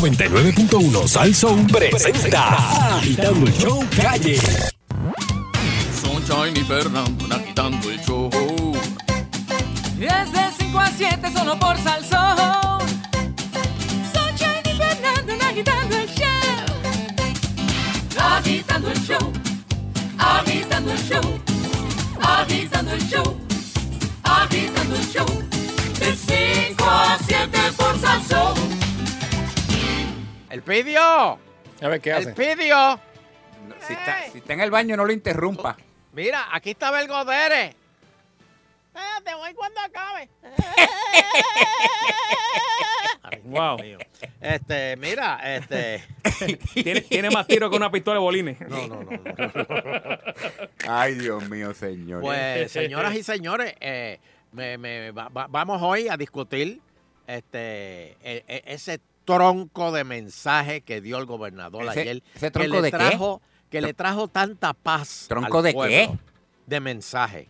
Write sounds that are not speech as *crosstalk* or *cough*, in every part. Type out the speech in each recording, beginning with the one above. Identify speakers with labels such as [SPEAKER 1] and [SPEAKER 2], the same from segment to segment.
[SPEAKER 1] 99.1 Sal Soul presenta Agitando el Show Calle.
[SPEAKER 2] Sunshine y Fernando agitando el show.
[SPEAKER 3] Desde 5 a 7 solo por Salsón. Sunshine y Fernando agitando el show. Agitando el show. Agitando el show. Agitando el show. Agitando el show. De 5 a 7 por Salsón.
[SPEAKER 4] El pidió.
[SPEAKER 5] A ver qué
[SPEAKER 4] El
[SPEAKER 5] hace.
[SPEAKER 4] pidió.
[SPEAKER 6] Si está, si está en el baño, no lo interrumpa.
[SPEAKER 4] Mira, aquí está Belgodere. te voy cuando acabe.
[SPEAKER 5] Wow.
[SPEAKER 4] Este, mira,
[SPEAKER 6] *laughs*
[SPEAKER 4] este.
[SPEAKER 5] *laughs* Tiene, tiene más tiro que una pistola de bolines.
[SPEAKER 4] No, no, no. no.
[SPEAKER 6] Ay, Dios mío, señor.
[SPEAKER 4] *laughs* Pues, señoras y señores, eh, me- me- va- va- vamos hoy a discutir este e- e- ese tronco de mensaje que dio el gobernador
[SPEAKER 6] ¿Ese-
[SPEAKER 4] ayer.
[SPEAKER 6] ese tronco
[SPEAKER 4] que le
[SPEAKER 6] de qué?
[SPEAKER 4] trajo, Que le trajo tanta paz.
[SPEAKER 6] ¿Tronco
[SPEAKER 4] al
[SPEAKER 6] de
[SPEAKER 4] pueblo,
[SPEAKER 6] qué?
[SPEAKER 4] De mensaje.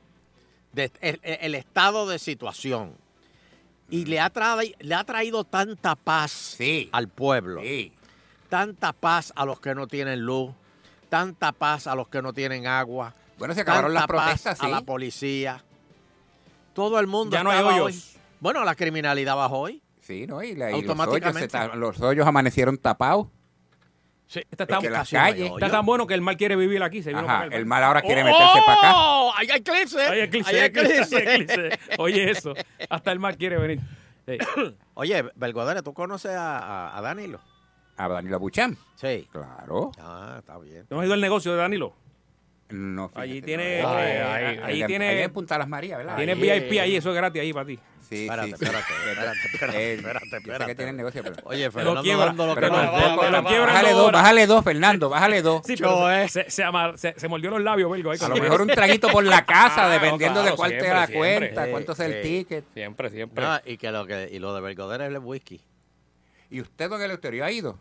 [SPEAKER 4] De, el, el estado de situación. Y le ha, traído, le ha traído tanta paz
[SPEAKER 6] Sí.
[SPEAKER 4] al pueblo
[SPEAKER 6] Sí.
[SPEAKER 4] tanta paz a los que no tienen luz, tanta paz a los que no tienen agua.
[SPEAKER 6] Bueno, se acabaron
[SPEAKER 4] tanta
[SPEAKER 6] las protestas,
[SPEAKER 4] paz a
[SPEAKER 6] sí.
[SPEAKER 4] la policía. Todo el mundo
[SPEAKER 5] Ya no hay
[SPEAKER 4] estaba
[SPEAKER 5] hoyos.
[SPEAKER 4] hoy- Bueno, la criminalidad bajó hoy.
[SPEAKER 6] Sí, ¿no? Y, la- y los, hoyos
[SPEAKER 4] Automáticamente.
[SPEAKER 6] se ta- *laughs* los hoyos amanecieron tapados.
[SPEAKER 5] Sí, está, tan,
[SPEAKER 6] que las
[SPEAKER 4] Casi no hay
[SPEAKER 6] calles-
[SPEAKER 4] hoyo.
[SPEAKER 5] está tan bueno que el mal quiere vivir aquí. Se vino
[SPEAKER 6] Ajá,
[SPEAKER 5] para acá.
[SPEAKER 6] el mal ahora quiere meterse para acá.
[SPEAKER 4] ¡Oh! ¡Hay eclipse!
[SPEAKER 5] Hay eclipse,
[SPEAKER 4] ¡Hay eh.
[SPEAKER 5] hay eclipse,
[SPEAKER 4] eclipse!
[SPEAKER 5] *laughs* hay eclipse. Oye, eso. Hasta el mal quiere venir. *coughs* Sí.
[SPEAKER 4] Oye, Belgodere, ¿tú conoces a, a- a Danilo?
[SPEAKER 6] A Danilo Buchan.
[SPEAKER 4] Sí.
[SPEAKER 6] Claro.
[SPEAKER 4] Ah, está bien.
[SPEAKER 5] ¿No has ido al negocio de Danilo?
[SPEAKER 6] No, fíjate,
[SPEAKER 5] Allí
[SPEAKER 6] no.
[SPEAKER 5] tiene-
[SPEAKER 6] Ah,
[SPEAKER 5] eh,
[SPEAKER 6] ahí-
[SPEAKER 5] ahí- ahí
[SPEAKER 6] en-
[SPEAKER 5] tiene-
[SPEAKER 6] en Punta Las Marías, ¿verdad?
[SPEAKER 5] Tienes
[SPEAKER 6] Ahí.
[SPEAKER 5] VIP ahí, eso es gratis ahí para ti.
[SPEAKER 6] Sí,
[SPEAKER 4] Espérate,
[SPEAKER 6] sí, sí. *laughs*
[SPEAKER 4] espérate, espérate, espérate,
[SPEAKER 6] Eh,
[SPEAKER 4] espérate,
[SPEAKER 6] yo sé
[SPEAKER 4] espérate.
[SPEAKER 6] que tienen negocio, pero...
[SPEAKER 4] Oye,
[SPEAKER 5] lo
[SPEAKER 4] Fernando
[SPEAKER 5] quiebra.
[SPEAKER 4] dando lo
[SPEAKER 6] pero
[SPEAKER 4] que nos
[SPEAKER 5] tampoco-
[SPEAKER 4] debe.
[SPEAKER 5] lo quiebra
[SPEAKER 6] bájale dos,
[SPEAKER 5] ahora.
[SPEAKER 6] bájale dos, Fernando, bájale dos.
[SPEAKER 5] Sí,
[SPEAKER 4] Yo,
[SPEAKER 5] pero
[SPEAKER 4] eh.
[SPEAKER 5] se, se- se amar- se- se mordió los labios, Belgo. Ahí
[SPEAKER 6] A
[SPEAKER 5] con
[SPEAKER 6] lo
[SPEAKER 5] eso.
[SPEAKER 6] mejor un traguito por la casa,
[SPEAKER 5] *laughs* Ah, no,
[SPEAKER 6] dependiendo de
[SPEAKER 5] claro,
[SPEAKER 6] cuál te
[SPEAKER 5] siempre,
[SPEAKER 6] la
[SPEAKER 5] siempre.
[SPEAKER 6] cuenta,
[SPEAKER 4] Sí,
[SPEAKER 6] cuánto es el
[SPEAKER 4] sí.
[SPEAKER 6] ticket.
[SPEAKER 5] Siempre, siempre.
[SPEAKER 4] No, y, que lo que, y lo de Belgodere es el whisky.
[SPEAKER 6] ¿Y usted, don Eleuterio, ha ido?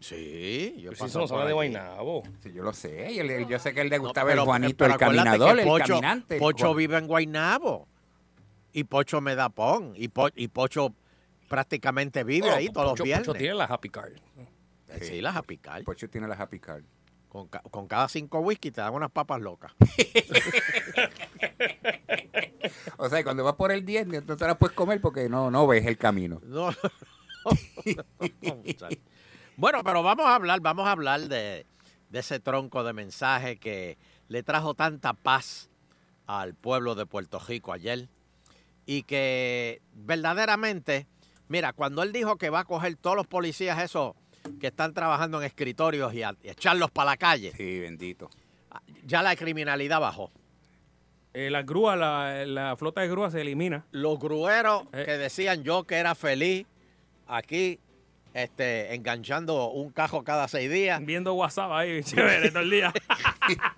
[SPEAKER 4] Sí, yo he
[SPEAKER 7] Pues sí, eso no
[SPEAKER 4] pasado por
[SPEAKER 7] sabe de
[SPEAKER 4] allí.
[SPEAKER 7] Guaynabo.
[SPEAKER 6] Sí, yo lo sé. Y él- él- yo sé que él le
[SPEAKER 4] No,
[SPEAKER 6] gustaba
[SPEAKER 4] pero-
[SPEAKER 6] el Juanito,
[SPEAKER 4] pero
[SPEAKER 6] el
[SPEAKER 4] acuérdate
[SPEAKER 6] caminador,
[SPEAKER 4] que
[SPEAKER 6] el
[SPEAKER 4] Pocho-
[SPEAKER 6] caminante. el
[SPEAKER 4] Pocho
[SPEAKER 6] Juan-
[SPEAKER 4] vive en Guaynabo. Y Pocho me da pon. Y, Po- y Pocho prácticamente vive ahí todos los
[SPEAKER 7] Oh, Pocho-
[SPEAKER 4] viernes.
[SPEAKER 7] Pocho tiene la Happy Card.
[SPEAKER 4] Eh, Sí, las a picar.
[SPEAKER 6] Pocho tiene las happy card.
[SPEAKER 4] Con, ca- con cada cinco whisky te dan unas papas locas.
[SPEAKER 6] *laughs* O sea, cuando vas por el 10, no te las puedes comer porque no, no ves el camino.
[SPEAKER 4] No. *laughs* bueno, pero vamos a hablar, vamos a hablar de, de ese tronco de mensaje que le trajo tanta paz al pueblo de Puerto Rico ayer y que verdaderamente, mira, cuando él dijo que va a coger todos los policías esos que están trabajando en escritorios y, a- y echarlos para la calle, Ah,
[SPEAKER 6] Sí, bendito.
[SPEAKER 4] ya la criminalidad bajó.
[SPEAKER 5] Eh, las grúas, la, la flota de grúas se elimina.
[SPEAKER 4] los grueros
[SPEAKER 5] Eh.
[SPEAKER 4] que decían yo que era feliz aquí este, enganchando un cajo cada seis días,
[SPEAKER 5] Viendo WhatsApp ahí, *laughs* chévere, todo el día.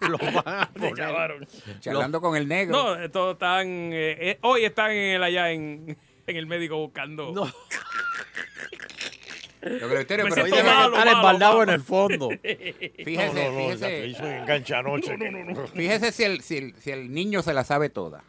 [SPEAKER 4] los van
[SPEAKER 5] *laughs*
[SPEAKER 4] a
[SPEAKER 5] Se
[SPEAKER 4] poner-
[SPEAKER 5] chavaron.
[SPEAKER 6] *laughs* Charlando con el negro.
[SPEAKER 5] No, eh, todos están. eh, eh, hoy están en el, allá en, en el médico buscando.
[SPEAKER 4] No,
[SPEAKER 6] Don Eleuterio,
[SPEAKER 5] Me
[SPEAKER 6] pero
[SPEAKER 5] siento
[SPEAKER 6] fíjese,
[SPEAKER 5] malo,
[SPEAKER 4] están
[SPEAKER 5] malo,
[SPEAKER 4] embaldados en
[SPEAKER 5] malo.
[SPEAKER 4] el
[SPEAKER 5] *laughs*
[SPEAKER 4] fondo.
[SPEAKER 6] fíjese, fíjese, fíjese si, el, si, el, si el niño se la sabe toda.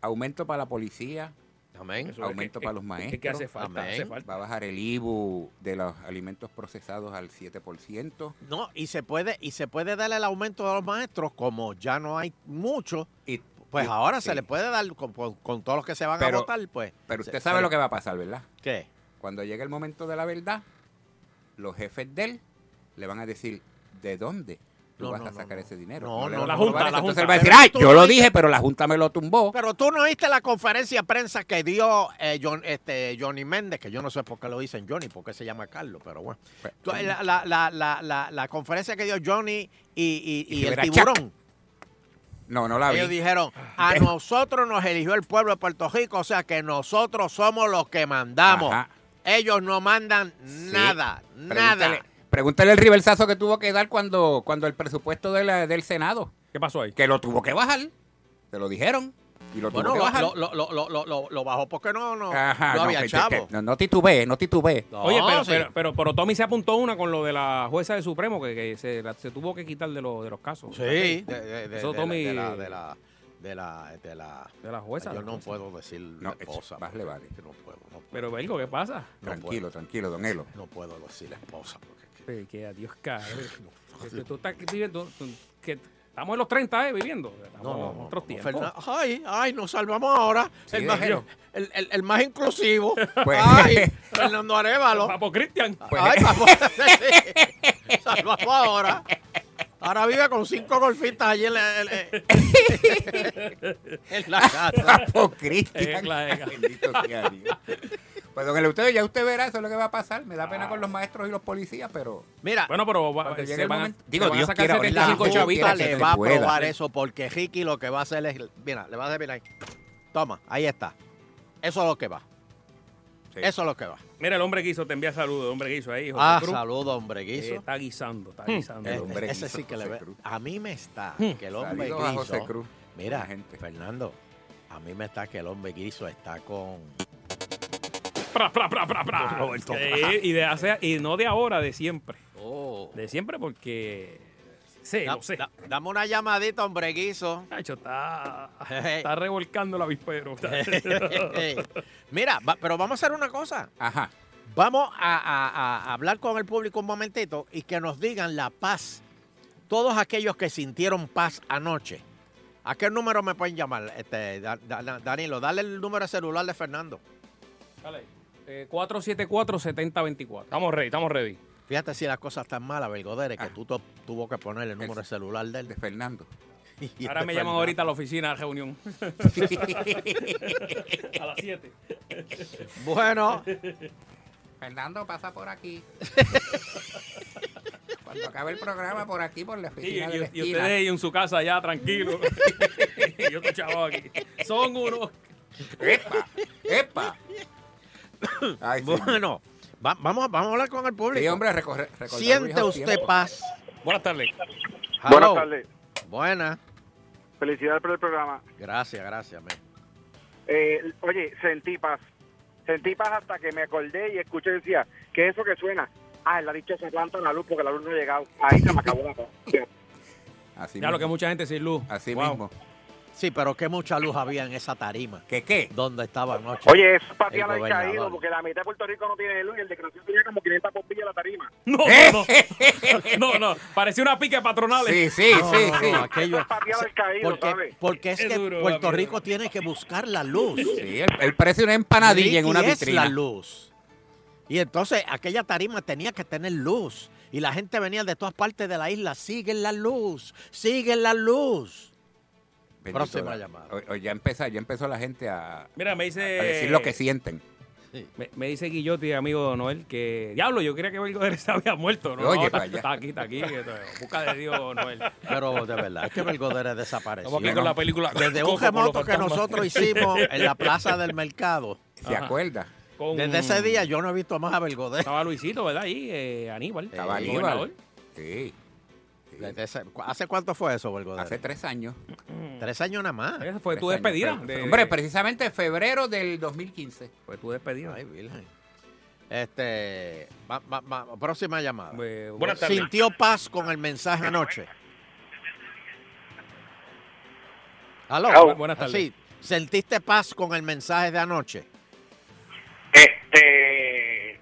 [SPEAKER 6] Aumento para la policía,
[SPEAKER 4] Amén.
[SPEAKER 5] Eso es
[SPEAKER 6] Aumento
[SPEAKER 5] que-
[SPEAKER 6] para los
[SPEAKER 5] es
[SPEAKER 6] maestros.
[SPEAKER 5] que hace falta,
[SPEAKER 4] Amén.
[SPEAKER 5] hace
[SPEAKER 6] va a
[SPEAKER 5] falta.
[SPEAKER 6] bajar el IBU de los alimentos procesados al 7%.
[SPEAKER 4] *laughs* No, y se puede, y se puede dar el aumento de los maestros, como ya no hay muchos,
[SPEAKER 6] Y,
[SPEAKER 4] pues
[SPEAKER 6] y-
[SPEAKER 4] ahora
[SPEAKER 6] sí.
[SPEAKER 4] se le puede dar con, con- con todos los que se van
[SPEAKER 6] Pero-
[SPEAKER 4] a votar, pues.
[SPEAKER 6] Pero usted
[SPEAKER 4] se-
[SPEAKER 6] sabe
[SPEAKER 4] pero-
[SPEAKER 6] lo que va a pasar, ¿verdad?
[SPEAKER 4] ¿Qué?
[SPEAKER 6] Cuando llegue el momento de la verdad, los jefes de él le van a decir, ¿de dónde tú
[SPEAKER 4] No,
[SPEAKER 6] vas
[SPEAKER 4] no,
[SPEAKER 6] a
[SPEAKER 4] no,
[SPEAKER 6] sacar
[SPEAKER 4] no.
[SPEAKER 6] ese dinero?
[SPEAKER 4] No,
[SPEAKER 6] le
[SPEAKER 4] no,
[SPEAKER 6] van
[SPEAKER 5] la
[SPEAKER 6] a
[SPEAKER 5] Junta,
[SPEAKER 6] aprobar eso.
[SPEAKER 5] la
[SPEAKER 6] Entonces él
[SPEAKER 5] Junta.
[SPEAKER 6] va a decir,
[SPEAKER 4] Ah, Pero
[SPEAKER 6] ¡ay,
[SPEAKER 4] tú
[SPEAKER 6] yo
[SPEAKER 4] no
[SPEAKER 6] lo
[SPEAKER 4] dices-
[SPEAKER 6] dije, pero la Junta me lo tumbó!
[SPEAKER 4] Pero tú no oíste la conferencia de prensa que dio eh, John- este, Johnny Méndez, que yo no sé por qué lo dicen Johnny, porque se llama Carlos, pero bueno.
[SPEAKER 6] Pues,
[SPEAKER 4] Tú, eh, La, la, la, la, la, la conferencia que dio Johnny y, y-
[SPEAKER 6] Y
[SPEAKER 4] y el
[SPEAKER 6] Rivera
[SPEAKER 4] tiburón,
[SPEAKER 6] No, no la
[SPEAKER 4] ellos
[SPEAKER 6] vi.
[SPEAKER 4] dijeron, a nosotros nos eligió el pueblo de Puerto Rico, o sea que nosotros somos los que mandamos.
[SPEAKER 6] Ajá.
[SPEAKER 4] Ellos no mandan nada, nada.
[SPEAKER 6] Pregúntale, pregúntale el riversazo que tuvo que dar cuando, cuando el presupuesto de la- del Senado,
[SPEAKER 5] ¿Qué pasó ahí?
[SPEAKER 6] que lo tuvo que bajar, te lo dijeron, y lo tuvo
[SPEAKER 4] Bueno,
[SPEAKER 6] que
[SPEAKER 4] lo,
[SPEAKER 6] bajar.
[SPEAKER 4] lo, lo- lo- lo- lo- lo bajó porque no, no,
[SPEAKER 6] Ajá,
[SPEAKER 4] no había
[SPEAKER 6] que- que-
[SPEAKER 4] chavo.
[SPEAKER 6] no, no titubeé, no titubeé.
[SPEAKER 4] No,
[SPEAKER 5] Oye, pero,
[SPEAKER 4] sí.
[SPEAKER 5] pero, pero, pero Tommy se apuntó una con lo de la jueza del Supremo que, que se, la- se tuvo que quitar de, los de los casos.
[SPEAKER 4] Sí, de, de- de- de
[SPEAKER 5] Eso
[SPEAKER 4] la-
[SPEAKER 5] Tommy-
[SPEAKER 4] de la, de la- de la, de la,
[SPEAKER 5] De la jueza,
[SPEAKER 4] Yo
[SPEAKER 5] la
[SPEAKER 4] no
[SPEAKER 5] jueza.
[SPEAKER 4] puedo decir
[SPEAKER 6] No,
[SPEAKER 4] la esposa.
[SPEAKER 6] es- más le vale.
[SPEAKER 4] porque No puedo, no puedo.
[SPEAKER 5] Pero, Belgo, ¿qué pasa?
[SPEAKER 4] No
[SPEAKER 6] Tranquilo,
[SPEAKER 4] puedo.
[SPEAKER 6] tranquilo, don Elo.
[SPEAKER 4] No puedo decir esposa porque es que-
[SPEAKER 5] Eh, Que adiós, *laughs* cabrón. Que tú- tú estás viviendo. tú- que estamos en los 30, ¿eh? Viviendo. Estamos
[SPEAKER 4] No, no,
[SPEAKER 5] en
[SPEAKER 4] no,
[SPEAKER 5] otros
[SPEAKER 4] no,
[SPEAKER 5] tiempos.
[SPEAKER 4] Fernan-
[SPEAKER 5] *laughs*
[SPEAKER 4] Ay, ay, nos salvamos ahora.
[SPEAKER 6] Sí,
[SPEAKER 4] el, más,
[SPEAKER 6] déjelo.
[SPEAKER 4] el- el- el más inclusivo.
[SPEAKER 6] *laughs* Pues-
[SPEAKER 4] Ay, Fernando Arevalo.
[SPEAKER 5] Papo Cristian.
[SPEAKER 6] Pues- *laughs*
[SPEAKER 4] Ay, papá. *laughs* sí. salvamos ahora. Ahora vive con cinco golfistas allí en la, en- en- en
[SPEAKER 6] *laughs*
[SPEAKER 4] la casa.
[SPEAKER 6] Papo Cristian.
[SPEAKER 5] Eh, claro.
[SPEAKER 6] Bendito sea Dios. Pues don Elo, usted, ya usted verá, eso es lo que va a pasar. Me da pena con los
[SPEAKER 4] Ah.
[SPEAKER 6] maestros y los policías, pero
[SPEAKER 4] Mira,
[SPEAKER 5] Bueno, pero va, eh,
[SPEAKER 6] Cuando
[SPEAKER 5] se
[SPEAKER 6] llegue el
[SPEAKER 5] van a-
[SPEAKER 6] momento-
[SPEAKER 5] se
[SPEAKER 6] Digo,
[SPEAKER 5] van a
[SPEAKER 6] Dios
[SPEAKER 5] sacar
[SPEAKER 6] quiera, ahorita
[SPEAKER 4] la
[SPEAKER 6] cinco
[SPEAKER 5] 75
[SPEAKER 4] Junta
[SPEAKER 5] chavitos.
[SPEAKER 6] chavitas
[SPEAKER 4] le
[SPEAKER 6] que
[SPEAKER 4] va a
[SPEAKER 6] pueda.
[SPEAKER 4] aprobar eso porque Ricky lo que va a hacer es. Mira, le va a decir, mira, ahí. toma, ahí está. Eso es lo que va.
[SPEAKER 6] Sí.
[SPEAKER 4] Eso es lo que va.
[SPEAKER 5] Mira, el hombre guiso te envía saludos. El hombre guiso ahí, José
[SPEAKER 4] Ah,
[SPEAKER 5] Cruz.
[SPEAKER 4] saludo, hombre
[SPEAKER 5] Eh,
[SPEAKER 4] guiso.
[SPEAKER 5] está guisando, está
[SPEAKER 4] Eh,
[SPEAKER 5] guisando.
[SPEAKER 6] El hombre
[SPEAKER 4] ese
[SPEAKER 6] guiso,
[SPEAKER 4] sí que le
[SPEAKER 6] José
[SPEAKER 4] ve.
[SPEAKER 6] Cruz.
[SPEAKER 4] A mí me está
[SPEAKER 5] Hmm.
[SPEAKER 4] que el hombre
[SPEAKER 6] Saludos a
[SPEAKER 4] guiso.
[SPEAKER 6] José Cruz.
[SPEAKER 4] Mira,
[SPEAKER 6] buena gente.
[SPEAKER 4] Fernando, a mí me está que el hombre guiso está con.
[SPEAKER 5] Pra, pra, pra, pra, pra.
[SPEAKER 4] Roberto.
[SPEAKER 5] Eh, y, de hace- y no de ahora, de siempre.
[SPEAKER 4] Oh. *laughs*
[SPEAKER 5] De siempre porque... Sé,
[SPEAKER 4] Da-
[SPEAKER 5] lo sé.
[SPEAKER 4] da- dame una llamadita, hombre guiso. *laughs*
[SPEAKER 5] Nacho, está, está revolcando el avispero. *laughs*
[SPEAKER 4] Mira, va- pero vamos a hacer una cosa.
[SPEAKER 6] Ajá.
[SPEAKER 4] Vamos a, a- a hablar con el público un momentito y que nos digan la paz. Todos aquellos que sintieron paz anoche. ¿A qué número me pueden llamar, este, Da- Da- Danilo? Dale el número de celular de Fernando.
[SPEAKER 5] Eh, 474-7024.
[SPEAKER 7] Estamos ready, estamos ready.
[SPEAKER 4] Fíjate si las cosas están malas, Belgodere, que
[SPEAKER 6] Ah.
[SPEAKER 4] tú to- tuvo que poner el número de celular de
[SPEAKER 6] El
[SPEAKER 4] él.
[SPEAKER 6] de Fernando.
[SPEAKER 4] *laughs* Y
[SPEAKER 5] Ahora
[SPEAKER 4] este
[SPEAKER 5] me llaman
[SPEAKER 4] Fernando.
[SPEAKER 5] ahorita a la oficina, a
[SPEAKER 4] *laughs*
[SPEAKER 5] la reunión. *laughs* a las 7.
[SPEAKER 4] Bueno,
[SPEAKER 6] Fernando, pasa por
[SPEAKER 4] *laughs*
[SPEAKER 6] aquí. Cuando acabe el programa, por aquí, por la
[SPEAKER 5] Y,
[SPEAKER 6] oficina
[SPEAKER 5] y-
[SPEAKER 6] de la
[SPEAKER 5] y
[SPEAKER 6] esquina.
[SPEAKER 5] ustedes ahí en su casa ya,
[SPEAKER 4] *laughs*
[SPEAKER 5] tranquilos. Yo estoy chavo aquí. Son unos...
[SPEAKER 6] ¡Epa! ¡Epa!
[SPEAKER 4] *coughs*
[SPEAKER 6] Ay, señor.
[SPEAKER 4] bueno. Va- vamos, vamos a hablar con el
[SPEAKER 6] Sí,
[SPEAKER 4] público.
[SPEAKER 6] hombre, recorre, recordar
[SPEAKER 4] ¿Siente
[SPEAKER 6] viejos
[SPEAKER 4] usted
[SPEAKER 6] tiempos.
[SPEAKER 4] paz?
[SPEAKER 7] Buenas tardes.
[SPEAKER 4] Hello.
[SPEAKER 8] Buenas tardes.
[SPEAKER 4] Buena.
[SPEAKER 8] Felicidades por el programa.
[SPEAKER 4] Gracias, gracias. men.
[SPEAKER 8] Eh, oye, sentí paz. Sentí paz hasta que me acordé y escuché y decía, ¿qué es eso que suena? Ah, en la dicha se planta la luz porque la luz no ha llegado. Ahí se me acabó la paz.
[SPEAKER 6] Así,
[SPEAKER 5] Ya lo que
[SPEAKER 6] mismo.
[SPEAKER 5] mucha gente sin luz.
[SPEAKER 6] Así
[SPEAKER 5] Wow.
[SPEAKER 6] mismo.
[SPEAKER 4] Sí, pero qué mucha luz había en esa tarima
[SPEAKER 6] ¿Qué qué?
[SPEAKER 4] donde estaba anoche.
[SPEAKER 8] Oye, eso es para ti
[SPEAKER 4] El
[SPEAKER 8] al caído
[SPEAKER 4] gobernador.
[SPEAKER 8] porque la mitad de Puerto Rico no tiene luz y el desgraciado tenía como 500 bombillas en la tarima.
[SPEAKER 5] *laughs* *laughs* No,
[SPEAKER 4] Eh.
[SPEAKER 5] no, no. No, no. Parecía una pique patronal. eh.
[SPEAKER 6] Sí, sí,
[SPEAKER 4] No,
[SPEAKER 6] sí,
[SPEAKER 4] no,
[SPEAKER 6] sí.
[SPEAKER 4] no, aquello-
[SPEAKER 8] Eso es patear al caído,
[SPEAKER 4] porque,
[SPEAKER 8] ¿sabes?
[SPEAKER 4] porque es
[SPEAKER 5] Es
[SPEAKER 4] que
[SPEAKER 5] duro,
[SPEAKER 4] Puerto
[SPEAKER 5] amigo.
[SPEAKER 4] Rico tiene que buscar la luz.
[SPEAKER 6] Sí, él, él parece una empanadilla en
[SPEAKER 4] Ricky
[SPEAKER 6] una
[SPEAKER 4] es la
[SPEAKER 6] vitrina.
[SPEAKER 4] luz. Y entonces aquella tarima tenía que tener luz. Y la gente venía de todas partes de la isla. Siguen la luz, siguen la luz.
[SPEAKER 6] Bendito
[SPEAKER 4] Próxima
[SPEAKER 6] la-
[SPEAKER 4] llamada.
[SPEAKER 6] Hoy- hoy ya, empezó, ya empezó la gente a,
[SPEAKER 5] Mira, me dice.
[SPEAKER 6] a decir lo que sienten.
[SPEAKER 5] Me, me dice Guillotti, amigo Noel, que. Diablo, yo creía que Belgodere se *laughs* había muerto, ¿no?
[SPEAKER 6] Oye,
[SPEAKER 5] No, está,
[SPEAKER 6] vaya.
[SPEAKER 5] está aquí, está aquí. que- Busca de Dios, Noel.
[SPEAKER 4] Pero de verdad, es que Belgodere desapareció.
[SPEAKER 7] Estamos aquí con la película.
[SPEAKER 5] *laughs*
[SPEAKER 4] Desde
[SPEAKER 7] Coco con
[SPEAKER 4] un
[SPEAKER 7] los
[SPEAKER 4] remoto que
[SPEAKER 7] fantasmas.
[SPEAKER 4] nosotros hicimos en la plaza del mercado.
[SPEAKER 6] ¿Se
[SPEAKER 5] Ajá.
[SPEAKER 6] acuerda?
[SPEAKER 5] Con-
[SPEAKER 4] Desde ese día yo no he visto más a Belgodere.
[SPEAKER 5] Estaba Luisito, ¿verdad? Ahí, eh, Aníbal.
[SPEAKER 6] Estaba
[SPEAKER 5] el
[SPEAKER 6] Aníbal.
[SPEAKER 5] gobernador.
[SPEAKER 6] Sí. Sí.
[SPEAKER 4] Desde ese- ¿cu- ¿Hace cuánto fue eso, Belgodere?
[SPEAKER 6] Hace tres años.
[SPEAKER 4] *clears throat* Tres años nada más.
[SPEAKER 5] Esa fue
[SPEAKER 6] Ah, Tres
[SPEAKER 5] tu
[SPEAKER 6] años.
[SPEAKER 5] despedida.
[SPEAKER 6] Fue-
[SPEAKER 5] de-
[SPEAKER 6] fue- Hombre, precisamente en febrero del 2015.
[SPEAKER 5] Fue tu despedida.
[SPEAKER 4] Ay, virgen. Este, va- va- va- próxima llamada.
[SPEAKER 5] Eh,
[SPEAKER 7] Buenas tardes.
[SPEAKER 4] Sintió paz con el mensaje anoche. Aló.
[SPEAKER 8] Au.
[SPEAKER 5] Buenas tardes.
[SPEAKER 4] Sí, sentiste paz con el mensaje de anoche.
[SPEAKER 8] Este,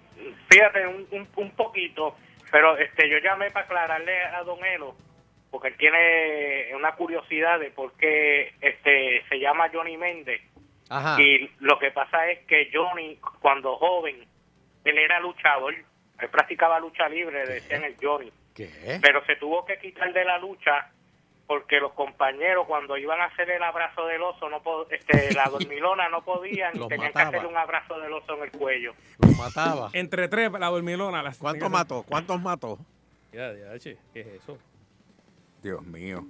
[SPEAKER 8] fíjate, un, un, un poquito, pero este, yo llamé para aclararle a Don Elo, porque él tiene una curiosidad de por qué este, se llama Johnny Méndez.
[SPEAKER 9] Ah.
[SPEAKER 4] Ajá.
[SPEAKER 8] Y lo que pasa es que Johnny, cuando joven, él era luchador, él practicaba lucha libre, decían el Johnny,
[SPEAKER 4] ¿Qué?
[SPEAKER 8] pero se tuvo que quitar de la lucha porque los compañeros cuando iban a hacer el abrazo del oso, no po-
[SPEAKER 1] *laughs*
[SPEAKER 8] este, la dormilona no podían,
[SPEAKER 4] Los
[SPEAKER 8] y tenían
[SPEAKER 4] mataba.
[SPEAKER 8] que hacerle un abrazo del oso en el cuello.
[SPEAKER 4] Lo mataba.
[SPEAKER 5] Entre tres, la dormilona. las-
[SPEAKER 4] ¿Cuántos mató? ¿Cuántos mató?
[SPEAKER 5] Ya, ya, che, ¿Qué es eso?
[SPEAKER 6] Dios mío.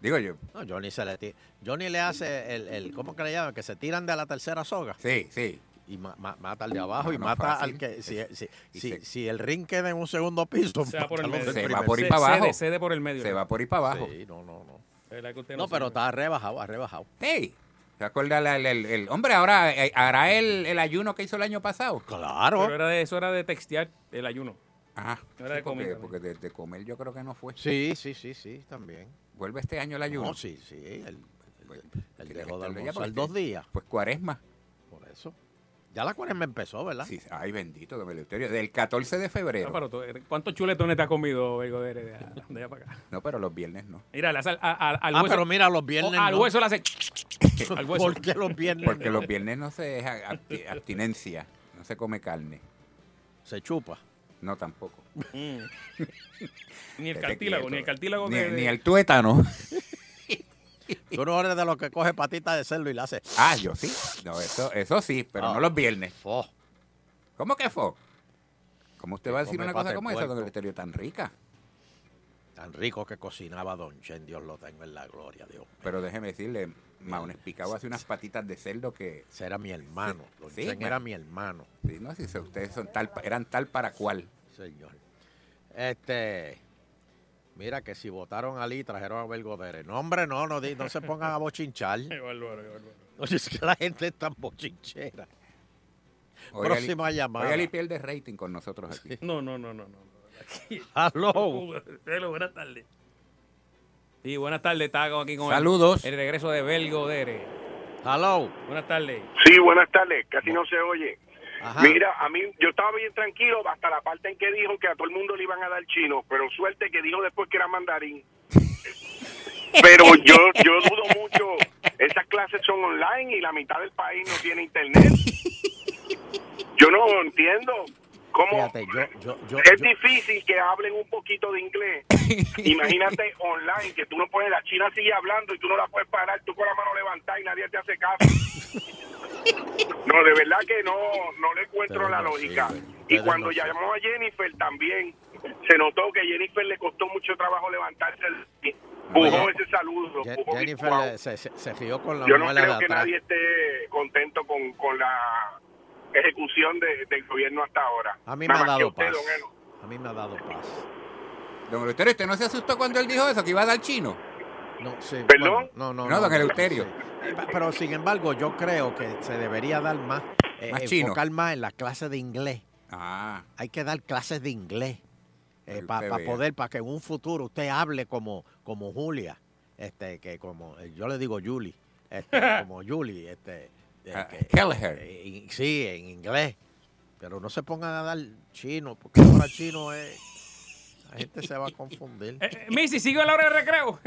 [SPEAKER 6] Digo yo.
[SPEAKER 4] No, Johnny se le ti- Johnny le hace el, el- ¿cómo que le llaman? Que se tiran de la tercera soga
[SPEAKER 6] Sí, sí.
[SPEAKER 4] y ma- ma- mata al de abajo
[SPEAKER 6] No,
[SPEAKER 4] y
[SPEAKER 6] no,
[SPEAKER 4] mata
[SPEAKER 6] fácil.
[SPEAKER 4] al que si, si,
[SPEAKER 6] Y
[SPEAKER 4] si-
[SPEAKER 6] se-
[SPEAKER 4] si el ring queda en un segundo piso,
[SPEAKER 5] Se va por el
[SPEAKER 4] mátalo
[SPEAKER 5] medio.
[SPEAKER 4] del
[SPEAKER 6] Se va
[SPEAKER 4] primer.
[SPEAKER 6] por ahí
[SPEAKER 5] Se-
[SPEAKER 6] para abajo.
[SPEAKER 5] Cede, cede por el medio.
[SPEAKER 6] Se va por ahí para abajo.
[SPEAKER 4] Sí, no, no, no.
[SPEAKER 5] ¿Verdad que usted
[SPEAKER 4] No, pero
[SPEAKER 5] sabe?
[SPEAKER 4] está rebajado, ha rebajado.
[SPEAKER 6] Hey, ¿se acuerda la- el, el- el- hombre ahora eh, hará el, el ayuno que hizo el año pasado?
[SPEAKER 4] Claro. Ah.
[SPEAKER 5] Pero era de, eso era de textear el ayuno.
[SPEAKER 6] Ajá.
[SPEAKER 5] No era
[SPEAKER 6] porque,
[SPEAKER 5] de comer también.
[SPEAKER 6] porque de, de comer yo creo que no fue.
[SPEAKER 4] Sí, sí, sí, sí, también.
[SPEAKER 6] Vuelve este año el ayuno. Pues,
[SPEAKER 4] No, sí, sí. el- el- porque él
[SPEAKER 6] tiene que
[SPEAKER 4] dejó de
[SPEAKER 6] estar bella
[SPEAKER 4] almorzar
[SPEAKER 6] porque-
[SPEAKER 4] dos días.
[SPEAKER 6] Pues cuaresma.
[SPEAKER 4] Por eso. Ya la cuaresma empezó, ¿verdad?
[SPEAKER 6] Sí, ay, bendito, don Eleuterio. Del 14 de febrero.
[SPEAKER 5] Ah, pero tú- ¿Cuántos chuletones te has comido, Bego, de, de allá para acá?
[SPEAKER 6] No, pero los viernes no.
[SPEAKER 5] Mira, le hace al, a- a- al
[SPEAKER 4] ah,
[SPEAKER 5] hueso.
[SPEAKER 4] pero mira, los
[SPEAKER 5] o
[SPEAKER 4] viernes.
[SPEAKER 5] al
[SPEAKER 4] no.
[SPEAKER 5] hueso le
[SPEAKER 4] *laughs*
[SPEAKER 5] hace. al hueso.
[SPEAKER 4] ¿Por qué los viernes?
[SPEAKER 6] Porque
[SPEAKER 4] no?
[SPEAKER 6] los viernes no se es a- abti- abstinencia. No se come carne.
[SPEAKER 4] Se chupa.
[SPEAKER 6] No, tampoco.
[SPEAKER 3] Ni el
[SPEAKER 4] Este
[SPEAKER 6] Vete
[SPEAKER 3] cartílago,
[SPEAKER 6] quieto.
[SPEAKER 3] ni el cartílago.
[SPEAKER 6] Ni,
[SPEAKER 3] que-
[SPEAKER 6] ni el
[SPEAKER 4] *laughs*
[SPEAKER 6] tuétano.
[SPEAKER 4] Tú no eres de los que coge patita de cerdo y la hace.
[SPEAKER 6] Ah, yo sí. No, eso, eso sí, pero
[SPEAKER 4] Ah.
[SPEAKER 6] no los viernes.
[SPEAKER 4] Fo.
[SPEAKER 6] ¿Cómo que fue? ¿Cómo usted va a decir
[SPEAKER 4] come
[SPEAKER 6] una cosa
[SPEAKER 4] pata de
[SPEAKER 6] como esa, don
[SPEAKER 4] puerco.
[SPEAKER 6] Eleuterio, tan rica?
[SPEAKER 4] Tan rico que cocinaba Don Chen, Dios lo tenga en la gloria, Dios.
[SPEAKER 6] Pero déjeme decirle, Maones Picado hace unas patitas de cerdo que,
[SPEAKER 4] Ese era mi hermano. Don
[SPEAKER 6] Sí,
[SPEAKER 4] Chen
[SPEAKER 6] ma-
[SPEAKER 4] era mi hermano,
[SPEAKER 6] sí, no sé si ustedes son tal, pa- eran tal para cual.
[SPEAKER 4] señor. Este. Mira que si votaron a Lee trajeron a Belgodere. No, hombre, no, no, di- no se pongan
[SPEAKER 6] *laughs*
[SPEAKER 4] a bochinchar.
[SPEAKER 3] Qué bárbaro, qué bárbaro.
[SPEAKER 4] Oye, es que la gente es tan bochinchera.
[SPEAKER 6] Oiga,
[SPEAKER 4] Próxima
[SPEAKER 6] Li-
[SPEAKER 4] llamada.
[SPEAKER 6] Oiga, Li pierde rating con nosotros aquí.
[SPEAKER 3] No, no, no, no, no.
[SPEAKER 5] *laughs*
[SPEAKER 4] Aló.
[SPEAKER 3] Hello, buenas tardes.
[SPEAKER 5] Sí, buenas tardes, Tago, aquí con el-
[SPEAKER 6] Saludos.
[SPEAKER 5] El, regreso de Belgo Dere.
[SPEAKER 4] Aló.
[SPEAKER 5] Buenas tardes.
[SPEAKER 10] Sí, buenas tardes, casi no se oye.
[SPEAKER 4] Ajá.
[SPEAKER 10] Mira, a mí yo estaba bien tranquilo hasta la parte en que dijo que a todo el mundo le iban a dar chino, pero suerte que dijo después que era mandarín. Pero yo yo dudo mucho, esas clases son online y la mitad del país no tiene internet. Yo no entiendo cómo
[SPEAKER 4] Fíjate, yo, yo, yo,
[SPEAKER 10] es
[SPEAKER 4] yo-
[SPEAKER 10] difícil que hablen un poquito de inglés.
[SPEAKER 4] *laughs*
[SPEAKER 10] Imagínate online que tú no puedes, la china sigue hablando y tú no la puedes parar, tú con la mano levantada y nadie te
[SPEAKER 4] *laughs*
[SPEAKER 10] hace caso. No, de verdad que no, no le encuentro
[SPEAKER 4] Ustedes
[SPEAKER 10] la
[SPEAKER 4] no
[SPEAKER 10] lógica.
[SPEAKER 4] sirven,
[SPEAKER 10] Y
[SPEAKER 4] ustedes
[SPEAKER 10] cuando
[SPEAKER 4] no sirven.
[SPEAKER 10] llamó a Jennifer también, se notó que Jennifer le costó mucho trabajo levantarse. el- Pujó
[SPEAKER 4] Oye,
[SPEAKER 10] ese saludo.
[SPEAKER 4] Je-
[SPEAKER 10] pujó mi
[SPEAKER 4] Jennifer
[SPEAKER 10] cuau.
[SPEAKER 4] eh, se, se, se rió con la
[SPEAKER 10] Yo no
[SPEAKER 4] muela de
[SPEAKER 10] creo que
[SPEAKER 4] atrás.
[SPEAKER 10] nadie esté contento con, con la ejecución de- del gobierno hasta ahora.
[SPEAKER 4] A mí me
[SPEAKER 10] Nada
[SPEAKER 4] ha
[SPEAKER 10] más que
[SPEAKER 4] dado
[SPEAKER 10] usted,
[SPEAKER 4] paz.
[SPEAKER 10] don Elo.
[SPEAKER 4] A mí me ha dado paz.
[SPEAKER 6] Don Eleuterio, ¿usted no se asustó cuando él dijo eso, que iba a dar chino?
[SPEAKER 4] No, sí,
[SPEAKER 10] ¿Perdón?
[SPEAKER 4] bueno, no, no,
[SPEAKER 6] No, don Eleuterio.
[SPEAKER 4] sí. Eh, pa- Pero sin embargo, yo creo que se debería dar más, eh,
[SPEAKER 6] Más chino.
[SPEAKER 4] enfocar más en la clase de inglés.
[SPEAKER 6] Ah,
[SPEAKER 4] Hay que dar clases de inglés
[SPEAKER 6] Para que
[SPEAKER 4] para
[SPEAKER 6] usted vea.
[SPEAKER 4] poder, para que en un futuro usted hable como, como Julia, este, que como eh, yo le digo Julie,
[SPEAKER 6] *laughs*
[SPEAKER 4] este, como Julie, este, eh,
[SPEAKER 6] ah,
[SPEAKER 4] que-
[SPEAKER 6] Kelleher.
[SPEAKER 4] eh, in- sí, en inglés, pero no se pongan a dar chino,
[SPEAKER 6] *laughs*
[SPEAKER 4] porque ahora chino es, la gente se va a confundir.
[SPEAKER 5] Eh, eh, Missy, sigue a la hora de
[SPEAKER 4] *laughs*
[SPEAKER 5] recreo.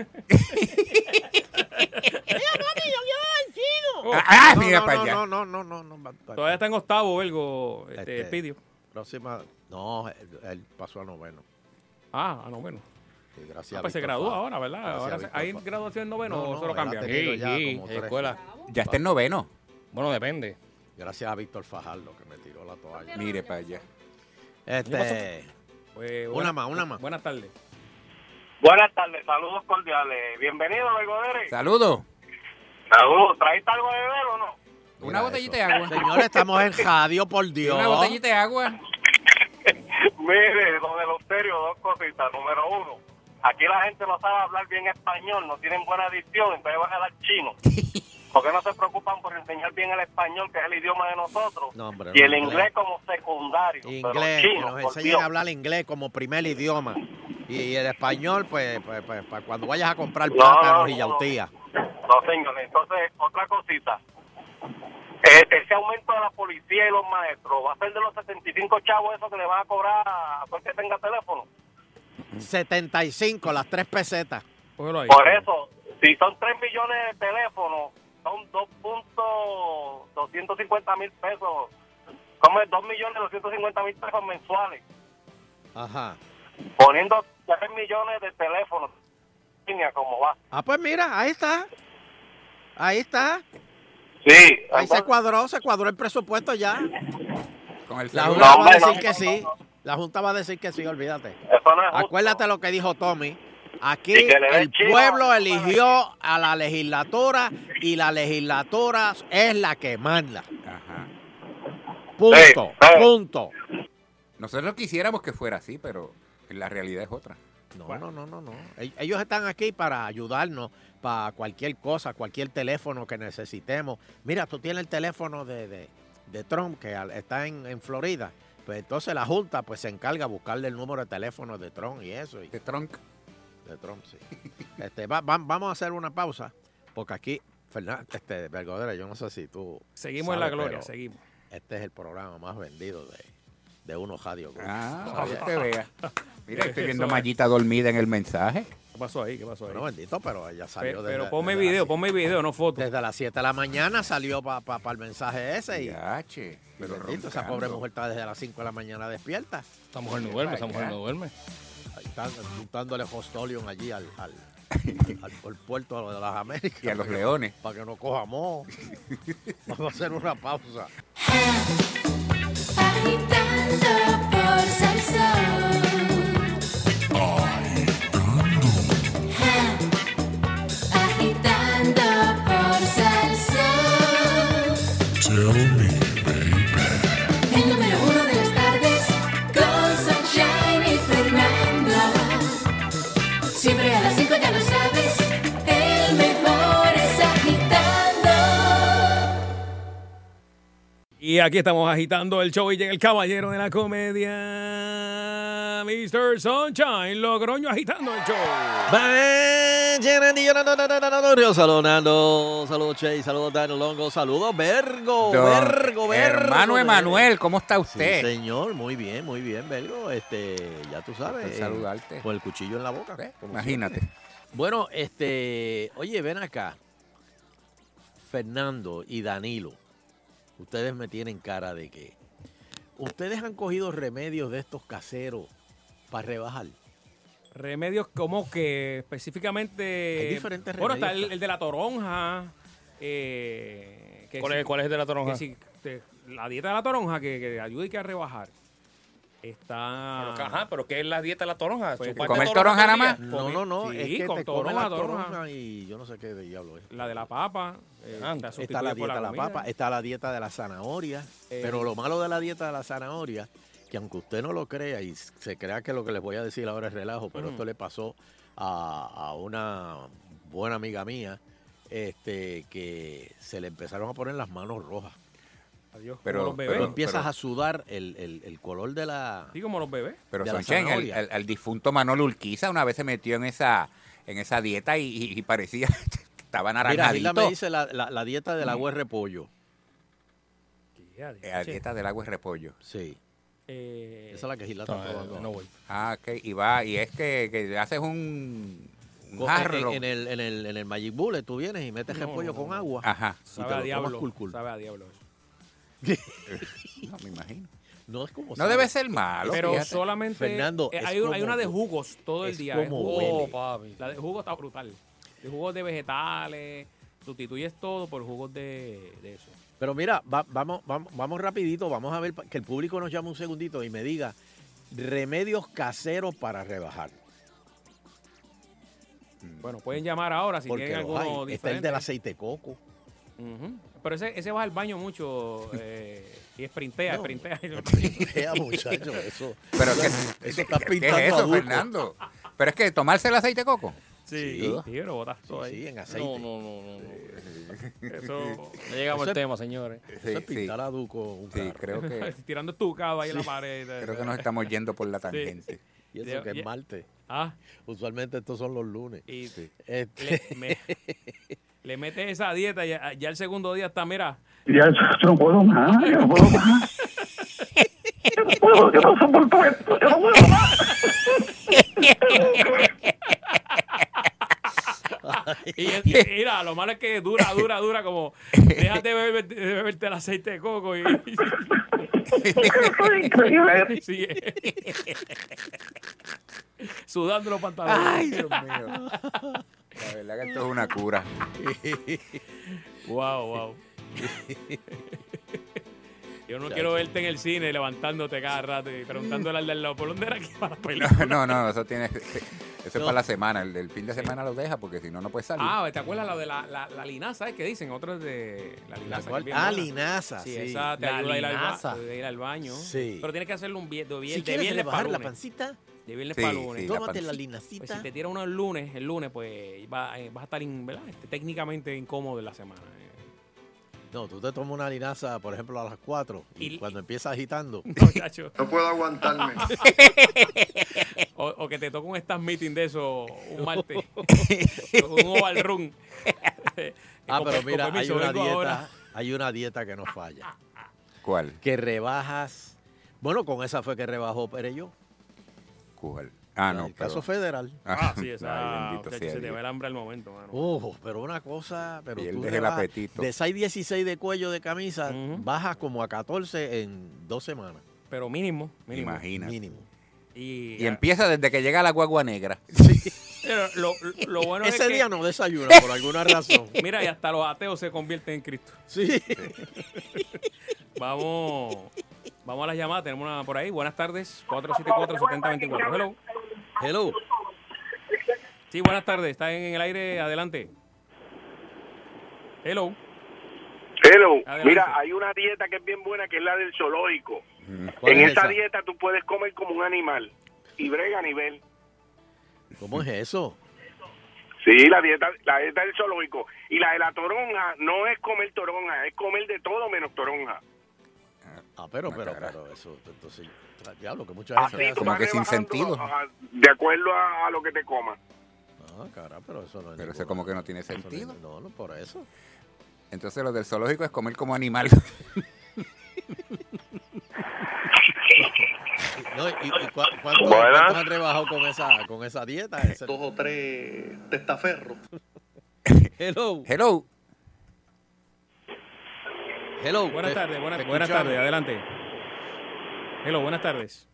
[SPEAKER 3] Oh,
[SPEAKER 6] Ah, ah,
[SPEAKER 4] no,
[SPEAKER 6] mira
[SPEAKER 4] no,
[SPEAKER 6] para
[SPEAKER 4] no,
[SPEAKER 6] allá.
[SPEAKER 4] no, no, no, no, no, va- va-
[SPEAKER 3] Todavía está en octavo, Belgo, este,
[SPEAKER 4] Este.
[SPEAKER 3] Espidio.
[SPEAKER 4] Próxima. No, él, él pasó a noveno.
[SPEAKER 5] Ah, ah, no, bueno.
[SPEAKER 4] Y gracias
[SPEAKER 5] Ah,
[SPEAKER 4] a
[SPEAKER 5] pues se
[SPEAKER 4] Víctor
[SPEAKER 5] gradúa
[SPEAKER 4] Fa-
[SPEAKER 5] ahora, ¿verdad?
[SPEAKER 4] Gracias a
[SPEAKER 5] Ahora se-
[SPEAKER 4] Víctor
[SPEAKER 5] ¿Hay
[SPEAKER 4] Fa-
[SPEAKER 5] graduación noveno
[SPEAKER 4] No,
[SPEAKER 5] o
[SPEAKER 4] no,
[SPEAKER 5] solo
[SPEAKER 4] él ha
[SPEAKER 5] cambia?
[SPEAKER 4] tenido
[SPEAKER 3] Sí,
[SPEAKER 4] ya
[SPEAKER 3] sí,
[SPEAKER 4] como
[SPEAKER 3] en
[SPEAKER 4] tres.
[SPEAKER 3] escuela.
[SPEAKER 6] Ya está en noveno.
[SPEAKER 3] Bueno, depende.
[SPEAKER 4] Gracias a Víctor Fajardo que me tiró la toalla.
[SPEAKER 6] Mire para allá.
[SPEAKER 4] Este,
[SPEAKER 5] Pues,
[SPEAKER 4] Una
[SPEAKER 5] buena-
[SPEAKER 4] más, una más.
[SPEAKER 5] Buenas tardes.
[SPEAKER 10] Buenas tardes, saludos cordiales. Bienvenido, Belgodere.
[SPEAKER 6] Saludos.
[SPEAKER 10] Saludos, ¿traíste algo de beber o no?
[SPEAKER 6] Una
[SPEAKER 4] mira
[SPEAKER 6] botellita
[SPEAKER 4] eso.
[SPEAKER 6] de agua.
[SPEAKER 4] Señores, estamos en radio, por
[SPEAKER 6] *laughs*
[SPEAKER 4] Dios.
[SPEAKER 6] Una botellita de agua.
[SPEAKER 10] *laughs* Mire, don Eleuterio, dos cositas. Número uno, aquí la gente no sabe hablar bien español, no tienen buena dicción, entonces van a hablar
[SPEAKER 6] *laughs*
[SPEAKER 10] chino. Porque no se preocupan por enseñar bien el español, que es el idioma de nosotros,
[SPEAKER 4] No, hombre,
[SPEAKER 10] y
[SPEAKER 4] no,
[SPEAKER 10] el inglés como secundario.
[SPEAKER 4] Inglés,
[SPEAKER 10] pero
[SPEAKER 4] que
[SPEAKER 10] chino,
[SPEAKER 4] nos
[SPEAKER 10] por
[SPEAKER 4] enseñen
[SPEAKER 10] Dios.
[SPEAKER 4] a hablar inglés como primer idioma. Y, y el español, pues, pues, pues, para cuando vayas a comprar
[SPEAKER 10] No,
[SPEAKER 4] plátanos
[SPEAKER 10] no,
[SPEAKER 4] y
[SPEAKER 10] no.
[SPEAKER 4] yautía.
[SPEAKER 10] No, señor. Entonces, otra cosita. Eh, ese aumento de la policía y los maestros, ¿va a ser de los 75 chavos eso que le van a cobrar a todo el que tenga teléfono?
[SPEAKER 4] 75, las tres pesetas.
[SPEAKER 5] Póngelo ahí.
[SPEAKER 10] Por eso, si son 3 millones de teléfonos, son 2.250 mil pesos. ¿Cómo es? 2 millones 250 mil pesos mensuales.
[SPEAKER 4] Ajá.
[SPEAKER 10] Poniendo 3 millones de teléfonos. Línea, como va.
[SPEAKER 4] Ah, pues mira, ahí está. Ahí está.
[SPEAKER 10] Sí.
[SPEAKER 4] Ahí se
[SPEAKER 10] entonces-
[SPEAKER 4] cuadró, se cuadró el presupuesto ya.
[SPEAKER 6] Con el
[SPEAKER 4] La
[SPEAKER 6] celular.
[SPEAKER 4] Junta
[SPEAKER 10] No,
[SPEAKER 4] va a
[SPEAKER 10] hombre,
[SPEAKER 4] decir
[SPEAKER 10] no,
[SPEAKER 4] que
[SPEAKER 10] no,
[SPEAKER 4] sí.
[SPEAKER 10] no,
[SPEAKER 4] La Junta va a decir que sí, olvídate.
[SPEAKER 10] eso no es justo.
[SPEAKER 4] Acuérdate lo que dijo Tommy. Aquí
[SPEAKER 10] Y que le den
[SPEAKER 4] el
[SPEAKER 10] chino
[SPEAKER 4] pueblo
[SPEAKER 10] a la
[SPEAKER 4] eligió a la legislatura y la legislatura es la que manda.
[SPEAKER 6] Ajá.
[SPEAKER 4] Punto,
[SPEAKER 10] sí.
[SPEAKER 4] punto.
[SPEAKER 6] Nosotros quisiéramos que fuera así, pero la realidad es otra.
[SPEAKER 4] No, no, no, no, no. Ell- Ellos están aquí para ayudarnos para cualquier cosa, cualquier teléfono que necesitemos. Mira, tú tienes el teléfono de, de- de Trump que al- está en, en Florida. Pues entonces la Junta pues se encarga de buscarle el número de teléfono de Trump y eso. y-
[SPEAKER 6] Este tronco.
[SPEAKER 4] *laughs* De Trump, sí. Este, va- va- vamos a hacer una pausa, porque aquí Fernández, este, Vergodera, yo no sé si tú.
[SPEAKER 5] Seguimos en la
[SPEAKER 4] sabes,
[SPEAKER 5] gloria,
[SPEAKER 4] pero
[SPEAKER 5] seguimos.
[SPEAKER 4] Este es el programa más vendido de, de Uno Radio Group.
[SPEAKER 6] Ah,
[SPEAKER 4] ¿Sabías?
[SPEAKER 6] que te vea. Mira, estoy viendo a
[SPEAKER 7] Eso es.
[SPEAKER 6] Mallita dormida en el mensaje.
[SPEAKER 7] ¿Qué pasó ahí? ¿Qué pasó ahí?
[SPEAKER 4] Bueno, bendito, pero ella salió
[SPEAKER 7] pero
[SPEAKER 4] desde-
[SPEAKER 7] pero ponme
[SPEAKER 4] desde las
[SPEAKER 7] video,
[SPEAKER 4] sie-
[SPEAKER 7] ponme video, no foto.
[SPEAKER 4] Desde las 7 de la mañana salió para el mensaje ese y,
[SPEAKER 6] Ya, che,
[SPEAKER 4] y
[SPEAKER 6] pero
[SPEAKER 4] bendito, esa
[SPEAKER 6] roncando.
[SPEAKER 4] pobre mujer está desde las 5 de la mañana despierta.
[SPEAKER 7] Esta mujer no duerme, esa mujer no duerme.
[SPEAKER 4] Ahí Están juntándole hostolium allí al,
[SPEAKER 7] *laughs*
[SPEAKER 4] al, al- al puerto de las Américas.
[SPEAKER 6] Y a los leones.
[SPEAKER 4] Para que no coja moho. *laughs* Vamos a hacer una pausa.
[SPEAKER 11] Agitando por salsa. Agitando por salsa. El número uno de las tardes con Sunshine y Fernando. Siempre a las cinco ya lo sabes. El mejor es agitando.
[SPEAKER 7] Y aquí estamos agitando el show y llega el caballero de la comedia, Mr. Sunshine Logroño agitando el show.
[SPEAKER 4] Saludos, saludos Che, saludos Daniel Longo, saludos Vergo,
[SPEAKER 6] Don
[SPEAKER 4] Vergo, Vergo.
[SPEAKER 6] Hermano Emanuel, ¿cómo está
[SPEAKER 4] Sí,
[SPEAKER 6] usted?
[SPEAKER 4] señor, muy bien, muy bien, Vergo. Este, ya tú sabes.
[SPEAKER 6] Por saludarte.
[SPEAKER 4] Con el cuchillo en la boca.
[SPEAKER 6] Eh,
[SPEAKER 4] como
[SPEAKER 6] Imagínate.
[SPEAKER 4] siempre. Bueno, este, oye, ven acá. Fernando y Danilo, ustedes me tienen cara de que. Ustedes han cogido remedios de estos caseros para rebajar.
[SPEAKER 5] Remedios como que específicamente.
[SPEAKER 4] Hay diferentes
[SPEAKER 5] Eh, Bueno, está
[SPEAKER 4] remedios.
[SPEAKER 5] el, el de la toronja. eh, que
[SPEAKER 7] ¿Cuál
[SPEAKER 5] si-
[SPEAKER 7] es, ¿Cuál es el de la toronja?
[SPEAKER 5] que si te- la dieta de la toronja que, que ayuda y que a rebajar. Está.
[SPEAKER 7] Pero, Ajá, pero ¿qué es la dieta de la toronja?
[SPEAKER 5] Pues,
[SPEAKER 7] Su parte
[SPEAKER 6] ¿comer
[SPEAKER 7] de
[SPEAKER 6] toronja
[SPEAKER 7] al
[SPEAKER 6] nada
[SPEAKER 7] día.
[SPEAKER 4] No, no, no,
[SPEAKER 5] Sí,
[SPEAKER 4] es que
[SPEAKER 5] con
[SPEAKER 4] te
[SPEAKER 5] toronja,
[SPEAKER 4] comen la
[SPEAKER 5] toronja.
[SPEAKER 4] toronja y yo no sé qué diablo es.
[SPEAKER 5] La de la papa. eh,
[SPEAKER 7] Ah,
[SPEAKER 5] está
[SPEAKER 4] Está la
[SPEAKER 5] sustituida por
[SPEAKER 4] dieta de la
[SPEAKER 5] comida. Eh.
[SPEAKER 4] papa, está la dieta de la zanahoria, pero lo malo de la dieta de la zanahoria, que aunque usted no lo crea y se crea que lo que les voy a decir ahora es relajo, pero esto le pasó a, a una buena amiga mía, este, que se le empezaron a poner las manos rojas.
[SPEAKER 5] Adiós, como
[SPEAKER 6] Pero-
[SPEAKER 5] los bebés.
[SPEAKER 4] Pero
[SPEAKER 6] Pero-
[SPEAKER 4] empiezas
[SPEAKER 6] pero-
[SPEAKER 4] a sudar el, el- el color de la...
[SPEAKER 5] Sí, como los bebés.
[SPEAKER 6] Pero
[SPEAKER 4] de la
[SPEAKER 6] Sonchen, el,
[SPEAKER 4] zanahoria.
[SPEAKER 6] el- el difunto Manolo Urquiza una vez se metió en esa, en esa dieta y, y- y parecía *laughs* que estaba
[SPEAKER 4] Mira, Gilda
[SPEAKER 6] naranjadito.
[SPEAKER 4] me dice la, la- la dieta del agua de repollo.
[SPEAKER 6] Eh, La dieta del agua es repollo.
[SPEAKER 4] Sí,
[SPEAKER 5] Eh,
[SPEAKER 4] esa es la que Gilda está
[SPEAKER 7] No,
[SPEAKER 4] probando.
[SPEAKER 7] eh, no voy.
[SPEAKER 6] Ah, ok. Y va, y es que, que haces un, un
[SPEAKER 5] Mm,
[SPEAKER 4] Co- en,
[SPEAKER 6] jarro. *laughs*
[SPEAKER 4] en el, *laughs* en, el, en el Magic Bullet tú vienes y metes repollo con agua.
[SPEAKER 6] Ajá.
[SPEAKER 4] te
[SPEAKER 5] sabe
[SPEAKER 4] lo
[SPEAKER 5] a
[SPEAKER 4] tomas
[SPEAKER 5] diablo.
[SPEAKER 4] cul, cul.
[SPEAKER 5] Sabe a diablo eso.
[SPEAKER 6] *laughs* No, me imagino.
[SPEAKER 4] No es como
[SPEAKER 6] No
[SPEAKER 4] sabe.
[SPEAKER 6] debe ser malo.
[SPEAKER 5] Pero
[SPEAKER 6] fíjate.
[SPEAKER 5] solamente.
[SPEAKER 4] Fernando,
[SPEAKER 5] eh,
[SPEAKER 4] es
[SPEAKER 5] hay, un- hay
[SPEAKER 4] como
[SPEAKER 5] una de
[SPEAKER 4] hu-
[SPEAKER 5] jugos todo el
[SPEAKER 4] es
[SPEAKER 5] día. es
[SPEAKER 4] como
[SPEAKER 5] jugo-
[SPEAKER 4] huele.
[SPEAKER 7] papi.
[SPEAKER 5] La de jugo está brutal. De jugos de vegetales. Sustituyes todo por jugos de, de eso.
[SPEAKER 4] Pero mira, va- vamos, vamos, vamos rapidito, vamos a ver pa- que el público nos llame un segundito y me diga remedios caseros para rebajar.
[SPEAKER 5] Bueno, pueden llamar ahora Ah, si
[SPEAKER 4] Mm. Porque
[SPEAKER 5] tienen
[SPEAKER 4] los
[SPEAKER 5] algo
[SPEAKER 4] hay. Está el
[SPEAKER 5] diferente.
[SPEAKER 4] del aceite de coco.
[SPEAKER 5] Ujú. Pero ese, ese va al
[SPEAKER 4] *laughs*
[SPEAKER 5] baño mucho eh, y sprintea,
[SPEAKER 4] No.
[SPEAKER 5] sprintea. *laughs*
[SPEAKER 4] Vea, Ah, muchacho, eso.
[SPEAKER 6] Pero que,
[SPEAKER 4] eso está
[SPEAKER 6] ¿qué
[SPEAKER 4] pintando
[SPEAKER 6] es eso,
[SPEAKER 4] adulto.
[SPEAKER 6] Fernando? Pero es que tomarse el aceite de coco.
[SPEAKER 7] Sí.
[SPEAKER 5] Sí, pero botas todo ahí.
[SPEAKER 4] Sí, en aceite.
[SPEAKER 7] No, no, no, no. no.
[SPEAKER 6] *laughs*
[SPEAKER 5] Eso,
[SPEAKER 7] Ya llegamos
[SPEAKER 4] Eso
[SPEAKER 7] al
[SPEAKER 4] es-
[SPEAKER 7] tema, señores.
[SPEAKER 4] Eso es
[SPEAKER 6] sí, sí,
[SPEAKER 4] pintar a Duco un
[SPEAKER 6] sí, creo
[SPEAKER 4] carro.
[SPEAKER 5] *laughs*
[SPEAKER 6] que,
[SPEAKER 5] tirando estucado ahí en la
[SPEAKER 4] *laughs*
[SPEAKER 5] pared.
[SPEAKER 6] creo que nos estamos yendo por la tangente.
[SPEAKER 4] Y eso que
[SPEAKER 5] Ya-
[SPEAKER 4] es martes.
[SPEAKER 5] Ah,
[SPEAKER 4] Usualmente estos son los lunes.
[SPEAKER 5] y
[SPEAKER 4] Este,
[SPEAKER 5] *laughs* le, me- le metes esa dieta y ya, ya el segundo día está, mira,
[SPEAKER 12] Ya yo no puedo más, yo no
[SPEAKER 8] *laughs*
[SPEAKER 12] puedo más. Yo no puedo, yo no soporto esto, yo no puedo más.
[SPEAKER 5] Y es- y
[SPEAKER 6] *laughs*
[SPEAKER 5] mira, lo malo es que dura, dura, dura, como déjate beber, de beberte el aceite de coco y,
[SPEAKER 12] Esto es increíble.
[SPEAKER 5] y sigue eh. sudando los pantalones.
[SPEAKER 6] Ay, Dios mío. La verdad que esto es una cura. *laughs*
[SPEAKER 5] Wow, wow. Yo no quiero verte en el cine levantándote cada rato y preguntándole al del lado por dónde era que iba la película.
[SPEAKER 6] No, no, eso tiene que- Eso es para la semana. El, el fin de semana lo deja porque si no, no puede salir.
[SPEAKER 5] Ah, ¿te acuerdas la de la, la, la linaza? ¿Sabes qué dicen? Otros de
[SPEAKER 4] la
[SPEAKER 5] la linaza. que
[SPEAKER 4] cual-
[SPEAKER 5] es bien
[SPEAKER 4] ah,
[SPEAKER 5] buena.
[SPEAKER 4] linaza.
[SPEAKER 5] Sí,
[SPEAKER 4] Sí,
[SPEAKER 5] esa te
[SPEAKER 7] La
[SPEAKER 5] ayuda a ir al, ba-
[SPEAKER 7] linaza.
[SPEAKER 5] de ir al baño.
[SPEAKER 4] Sí.
[SPEAKER 5] Pero tienes que hacerlo un vie- de, vie-
[SPEAKER 4] Si
[SPEAKER 5] de
[SPEAKER 4] quieres
[SPEAKER 5] viernes para
[SPEAKER 4] rebajar la
[SPEAKER 5] lunes.
[SPEAKER 4] pancita,
[SPEAKER 5] De viernes
[SPEAKER 6] Sí,
[SPEAKER 5] para lunes.
[SPEAKER 6] sí, la
[SPEAKER 4] tómate la
[SPEAKER 6] pancita.
[SPEAKER 5] Pues si
[SPEAKER 4] linacita.
[SPEAKER 5] te tiran uno el lunes, el lunes, pues va- eh, vas a estar in- ¿verdad? Este, técnicamente incómodo en la semana. eh.
[SPEAKER 4] No, tú te tomas una linaza, por ejemplo, a las 4 y,
[SPEAKER 5] Y-
[SPEAKER 4] cuando empiezas agitando,
[SPEAKER 5] *laughs* Muchacho.
[SPEAKER 12] No puedo
[SPEAKER 5] *laughs*
[SPEAKER 12] aguantarme.
[SPEAKER 5] O, o que te toque
[SPEAKER 4] *laughs*
[SPEAKER 5] *laughs* un staff meeting de eso un martes. un oval room.
[SPEAKER 4] Ah,
[SPEAKER 5] con-
[SPEAKER 4] pero
[SPEAKER 5] con
[SPEAKER 4] mira, hay
[SPEAKER 5] permiso,
[SPEAKER 4] una
[SPEAKER 5] Eh, vengo
[SPEAKER 4] dieta,
[SPEAKER 5] ahora.
[SPEAKER 4] hay una dieta que no falla.
[SPEAKER 6] ¿Cuál?
[SPEAKER 4] Que rebajas. Bueno, con esa fue que rebajó Perello.
[SPEAKER 6] ¿Cuál? Ah, no.
[SPEAKER 4] El caso federal.
[SPEAKER 6] *laughs*
[SPEAKER 5] Ah, sí, esa.
[SPEAKER 6] Ay, bendito
[SPEAKER 5] muchacho,
[SPEAKER 6] sea
[SPEAKER 5] se te
[SPEAKER 6] Dios.
[SPEAKER 5] va el hambre al momento, mano.
[SPEAKER 4] Ojo, pero una cosa, pero tú
[SPEAKER 6] Pierdes el
[SPEAKER 4] rebajas
[SPEAKER 6] apetito.
[SPEAKER 4] de 6.16 de cuello de camisa, bajas como a 14 en dos semanas.
[SPEAKER 5] Pero mínimo, mínimo.
[SPEAKER 6] Imagínate.
[SPEAKER 4] Mínimo.
[SPEAKER 5] Y,
[SPEAKER 6] Y empieza desde que llega la guagua
[SPEAKER 5] *laughs*
[SPEAKER 6] negra.
[SPEAKER 5] Pero lo,
[SPEAKER 4] *laughs*
[SPEAKER 5] lo bueno es
[SPEAKER 4] Ese
[SPEAKER 5] que-
[SPEAKER 4] día no desayuno por alguna razón.
[SPEAKER 5] *laughs* Mira, y hasta los ateos se convierten en Cristo.
[SPEAKER 4] Sí.
[SPEAKER 5] *laughs* vamos, vamos a las llamadas. Tenemos una por ahí. Buenas tardes. 474-7024. Hello.
[SPEAKER 4] Hello.
[SPEAKER 5] Sí, buenas tardes. Está en el aire. Adelante. Hello.
[SPEAKER 10] Hello.
[SPEAKER 5] Adelante.
[SPEAKER 10] Mira, hay una dieta que es bien buena, que es la del zoológico.
[SPEAKER 4] ¿Cuál
[SPEAKER 10] En
[SPEAKER 4] es
[SPEAKER 10] esa
[SPEAKER 4] esa?
[SPEAKER 10] dieta tú puedes comer como un animal y brega a nivel.
[SPEAKER 4] ¿Cómo
[SPEAKER 6] *laughs*
[SPEAKER 4] es eso?
[SPEAKER 10] Sí, la dieta, la dieta del zoológico. Y la de la toronja no es comer toronja, es comer de todo menos toronja.
[SPEAKER 4] Ah, pero, pero, pero, eso, entonces, diablo, que mucha
[SPEAKER 10] Así
[SPEAKER 4] gente hace.
[SPEAKER 10] tú vas rebajando, ah, De acuerdo a, a lo que te comas.
[SPEAKER 4] Ah, cara, pero eso no es
[SPEAKER 6] Pero
[SPEAKER 4] ninguna-
[SPEAKER 6] eso como que no tiene
[SPEAKER 4] eso no es-
[SPEAKER 6] sentido.
[SPEAKER 4] No, no, por eso.
[SPEAKER 6] Entonces lo del zoológico es comer como animal. *laughs*
[SPEAKER 4] No, ¿y, y cua- cuánto-
[SPEAKER 6] Buenas.
[SPEAKER 4] cuántos han rebajado con esa, con esa dieta? Dos o tres testaferros. *laughs* Hello.
[SPEAKER 6] Hello.
[SPEAKER 4] Hello.
[SPEAKER 5] Buenas
[SPEAKER 4] te-
[SPEAKER 5] tardes.
[SPEAKER 4] te
[SPEAKER 5] Buenas,
[SPEAKER 4] escuchamos.
[SPEAKER 5] buenas tardes. Adelante. Hello. Buenas tardes.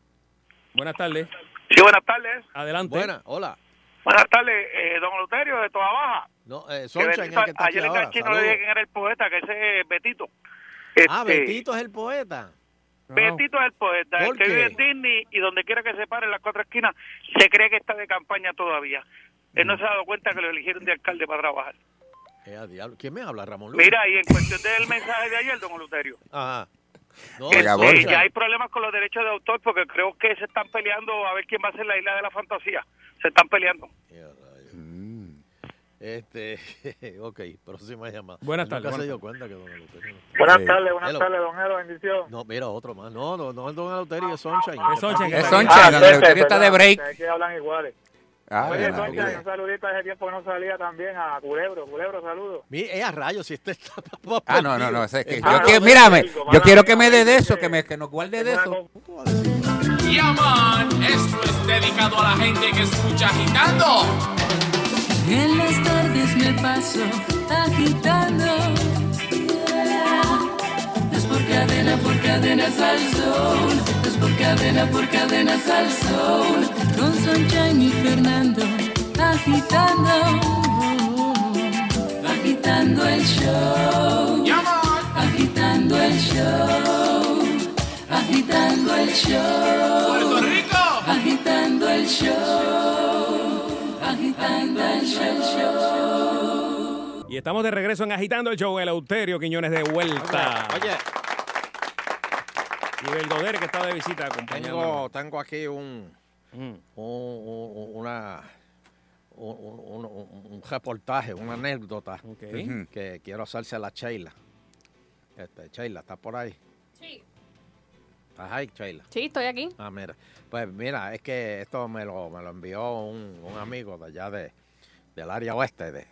[SPEAKER 5] Buenas tardes.
[SPEAKER 10] Sí, buenas tardes.
[SPEAKER 5] Adelante.
[SPEAKER 4] Buenas. Hola.
[SPEAKER 10] Buenas tardes, eh, don Luterio de Toda Baja.
[SPEAKER 4] No, eh,
[SPEAKER 10] Que
[SPEAKER 4] Soncha,
[SPEAKER 10] Betito-
[SPEAKER 4] el que está aquí
[SPEAKER 10] ayer
[SPEAKER 4] ahora.
[SPEAKER 10] enganché y no le dije
[SPEAKER 4] saludos.
[SPEAKER 10] quién era el poeta, que ese es Betito.
[SPEAKER 4] Ah,
[SPEAKER 10] Este,
[SPEAKER 4] Betito es el poeta.
[SPEAKER 10] Betito es el poeta, el
[SPEAKER 4] ¿Por
[SPEAKER 10] que
[SPEAKER 4] qué?
[SPEAKER 10] vive en Disney y donde quiera que se pare en las cuatro esquinas, se cree que está de campaña todavía. Él
[SPEAKER 4] Mm.
[SPEAKER 10] no se ha dado cuenta que lo eligieron de alcalde para trabajar.
[SPEAKER 4] Eh, a diablo. ¿Quién me habla, Ramón Luis?
[SPEAKER 10] Mira, y en cuestión del mensaje de ayer, don Luterio,
[SPEAKER 4] Ajá. No,
[SPEAKER 10] eh,
[SPEAKER 4] Soncha.
[SPEAKER 10] ya hay problemas con los derechos de autor porque creo que se están peleando a ver quién va a ser la isla de la fantasía. Se están peleando.
[SPEAKER 4] Mm. Este, *laughs* ok, próxima llamada.
[SPEAKER 5] Buenas
[SPEAKER 4] Nunca
[SPEAKER 5] tardes,
[SPEAKER 4] se
[SPEAKER 5] buenas
[SPEAKER 4] dio cuenta que don Eleuterio no está.
[SPEAKER 13] Buenas
[SPEAKER 4] Eh,
[SPEAKER 13] tardes, buenas
[SPEAKER 4] hello.
[SPEAKER 13] tardes, don Elo, bendición.
[SPEAKER 4] No, mira, otro más. No, no, no es don Eleuterio, es Sunshine.
[SPEAKER 5] Es Sunshine,
[SPEAKER 13] Es Sunshine,
[SPEAKER 10] Ah,
[SPEAKER 6] don Eleuterio está de break.
[SPEAKER 13] Aquí hablan iguales.
[SPEAKER 6] Ah,
[SPEAKER 13] Oye,
[SPEAKER 6] de la
[SPEAKER 13] Soncha,
[SPEAKER 6] vida.
[SPEAKER 13] un saludito hace tiempo que no salía también a Culebro. Culebro, saludos.
[SPEAKER 4] Mira, es a rayos, si este está... *laughs* más
[SPEAKER 6] Ah, no, no,
[SPEAKER 4] perdido.
[SPEAKER 6] no. es que
[SPEAKER 4] Ah,
[SPEAKER 6] yo
[SPEAKER 4] no,
[SPEAKER 6] quiero,
[SPEAKER 4] no,
[SPEAKER 6] mírame,
[SPEAKER 4] no,
[SPEAKER 6] yo
[SPEAKER 4] no,
[SPEAKER 6] quiero
[SPEAKER 4] no,
[SPEAKER 6] que me dé de eso,
[SPEAKER 4] no,
[SPEAKER 6] que, me, que nos guarde de eso.
[SPEAKER 14] Yaman, esto es dedicado a la gente que escucha agitando.
[SPEAKER 3] En las tardes me paso agitando. Es por cadena, por cadenas al sol. Es por cadena, por cadenas al sol. Con Sunshine y Fernando agitando. Agitando el show. Agitando el show. Agitando el show. Puerto Rico. Agitando el show. Agitando el show.
[SPEAKER 5] Y estamos de regreso en Agitando el Show. El Euterio Quiñones de vuelta.
[SPEAKER 4] Oye,
[SPEAKER 5] Y Belgodere que está de visita acompañando.
[SPEAKER 4] tengo, tengo aquí un, un- un- una, un, un- un- un reportaje, una anécdota
[SPEAKER 5] Ujú.
[SPEAKER 4] que quiero hacerse a la Sheila. Este, Sheila, ¿estás por ahí?
[SPEAKER 15] Sí.
[SPEAKER 4] ¿Estás ahí, Sheila?
[SPEAKER 15] Sí, estoy aquí.
[SPEAKER 4] Ah, mira. Pues mira, es que esto me lo, me lo envió un, un amigo de allá de, del área oeste, de, de-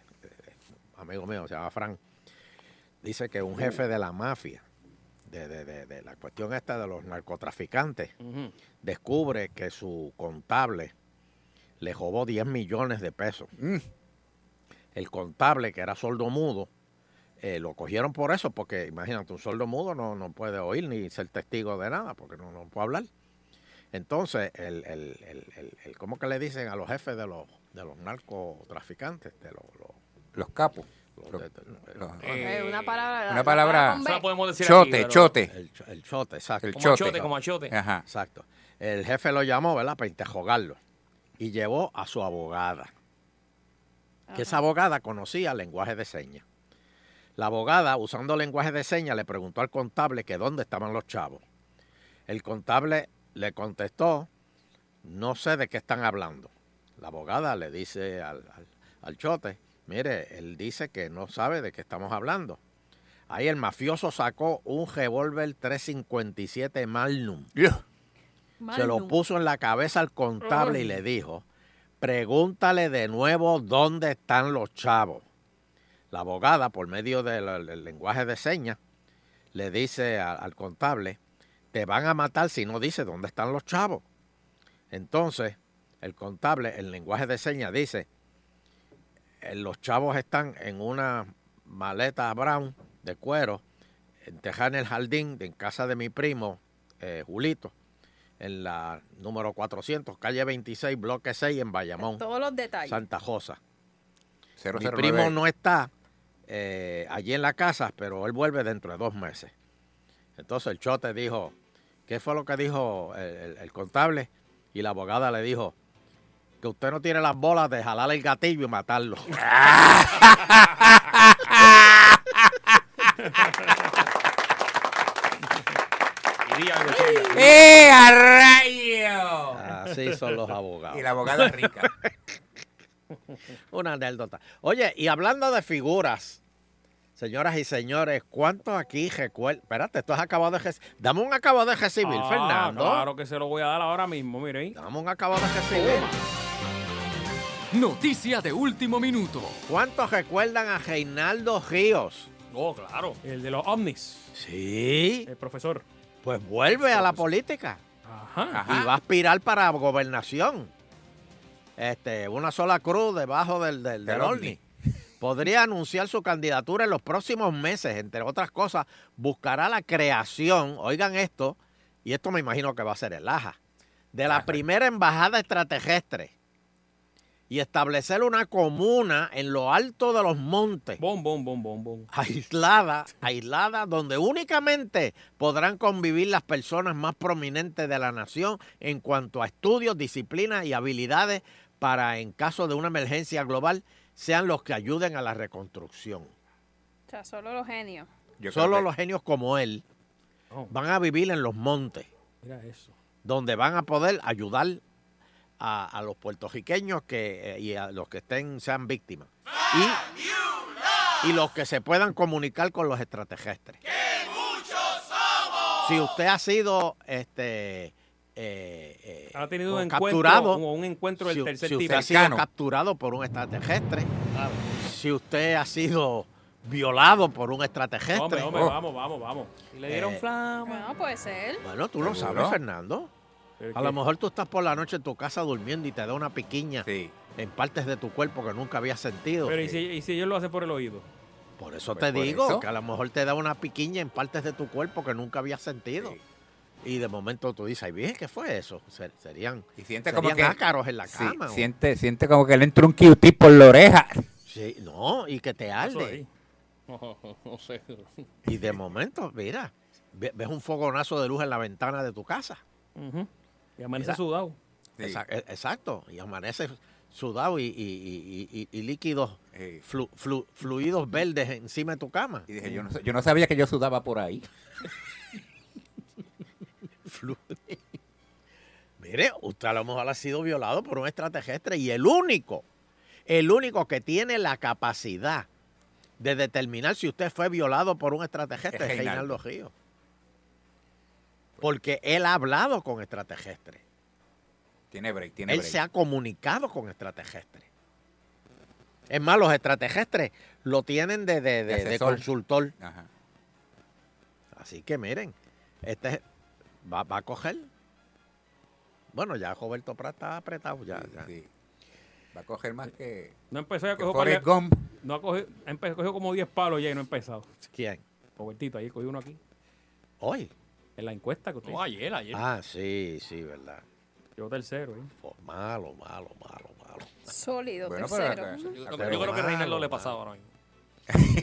[SPEAKER 4] amigo mío, se llama Frank. Dice que un jefe de la mafia, de, de- de- de la cuestión esta de los narcotraficantes, descubre que su contable le robó 10 millones de pesos. Mm. El contable, que era sordo mudo, eh, lo cogieron por eso, porque imagínate, un sordo mudo no, no puede oír ni ser testigo de nada, porque no, no puede hablar. Entonces, el, el, el, el- el- ¿cómo que le dicen a los jefes de los, de los narcotraficantes? De los,
[SPEAKER 6] Los capos.
[SPEAKER 15] Eh, una palabra.
[SPEAKER 6] Una palabra.
[SPEAKER 15] con B.
[SPEAKER 6] chote, chote.
[SPEAKER 4] El, cho- el chote, exacto.
[SPEAKER 6] El Como chote. chote, como achote. Ajá.
[SPEAKER 4] Exacto. El jefe lo llamó, ¿verdad?, para interrogarlo. Y llevó a su abogada. Que esa abogada conocía lenguaje de señas. La abogada, usando lenguaje de señas, le preguntó al contable que dónde estaban los chavos. El contable le contestó, no sé de qué están hablando. La abogada le dice al- al- al chote, mire, él dice que no sabe de qué estamos hablando. Ahí el mafioso sacó un revólver 357 Magnum. Se lo
[SPEAKER 15] Magnum.
[SPEAKER 4] puso en la cabeza al contable y
[SPEAKER 15] Ay.
[SPEAKER 4] le dijo, pregúntale de nuevo dónde están los chavos. la abogada, por medio del, del lenguaje de señas, le dice a- al contable, te van a matar si no dices dónde están los chavos. Entonces, el contable, en lenguaje de señas, dice, "Eh, los chavos están en una maleta brown de cuero, entejada en el jardín, de- en casa de mi primo, eh, Julito, en la número 400, calle 26, bloque 6, en Bayamón.
[SPEAKER 15] Todos los detalles.
[SPEAKER 4] Santa Josa. Mi
[SPEAKER 6] 009.
[SPEAKER 4] primo no está eh, allí en la casa, pero él vuelve dentro de dos meses. Entonces el chote dijo, ¿qué fue lo que dijo el, el- el contable? Y la abogada le dijo, que usted no tiene las bolas de jalar el gatillo y matarlo.
[SPEAKER 6] ¡Eh, a rayo!
[SPEAKER 4] Así son los abogados.
[SPEAKER 6] Y la abogada rica.
[SPEAKER 4] *laughs* Una anécdota. Oye, y hablando de figuras, señoras y señores, ¿cuántos aquí recuerdan? Espérate, esto es acabado de recibir. Dame un acabado de recibir,
[SPEAKER 5] Ah,
[SPEAKER 4] Fernando.
[SPEAKER 5] Claro que se lo voy a dar ahora mismo, mire ahí.
[SPEAKER 4] Dame un acabado de recibir.
[SPEAKER 16] Noticia de último minuto.
[SPEAKER 4] ¿Cuántos recuerdan a Reinaldo Ríos?
[SPEAKER 5] Oh, claro. El de los ovnis.
[SPEAKER 4] Sí.
[SPEAKER 5] El profesor.
[SPEAKER 4] Pues vuelve a la política. Y va a aspirar para gobernación. Este, una sola cruz debajo del, del, del
[SPEAKER 6] Del
[SPEAKER 4] ovni. *laughs* Podría anunciar su candidatura en los próximos meses. Entre otras cosas, buscará la creación, oigan esto, y esto me imagino que va a ser el AJA, de la primera embajada extraterrestre y establecer una comuna en lo alto de los montes. Aislada, aislada, donde únicamente podrán convivir las personas más prominentes de la nación en cuanto a estudios, disciplinas y habilidades para, en caso de una emergencia global, sean los que ayuden a la reconstrucción.
[SPEAKER 15] O sea, solo los genios.
[SPEAKER 4] Solo los genios como él van a vivir en los montes
[SPEAKER 5] Mira eso.
[SPEAKER 4] donde van a poder ayudar a, a los puertorriqueños que, eh, y a los que estén sean víctimas. Y, y los que se puedan comunicar con los extraterrestres. Si usted ha sido este eh, eh,
[SPEAKER 5] Ha tenido un
[SPEAKER 4] capturado,
[SPEAKER 5] encuentro, un, un encuentro del
[SPEAKER 4] si,
[SPEAKER 5] tercer
[SPEAKER 4] si usted
[SPEAKER 5] tipo.
[SPEAKER 4] ha sido capturado por un extraterrestre, si usted ha sido violado por un extraterrestre.
[SPEAKER 5] Hombre, hombre,
[SPEAKER 4] Oh.
[SPEAKER 5] vamos, vamos, vamos. Y le dieron
[SPEAKER 4] Eh,
[SPEAKER 5] flama.
[SPEAKER 15] No, puede ser.
[SPEAKER 4] Bueno, tú lo
[SPEAKER 5] ¿Seguro?
[SPEAKER 4] sabes, Fernando.
[SPEAKER 5] ¿El
[SPEAKER 4] A
[SPEAKER 5] qué?
[SPEAKER 4] lo mejor tú estás por la noche en tu casa durmiendo y te da una piquiña en partes de tu cuerpo que nunca habías sentido.
[SPEAKER 5] Pero ¿y si, y si ellos lo hacen por el oído?
[SPEAKER 4] Por eso
[SPEAKER 5] Pues
[SPEAKER 4] te
[SPEAKER 5] por
[SPEAKER 4] digo
[SPEAKER 5] eso.
[SPEAKER 4] que a lo mejor te da una piquiña en partes de tu cuerpo que nunca habías sentido. Y de momento tú dices, ay, bien, ¿qué fue eso? Se- serían y
[SPEAKER 6] siente como que-
[SPEAKER 4] ácaros en la
[SPEAKER 6] Sí,
[SPEAKER 4] cama. o-
[SPEAKER 6] siente, siente como que le entra un QT por la oreja.
[SPEAKER 4] Sí, no, y que te arde.
[SPEAKER 5] ahí. *laughs* No sé.
[SPEAKER 4] Y de momento, mira, ve- ves un fogonazo de luz en la ventana de tu casa.
[SPEAKER 5] Y amanece
[SPEAKER 4] Mira.
[SPEAKER 5] sudado.
[SPEAKER 4] Exa- e- Exacto, y amanece sudado y, y- y- y- y- y líquidos, flu- flu- fluidos verdes encima de tu cama.
[SPEAKER 6] Y dije, yo no, sé- yo no sabía que yo sudaba por ahí.
[SPEAKER 4] Flu- Mire, usted a lo mejor ha sido violado por un extraterrestre y el único, el único que tiene la capacidad de determinar si usted fue violado por un extraterrestre
[SPEAKER 6] Es
[SPEAKER 4] es
[SPEAKER 6] Reinaldo.
[SPEAKER 4] Reinaldo Ríos. Porque él ha hablado con extraterrestres.
[SPEAKER 6] Tiene break, tiene
[SPEAKER 4] él
[SPEAKER 6] break.
[SPEAKER 4] se ha comunicado con extraterrestres. Es más, los extraterrestres lo tienen de, de- de- de
[SPEAKER 6] asesor.
[SPEAKER 4] consultor. Así que miren, este va, va a coger. Bueno, ya Roberto Prat está apretado. Ya, ya.
[SPEAKER 6] Va a coger más que...
[SPEAKER 5] No empezó ya
[SPEAKER 6] que
[SPEAKER 5] cogió
[SPEAKER 6] Forrest
[SPEAKER 5] par de-
[SPEAKER 6] Gump.
[SPEAKER 5] No ha cogido, ha empezado- cogió como 10 palos ya y no ha empezado.
[SPEAKER 4] ¿Quién?
[SPEAKER 5] Robertito, ayer cogió uno aquí.
[SPEAKER 4] ¿Hoy?
[SPEAKER 5] En la encuesta que usted
[SPEAKER 4] No,
[SPEAKER 5] hizo. ayer, ayer.
[SPEAKER 4] Ah, sí, sí, verdad.
[SPEAKER 5] Yo tercero, ¿eh?
[SPEAKER 4] Oh, malo, malo, malo, malo.
[SPEAKER 15] Sólido,
[SPEAKER 4] Bueno, pero
[SPEAKER 15] tercero.
[SPEAKER 4] acá-
[SPEAKER 15] Ujú.
[SPEAKER 4] Yo
[SPEAKER 5] Yo,
[SPEAKER 4] Pero
[SPEAKER 5] yo creo que
[SPEAKER 4] malo,
[SPEAKER 5] Reinaldo le
[SPEAKER 4] malo.
[SPEAKER 5] pasaba ahora mismo.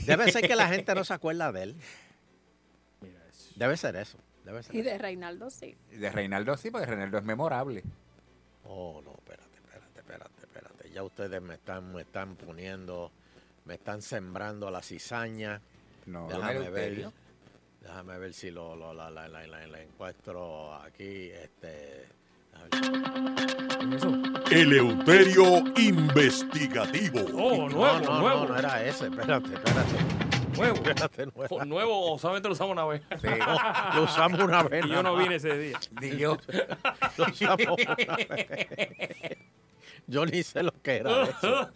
[SPEAKER 4] Debe ser que la gente no se acuerda de él. Debe ser eso. Debe ser
[SPEAKER 15] Y
[SPEAKER 4] eso.
[SPEAKER 15] de Reinaldo, sí.
[SPEAKER 6] Y De Reinaldo sí, porque Reinaldo es memorable.
[SPEAKER 4] *laughs* Oh, no, espérate, espérate, espérate, espérate. Ya ustedes me están, me están poniendo, me están sembrando la cizaña.
[SPEAKER 6] No, don
[SPEAKER 4] déjame ver.
[SPEAKER 6] Eleuterio.
[SPEAKER 4] Déjame ver si lo, lo- la, la, la, la- la encuentro aquí. Este,
[SPEAKER 17] Eleuterio Investigativo.
[SPEAKER 4] No,
[SPEAKER 5] Oh, nuevo,
[SPEAKER 4] no,
[SPEAKER 5] nuevo.
[SPEAKER 4] no, no era ese. Espérate, espérate.
[SPEAKER 18] *laughs*
[SPEAKER 5] Nuevo.
[SPEAKER 4] Espérate, no era.
[SPEAKER 5] Oh, Nuevo, solamente lo usamos una vez. *laughs*
[SPEAKER 19] *laughs*
[SPEAKER 4] No, lo usamos una vez.
[SPEAKER 5] Y yo no vine ese día.
[SPEAKER 6] Ni
[SPEAKER 5] *laughs*
[SPEAKER 6] yo.
[SPEAKER 4] Lo usamos una vez. Yo ni sé lo que era eso.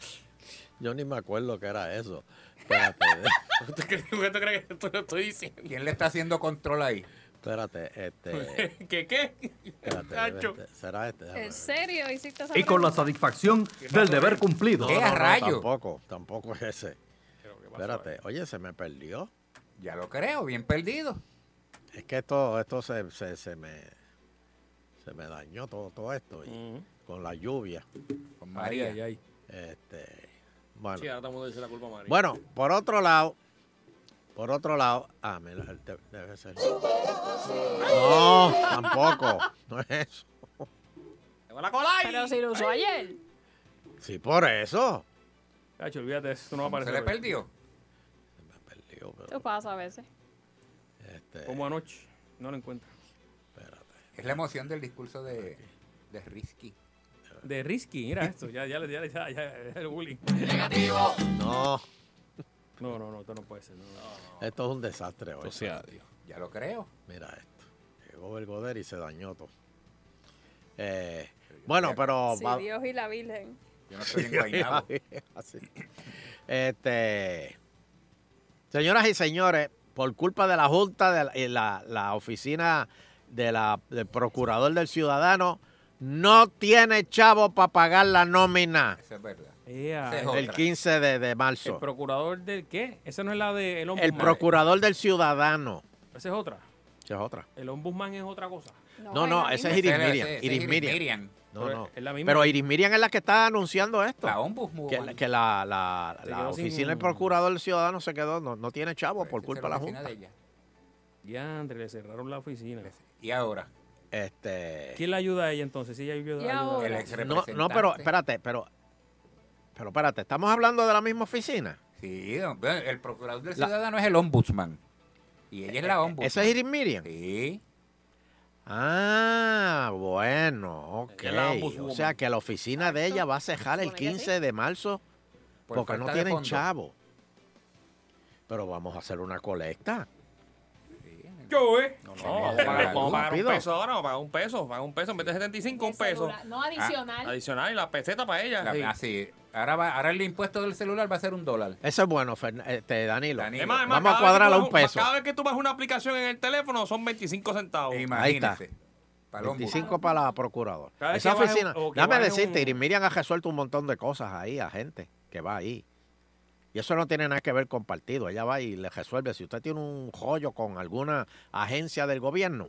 [SPEAKER 4] Yo ni me acuerdo que era eso. Espérate.
[SPEAKER 19] ¿Tú crees, tú crees que esto lo estoy diciendo?
[SPEAKER 6] ¿Quién le está haciendo control ahí?
[SPEAKER 4] Espérate,
[SPEAKER 5] *laughs*
[SPEAKER 4] este.
[SPEAKER 19] ¿Qué qué?
[SPEAKER 4] Espérate,
[SPEAKER 19] Tacho.
[SPEAKER 4] este, será este. déjame
[SPEAKER 15] ¿En serio hiciste esa
[SPEAKER 16] Y con la
[SPEAKER 15] pregunta?
[SPEAKER 16] satisfacción del deber cumplido.
[SPEAKER 4] No, no, no, Tampoco, tampoco es ese. Espérate, oye, se me perdió.
[SPEAKER 6] Ya lo creo, bien perdido.
[SPEAKER 4] Es que esto, esto se, se, se me se me dañó todo, todo esto y con la lluvia. Con
[SPEAKER 5] María. Ay, ay,
[SPEAKER 4] Este, bueno.
[SPEAKER 5] Sí, ahora todo el mundo dice la culpa a María.
[SPEAKER 4] Bueno, por otro lado, por otro lado, ah, me la- de- debe ser. No, tampoco, no es eso.
[SPEAKER 15] Pero si lo usó ayer.
[SPEAKER 4] Sí, por eso.
[SPEAKER 5] Tacho, olvídate, eso no va a
[SPEAKER 4] ¿Se
[SPEAKER 5] aparecer.
[SPEAKER 4] le
[SPEAKER 5] hoy.
[SPEAKER 4] perdió?
[SPEAKER 15] Esto pasa a veces.
[SPEAKER 5] Como anoche. No lo encuentro.
[SPEAKER 6] Es la emoción del discurso de, de Risky.
[SPEAKER 5] De Risky, mira esto. Ya, ya, ya, ya, ya, el bullying.
[SPEAKER 4] Negativo. No.
[SPEAKER 5] No, no, no, esto no puede ser. no.
[SPEAKER 4] Esto es un desastre hoy.
[SPEAKER 5] O sea,
[SPEAKER 4] Santi.
[SPEAKER 6] Ya lo creo.
[SPEAKER 4] Mira esto. Llegó el Goder y se dañó todo. Eh, bueno, pero
[SPEAKER 15] Si
[SPEAKER 4] va-
[SPEAKER 15] Dios y la Virgen.
[SPEAKER 6] Yo
[SPEAKER 4] *laughs* Así. Este, señoras y señores, por culpa de la Junta de la, y la- la oficina de la, del Procurador del Ciudadano, no tiene chavo para pagar la nómina
[SPEAKER 6] Eso es verdad.
[SPEAKER 5] Ea,
[SPEAKER 6] Esa es
[SPEAKER 4] el
[SPEAKER 6] otra.
[SPEAKER 4] 15 de, de
[SPEAKER 5] ¿El
[SPEAKER 4] marzo.
[SPEAKER 5] procurador del qué? Esa no es la de el
[SPEAKER 4] El
[SPEAKER 5] ombudsman.
[SPEAKER 4] Procurador del Ciudadano.
[SPEAKER 5] Esa es otra.
[SPEAKER 4] Esa es otra.
[SPEAKER 5] El ombudsman es otra cosa.
[SPEAKER 4] No, no, esa es Iris Miriam. Iris Miriam. No,
[SPEAKER 5] Pero
[SPEAKER 4] no.
[SPEAKER 5] es la misma.
[SPEAKER 4] Pero Iris Miriam es la que está anunciando esto.
[SPEAKER 5] La
[SPEAKER 4] Que, la- que la, la-
[SPEAKER 5] Se
[SPEAKER 4] la
[SPEAKER 5] quedó
[SPEAKER 4] oficina
[SPEAKER 5] sin-
[SPEAKER 4] del procurador del ciudadano se quedó, no, no tiene chavo por
[SPEAKER 5] esa es
[SPEAKER 4] culpa de
[SPEAKER 5] la
[SPEAKER 4] la
[SPEAKER 5] oficina
[SPEAKER 4] Junta.
[SPEAKER 5] de Ya, André, le cerraron la oficina.
[SPEAKER 6] ¿Y ahora?
[SPEAKER 4] Este.
[SPEAKER 5] ¿Quién la ayuda a ella entonces? Sí, ella ayuda, ayuda a ella.
[SPEAKER 4] No, no, pero espérate, pero. Pero espérate, ¿estamos hablando de la misma oficina?
[SPEAKER 6] Sí, don- bueno, el procurador del
[SPEAKER 4] La- Eh,
[SPEAKER 6] ciudadano es el ombudsman. Y ella es la ombudsman.
[SPEAKER 4] ¿Esa es Iris Miriam?
[SPEAKER 6] Sí.
[SPEAKER 4] Ah, bueno, ok.
[SPEAKER 6] Ella es la ombudswoman.
[SPEAKER 4] O sea que la oficina de ella va a cejar el
[SPEAKER 6] Supone que
[SPEAKER 4] 15 de marzo
[SPEAKER 6] Por
[SPEAKER 4] porque no
[SPEAKER 6] falta de
[SPEAKER 4] tienen
[SPEAKER 6] fondos.
[SPEAKER 4] chavo. Pero vamos a hacer una colecta.
[SPEAKER 5] Yo, ¿eh? No,
[SPEAKER 4] no,
[SPEAKER 5] vamos a pagar, vamos a pagar un
[SPEAKER 4] rápido.
[SPEAKER 5] peso ahora, vamos a pagar un peso, pagar un peso en vez de 75, un peso.
[SPEAKER 18] No, adicional.
[SPEAKER 5] Ah, adicional y la peseta para ella.
[SPEAKER 6] La-
[SPEAKER 5] sí.
[SPEAKER 6] así. Ahora, va, ahora el impuesto del celular va a ser un dólar.
[SPEAKER 4] Eso es bueno, Fern- este, Danilo.
[SPEAKER 5] Es más, es más,
[SPEAKER 4] Vamos a
[SPEAKER 5] cada vez que tú
[SPEAKER 4] cuadrarla
[SPEAKER 5] bajas
[SPEAKER 4] un peso.
[SPEAKER 5] Cada vez que tú bajas una aplicación en el teléfono son 25 centavos.
[SPEAKER 4] Ahí está. 25 para la procuradora. Esa oficina, déjame decirte, Iris Miriam ha resuelto un montón de cosas ahí a gente que va ahí. Y eso no tiene nada que ver con partido. Ella va y le resuelve. Si usted tiene un rollo con alguna agencia del gobierno,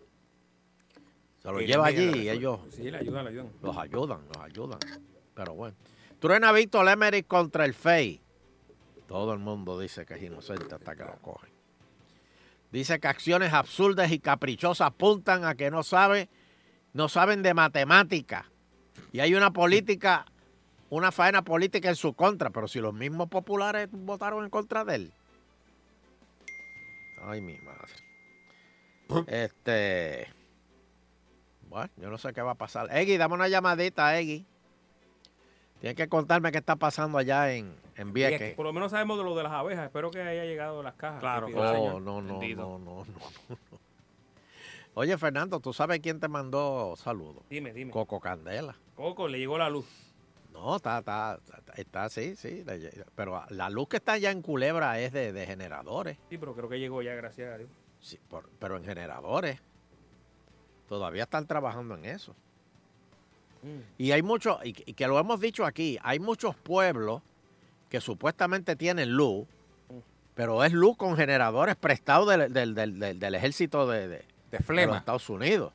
[SPEAKER 4] se lo
[SPEAKER 5] Iris
[SPEAKER 4] lleva
[SPEAKER 5] Miriam
[SPEAKER 4] allí
[SPEAKER 5] la
[SPEAKER 4] y
[SPEAKER 5] resuelve.
[SPEAKER 4] ellos
[SPEAKER 5] Sí, le ayudan, le ayudan.
[SPEAKER 4] los ayudan, los ayudan. Pero bueno. Truena Víctor Emery contra el FEI. Todo el mundo dice que es inocente hasta que lo cogen. Dice que acciones absurdas y caprichosas apuntan a que no sabe, no saben de matemática. Y hay una política, una faena política en su contra, pero si los mismos populares votaron en contra de él. Ay, mi madre. Este. Bueno, yo no sé qué va a pasar. Eggy, dame una llamadita, Eggy. Tienes que contarme qué está pasando allá en, en Vieques.
[SPEAKER 5] Por lo menos sabemos de lo de las abejas. Espero que haya llegado las cajas.
[SPEAKER 4] Claro,
[SPEAKER 5] Que pidió el
[SPEAKER 4] no,
[SPEAKER 5] señor.
[SPEAKER 4] Oh, no, no,
[SPEAKER 5] Bendito.
[SPEAKER 4] no, no, no. Oye, Fernando, ¿tú sabes quién te mandó saludos?
[SPEAKER 5] Dime, dime.
[SPEAKER 4] Coco Candela.
[SPEAKER 5] Coco, le llegó la luz.
[SPEAKER 4] No, está, está, está, está, sí, sí. le lle- Pero la luz que está allá en Culebra es de, de generadores,
[SPEAKER 5] Sí, pero creo que llegó ya, gracias a Dios.
[SPEAKER 4] Sí, por- pero en generadores. Todavía están trabajando en eso. Y hay muchos, y, que- y que lo hemos dicho aquí, hay muchos pueblos que supuestamente tienen luz, pero es luz con generadores prestados del, del- del- del- del ejército de, de- de los Estados Unidos.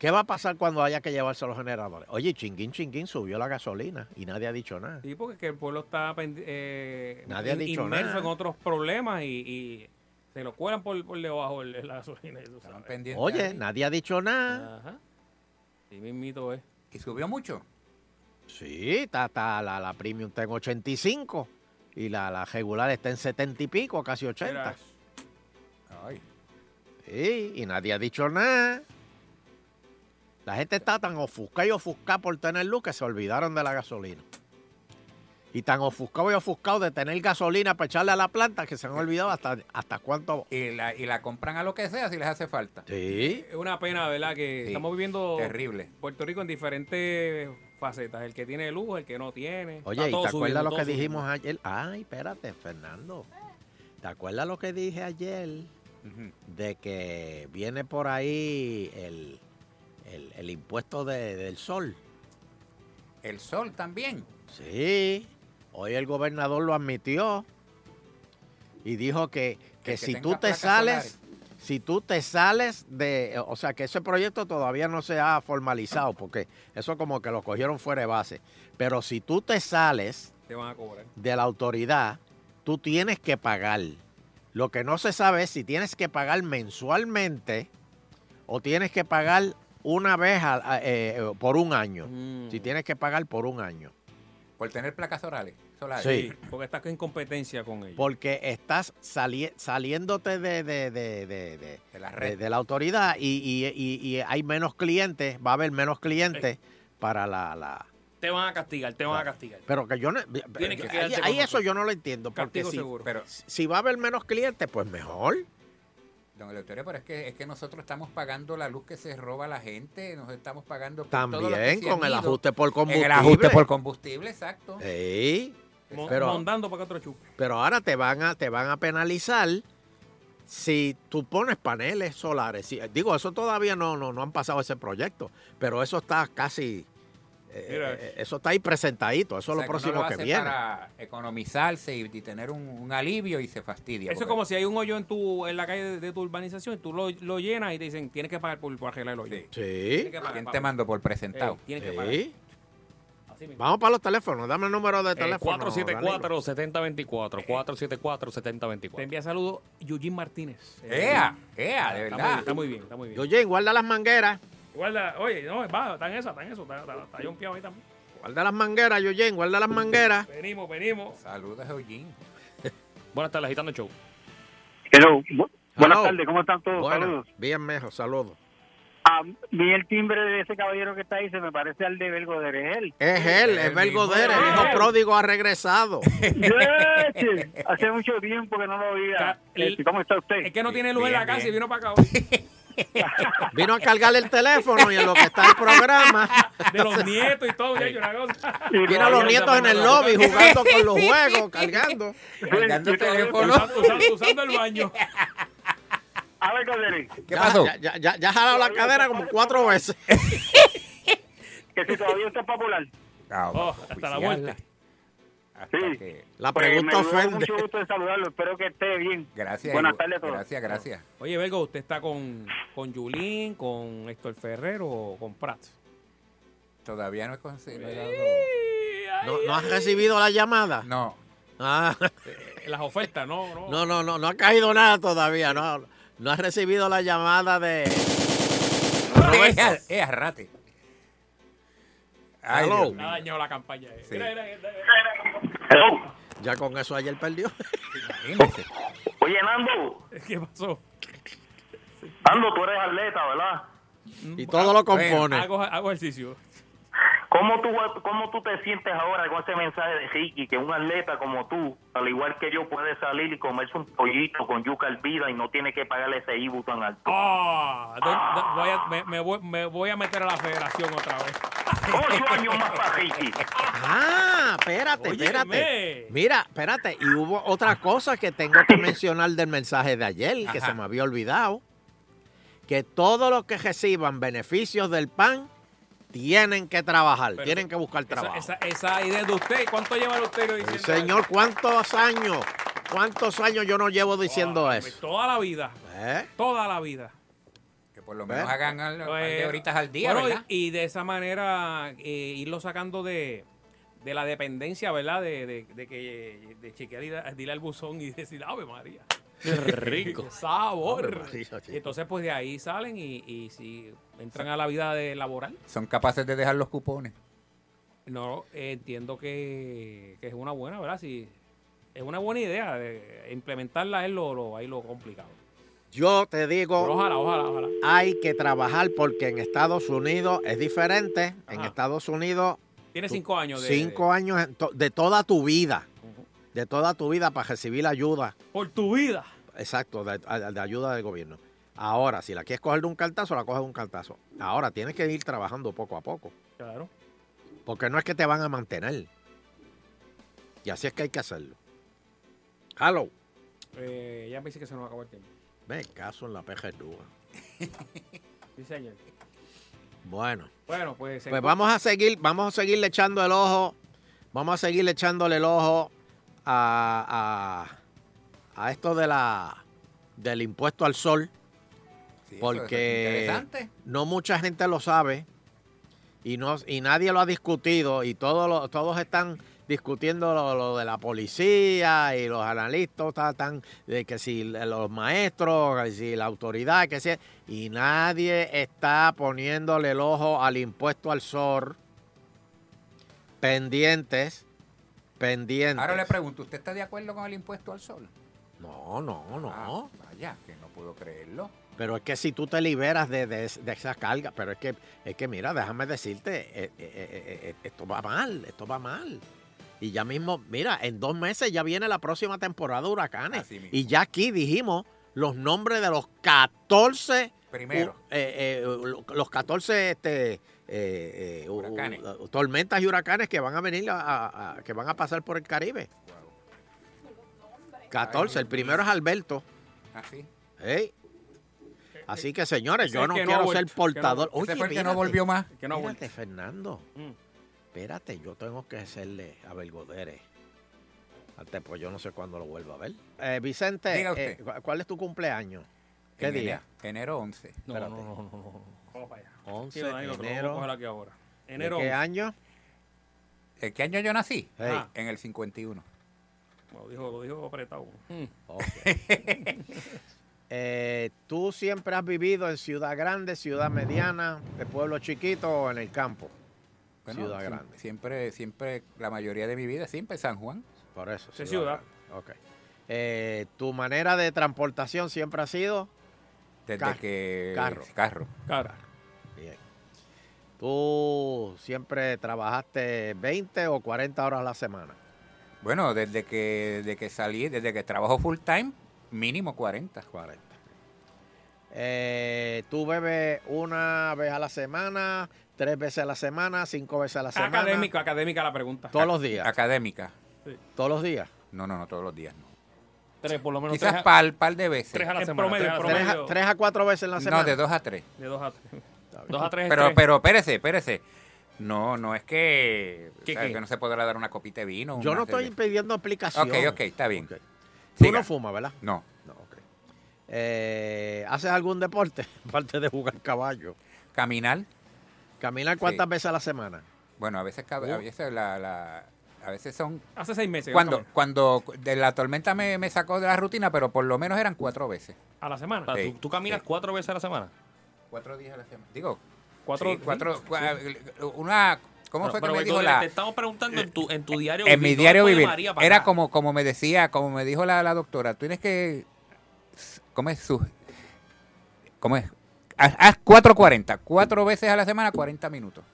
[SPEAKER 4] ¿Qué va a pasar cuando haya que llevarse los generadores? Oye, chinguín, chinguín, subió la gasolina y nadie ha dicho nada.
[SPEAKER 5] Sí, porque es que el pueblo está pendi- eh,
[SPEAKER 4] Nadie ha
[SPEAKER 5] in-
[SPEAKER 4] dicho
[SPEAKER 5] inmerso
[SPEAKER 4] nada.
[SPEAKER 5] en otros problemas y, y se lo cuelan por, por debajo el- la gasolina. y tú sabes.
[SPEAKER 4] Oye, nadie ha dicho nada.
[SPEAKER 5] Ajá. Sí, mismito es.
[SPEAKER 6] ¿Y subió mucho?
[SPEAKER 4] Sí, está, está la, la premium está en 85 y la, la regular está en 70 y pico, casi 80.
[SPEAKER 5] Verás.
[SPEAKER 4] Sí, y nadie ha dicho nada. La gente está tan ofuscada y ofuscada por tener luz que se olvidaron de la gasolina. Y tan ofuscado y ofuscado de tener gasolina para echarle a la planta que se han olvidado hasta, hasta cuánto.
[SPEAKER 6] Y la, y la compran a lo que sea si les hace falta.
[SPEAKER 4] Sí.
[SPEAKER 5] Es una pena, ¿verdad? Que
[SPEAKER 6] Sí.
[SPEAKER 5] estamos viviendo
[SPEAKER 6] Terrible.
[SPEAKER 5] Puerto Rico en diferentes facetas. El que tiene luz, el que no tiene.
[SPEAKER 4] Oye, ¿y te acuerdas lo que dijimos ayer? Ay, espérate, Fernando. ¿Te acuerdas lo que dije ayer? De que viene por ahí el, el- el impuesto de- del sol.
[SPEAKER 6] El sol también.
[SPEAKER 4] Sí. Hoy el gobernador lo admitió y dijo que, que
[SPEAKER 6] que
[SPEAKER 4] si
[SPEAKER 6] tenga
[SPEAKER 4] tú te
[SPEAKER 6] placas
[SPEAKER 4] sales, si tú te sales de, o sea, que ese proyecto todavía no se ha formalizado porque eso como que lo cogieron fuera de base. Pero si tú te sales
[SPEAKER 5] Te van a cobrar.
[SPEAKER 4] de la autoridad, tú tienes que pagar. Lo que no se sabe es si tienes que pagar mensualmente o tienes que pagar una vez al- a- eh, eh, por un año.
[SPEAKER 6] Mm.
[SPEAKER 4] Si tienes que pagar por un año.
[SPEAKER 6] Por tener placas solares. solares.
[SPEAKER 4] Sí.
[SPEAKER 5] Porque estás en competencia con ellos.
[SPEAKER 4] Porque estás sali- saliéndote de, de- de- de- de-
[SPEAKER 6] la
[SPEAKER 4] de-
[SPEAKER 6] red.
[SPEAKER 4] de la autoridad y, y- y- y hay menos clientes, va a haber menos
[SPEAKER 6] Eh.
[SPEAKER 4] clientes para la... la-
[SPEAKER 5] Te van a castigar, te van a castigar.
[SPEAKER 4] pero que yo no... eh,
[SPEAKER 5] Tienes que
[SPEAKER 4] ahí
[SPEAKER 5] quedarte
[SPEAKER 4] ahí
[SPEAKER 5] con
[SPEAKER 4] eso yo no lo entiendo. Porque
[SPEAKER 5] Castigo
[SPEAKER 4] si,
[SPEAKER 5] seguro.
[SPEAKER 6] Pero-
[SPEAKER 4] si va a haber menos clientes, pues mejor.
[SPEAKER 6] Don Eleuterio, pero es que, es que nosotros estamos pagando la luz que se roba la gente, nos estamos pagando por todo lo que
[SPEAKER 4] También
[SPEAKER 6] se
[SPEAKER 4] con
[SPEAKER 6] han
[SPEAKER 4] el
[SPEAKER 6] ido.
[SPEAKER 4] ajuste por
[SPEAKER 6] En
[SPEAKER 4] combustible.
[SPEAKER 6] el ajuste por combustible, exacto.
[SPEAKER 4] Sí.
[SPEAKER 5] Mo-
[SPEAKER 4] Pero,
[SPEAKER 5] Mondando para que otro chupe.
[SPEAKER 4] pero ahora te van a te van a penalizar si tú pones paneles solares. Si- digo, eso todavía no, no, no han pasado ese proyecto, pero eso está casi eh,
[SPEAKER 6] Mira.
[SPEAKER 4] eh, eso está ahí presentadito, eso
[SPEAKER 6] O sea, que
[SPEAKER 4] es
[SPEAKER 6] uno
[SPEAKER 4] lo próximo
[SPEAKER 6] lo
[SPEAKER 4] que
[SPEAKER 6] hace
[SPEAKER 4] viene.
[SPEAKER 6] Para economizarse y, y tener un, un alivio y se fastidia.
[SPEAKER 5] Eso es como si hay un hoyo en tu en la calle de, de tu urbanización y tú lo, lo llenas y te dicen, tienes que pagar por, por arreglar el hoyo.
[SPEAKER 4] Sí.
[SPEAKER 6] ¿Quién te mandó por presentado?
[SPEAKER 5] Eh, tienes que
[SPEAKER 4] Sí.
[SPEAKER 5] pagar.
[SPEAKER 4] Vamos para los teléfonos, dame el número de
[SPEAKER 18] Eh,
[SPEAKER 4] teléfono. Danilo. Eh.
[SPEAKER 18] 474-7024. 474-7024.
[SPEAKER 5] Te envía saludos Eugene Martínez. Eh,
[SPEAKER 18] ¡Ea!
[SPEAKER 6] ¡Ea!
[SPEAKER 18] de
[SPEAKER 5] Está
[SPEAKER 18] verdad.
[SPEAKER 5] muy bien, Está muy bien, está muy bien.
[SPEAKER 4] Oye, guarda las mangueras.
[SPEAKER 5] Guarda, oye, no, va, está en esa, está en eso, está, está, está yonkeado ahí también.
[SPEAKER 4] Guarda las mangueras, Yoyen, guarda las mangueras.
[SPEAKER 5] Venimos, venimos.
[SPEAKER 6] Saludos, Eugene.
[SPEAKER 18] Buenas tardes, Agitando Show.
[SPEAKER 20] Hello. Bu- Buenas
[SPEAKER 4] Hello.
[SPEAKER 20] tardes, ¿cómo están todos?
[SPEAKER 4] Buenas,
[SPEAKER 20] Saludos.
[SPEAKER 4] Bien, mejor, saludos.
[SPEAKER 20] A mí el timbre de ese caballero que está ahí se me parece al de Belgoder, es él.
[SPEAKER 4] Es él, es Belgoder, el hijo pródigo ha regresado.
[SPEAKER 20] Yes, Hace mucho tiempo que no lo veía. Este, ¿Cómo está usted? Es
[SPEAKER 5] que no tiene luz en la casa y vino para acá.
[SPEAKER 6] *laughs*
[SPEAKER 4] Vino a cargar el teléfono y en lo que está el programa.
[SPEAKER 5] *laughs* De los nietos y todo, ya hay una cosa.
[SPEAKER 4] Viene a los nietos en el lobby jugando con los juegos, *laughs* cargando.
[SPEAKER 6] Cargando el teléfono.
[SPEAKER 5] Usando, usando- usando el baño.
[SPEAKER 20] A ver, Godere,
[SPEAKER 4] ¿Qué pasó? Ya, ya, ya, ya ha jalado la cadera como cuatro veces.
[SPEAKER 20] *laughs* que si todavía está popular.
[SPEAKER 4] Ah,
[SPEAKER 5] Oh, hasta la muerte.
[SPEAKER 20] Sí.
[SPEAKER 4] La
[SPEAKER 20] Pues,
[SPEAKER 4] pregunta
[SPEAKER 20] me dio
[SPEAKER 4] ofende.
[SPEAKER 20] Mucho gusto de saludarlo, espero que esté bien.
[SPEAKER 6] Gracias.
[SPEAKER 20] Buenas
[SPEAKER 6] Edu-
[SPEAKER 20] tardes a todos.
[SPEAKER 6] Gracias, gracias.
[SPEAKER 5] Oye, Belgo, ¿usted está con, con Yulín, con Héctor Ferrer o con Pratt?
[SPEAKER 6] Todavía no he conseguido.
[SPEAKER 4] ¿No, no has recibido la llamada?
[SPEAKER 6] No.
[SPEAKER 4] Ah,
[SPEAKER 5] Eh, Las ofertas, no, no.
[SPEAKER 4] no, no, no, no ha caído nada todavía. No, no has recibido la llamada de.
[SPEAKER 6] Es arrate. Ay,
[SPEAKER 4] Hello.
[SPEAKER 6] Dios
[SPEAKER 5] Ha
[SPEAKER 6] mío.
[SPEAKER 5] dañado la campaña. eh.
[SPEAKER 6] Sí.
[SPEAKER 5] Mira, mira, mira, mira.
[SPEAKER 4] Ya con eso ayer perdió.
[SPEAKER 20] Oye, Nando,
[SPEAKER 5] ¿Qué pasó?
[SPEAKER 20] Nando, tú eres atleta, ¿verdad?
[SPEAKER 4] Y todo
[SPEAKER 6] Ah,
[SPEAKER 4] lo compone.
[SPEAKER 5] Hago, hago ejercicio.
[SPEAKER 20] ¿Cómo tú, ¿Cómo tú te sientes ahora con ese mensaje de Ricky, que un atleta como tú, al igual que yo, puede salir y comerse un pollito con yuca al vida y no tiene que pagarle ese IBU tan alto?
[SPEAKER 5] Ah, do- do- voy a- me, me voy, me voy a meter a la federación otra vez.
[SPEAKER 20] Ocho años más para Ricky.
[SPEAKER 4] Ah, espérate,
[SPEAKER 5] Óyeme.
[SPEAKER 4] espérate. Mira, espérate. Y hubo otra cosa que tengo que mencionar del mensaje de ayer, que
[SPEAKER 6] Ajá.
[SPEAKER 4] se me había olvidado. Que todos los que reciban beneficios del PAN tienen que trabajar,
[SPEAKER 5] Pero
[SPEAKER 4] tienen
[SPEAKER 5] eso-
[SPEAKER 4] que buscar
[SPEAKER 5] Esa,
[SPEAKER 4] trabajo.
[SPEAKER 5] esa, esa idea de usted, ¿cuánto lleva usted
[SPEAKER 4] Sí,
[SPEAKER 5] diciendo?
[SPEAKER 4] señor, ¿cuántos años? ¿Cuántos años yo no llevo diciendo
[SPEAKER 5] eso?
[SPEAKER 4] eso?
[SPEAKER 5] Pues Toda la vida,
[SPEAKER 4] ¿Eh?
[SPEAKER 5] toda la vida.
[SPEAKER 6] Que por lo
[SPEAKER 4] ¿Ves?
[SPEAKER 6] menos hagan al- un par de
[SPEAKER 5] Eh,
[SPEAKER 6] horitas al día,
[SPEAKER 5] bueno,
[SPEAKER 6] ¿verdad?
[SPEAKER 5] Y, y de esa manera eh, irlo sacando de, de la dependencia, ¿verdad? De, de, de que de chequear y da- dile al buzón y *laughs* decir, ¡Ave María!
[SPEAKER 18] Qué rico.
[SPEAKER 5] ¡Qué sabor!
[SPEAKER 4] Ave María, chico.
[SPEAKER 5] y entonces, pues de ahí salen y, y si entran a la vida de laboral,
[SPEAKER 6] Son capaces de dejar los cupones.
[SPEAKER 5] no eh, entiendo que, que es una buena, ¿verdad? Si es una buena idea. de implementarla es lo, lo, ahí lo complicado.
[SPEAKER 4] Yo te digo,
[SPEAKER 5] Pero ojalá, ojalá, ojalá.
[SPEAKER 4] hay que trabajar porque en Estados Unidos es diferente. En Estados Unidos
[SPEAKER 5] Tiene cinco años de-
[SPEAKER 4] Cinco años en to- de toda tu vida. De toda tu vida para recibir la ayuda.
[SPEAKER 5] Por tu vida.
[SPEAKER 4] Exacto, de, a- de ayuda del gobierno. Ahora, si la quieres coger de un cartazo, la coges de un cartazo. Ahora, tienes que ir trabajando poco a poco.
[SPEAKER 5] Claro.
[SPEAKER 4] Porque no es que te van a mantener. Y así es que hay que hacerlo. Hello.
[SPEAKER 5] Eh, ya me dice que se nos acabó el tiempo.
[SPEAKER 4] Me caso en la peja desnuda.
[SPEAKER 5] Sí, señor.
[SPEAKER 4] Bueno.
[SPEAKER 5] Bueno, pues.
[SPEAKER 4] Pues vamos a seguir, vamos a seguirle echando el ojo, vamos a seguirle echándole el ojo a, a- a esto de la del impuesto al sol,
[SPEAKER 6] eso es
[SPEAKER 4] porque
[SPEAKER 6] interesante.
[SPEAKER 4] no mucha gente lo sabe y no y nadie lo ha discutido y todos los- todos están discutiendo lo, lo de la policía y los analistas ta- están de que si los maestros, que si la autoridad, que sea, y nadie está poniéndole el ojo al impuesto al sol. Pendientes, pendientes.
[SPEAKER 6] Ahora le pregunto, ¿usted está de acuerdo con el impuesto al sol?
[SPEAKER 4] No, no, no.
[SPEAKER 6] Vaya, que no puedo creerlo.
[SPEAKER 4] Pero es que si tú te liberas de, de, de esa carga, pero es que, es que mira, déjame decirte, eh, eh, eh, eh, esto va mal, esto va mal. Y ya mismo, mira, en dos meses ya viene la próxima temporada de huracanes. Y ya aquí dijimos los nombres de los 14...
[SPEAKER 6] Primero.
[SPEAKER 4] hu- eh, eh, lo- los 14 este, eh, eh, hu-
[SPEAKER 6] Huracanes.
[SPEAKER 4] hu- tormentas y huracanes que van a venir, a- a- a- que van a pasar por el Caribe. 14, el primero es Alberto.
[SPEAKER 6] Así.
[SPEAKER 4] Ey. Así que señores,
[SPEAKER 6] Ese
[SPEAKER 4] yo
[SPEAKER 6] es
[SPEAKER 4] no
[SPEAKER 6] que no
[SPEAKER 4] quiero
[SPEAKER 6] vol-
[SPEAKER 4] ser
[SPEAKER 6] que no-
[SPEAKER 4] portador.
[SPEAKER 6] ese fue el que no
[SPEAKER 4] espérate,
[SPEAKER 6] volvió más. Que no ha
[SPEAKER 4] espérate,
[SPEAKER 6] vuelto.
[SPEAKER 4] Fernando. Mm. Espérate, yo tengo que hacerle a Belgodere. Antes, pues yo no sé cuándo lo vuelvo a ver. Eh, Vicente,
[SPEAKER 6] Diga usted.
[SPEAKER 4] eh, cu- ¿cuál es tu cumpleaños? ¿Qué
[SPEAKER 6] En
[SPEAKER 4] día?
[SPEAKER 6] Enero 11.
[SPEAKER 4] No, no, no,
[SPEAKER 5] Vamos para allá.
[SPEAKER 4] 11
[SPEAKER 5] Sí, Danilo, que lo
[SPEAKER 4] enero.
[SPEAKER 5] vamos a coger aquí ahora.
[SPEAKER 6] ¿De
[SPEAKER 5] Enero.
[SPEAKER 6] qué
[SPEAKER 5] 11.
[SPEAKER 4] año?
[SPEAKER 6] ¿En qué año yo nací?
[SPEAKER 5] Hey.
[SPEAKER 6] Ah, En el 51.
[SPEAKER 5] Lo dijo, lo dijo apretado.
[SPEAKER 6] Mm.
[SPEAKER 18] Hmm.
[SPEAKER 4] *laughs* Eh, ¿Tú siempre has vivido en ciudad grande, ciudad mediana, de pueblo chiquito o en el campo?
[SPEAKER 6] Bueno,
[SPEAKER 4] ciudad
[SPEAKER 6] siem-
[SPEAKER 4] grande.
[SPEAKER 6] Siempre, siempre, la mayoría de mi vida, siempre San Juan.
[SPEAKER 4] Por eso.
[SPEAKER 6] Sí,
[SPEAKER 4] grande. Ok. Eh, ¿Tu manera de transportación siempre ha sido?
[SPEAKER 6] Desde
[SPEAKER 4] Carro.
[SPEAKER 6] que.
[SPEAKER 4] Carro.
[SPEAKER 6] Carro.
[SPEAKER 4] Bien. ¿Tú siempre trabajaste 20 o 40 horas a la semana?
[SPEAKER 6] Bueno, desde que, desde que salí, desde que trabajo full time, mínimo 40.
[SPEAKER 4] 40. Eh, ¿Tú bebes una vez a la semana, tres veces a la semana, cinco veces a la semana?
[SPEAKER 5] Académica, académica la pregunta.
[SPEAKER 4] Todos los días.
[SPEAKER 6] Académica.
[SPEAKER 5] Ah, Sí.
[SPEAKER 4] ¿Todos los días?
[SPEAKER 6] No, no, no, todos los días no.
[SPEAKER 18] Tres, por lo menos.
[SPEAKER 6] Quizás
[SPEAKER 18] tres a-
[SPEAKER 6] par, par de veces.
[SPEAKER 18] Tres a la En semana, promedio, tres a la en semana.
[SPEAKER 4] Tres a- tres a cuatro veces en la semana.
[SPEAKER 6] No, de dos a tres.
[SPEAKER 5] De dos a tres.
[SPEAKER 18] Dos a tres. es
[SPEAKER 6] Pero,
[SPEAKER 18] tres.
[SPEAKER 6] pero, espérese, espérese. No, no es que,
[SPEAKER 18] ¿Qué,
[SPEAKER 6] ¿sabes?
[SPEAKER 18] qué?
[SPEAKER 6] que no se podrá dar una copita de vino.
[SPEAKER 4] Yo
[SPEAKER 6] una
[SPEAKER 4] no estoy
[SPEAKER 6] cerveza.
[SPEAKER 4] pidiendo explicación.
[SPEAKER 6] Ok, ok, está bien.
[SPEAKER 4] Tú
[SPEAKER 6] Siga.
[SPEAKER 4] no fumas, ¿verdad?
[SPEAKER 6] No.
[SPEAKER 4] No, ok. Eh, ¿Haces algún deporte? *laughs* Aparte de jugar caballo.
[SPEAKER 6] ¿Caminar?
[SPEAKER 4] ¿Caminar cuántas veces a la semana?
[SPEAKER 6] Bueno, a veces, cabe- a veces, la- la- a veces son...
[SPEAKER 5] Hace seis meses. que no
[SPEAKER 6] Cuando,
[SPEAKER 5] camino.
[SPEAKER 6] cuando de la tormenta me, me sacó de la rutina, pero por lo menos eran cuatro veces.
[SPEAKER 5] A la semana.
[SPEAKER 18] O sea, ¿tú, tú caminas cuatro veces a la semana?
[SPEAKER 6] Cuatro días a la semana. Digo,
[SPEAKER 18] Cuatro-
[SPEAKER 6] sí, cuatro,
[SPEAKER 18] sí,
[SPEAKER 6] cua- una... ¿Cómo fue que me dijo la...?
[SPEAKER 18] Te estamos preguntando en tu, en tu diario
[SPEAKER 6] en mi
[SPEAKER 18] ¿dónde
[SPEAKER 6] diario
[SPEAKER 18] pone
[SPEAKER 6] vivir.
[SPEAKER 18] María para
[SPEAKER 6] Era
[SPEAKER 18] acá?
[SPEAKER 6] como, como me decía, como me dijo la, la doctora, tú tienes que. ¿Cómo es su.? ¿Cómo es? Haz, haz 4.40, cuatro veces a la semana, 40 minutos.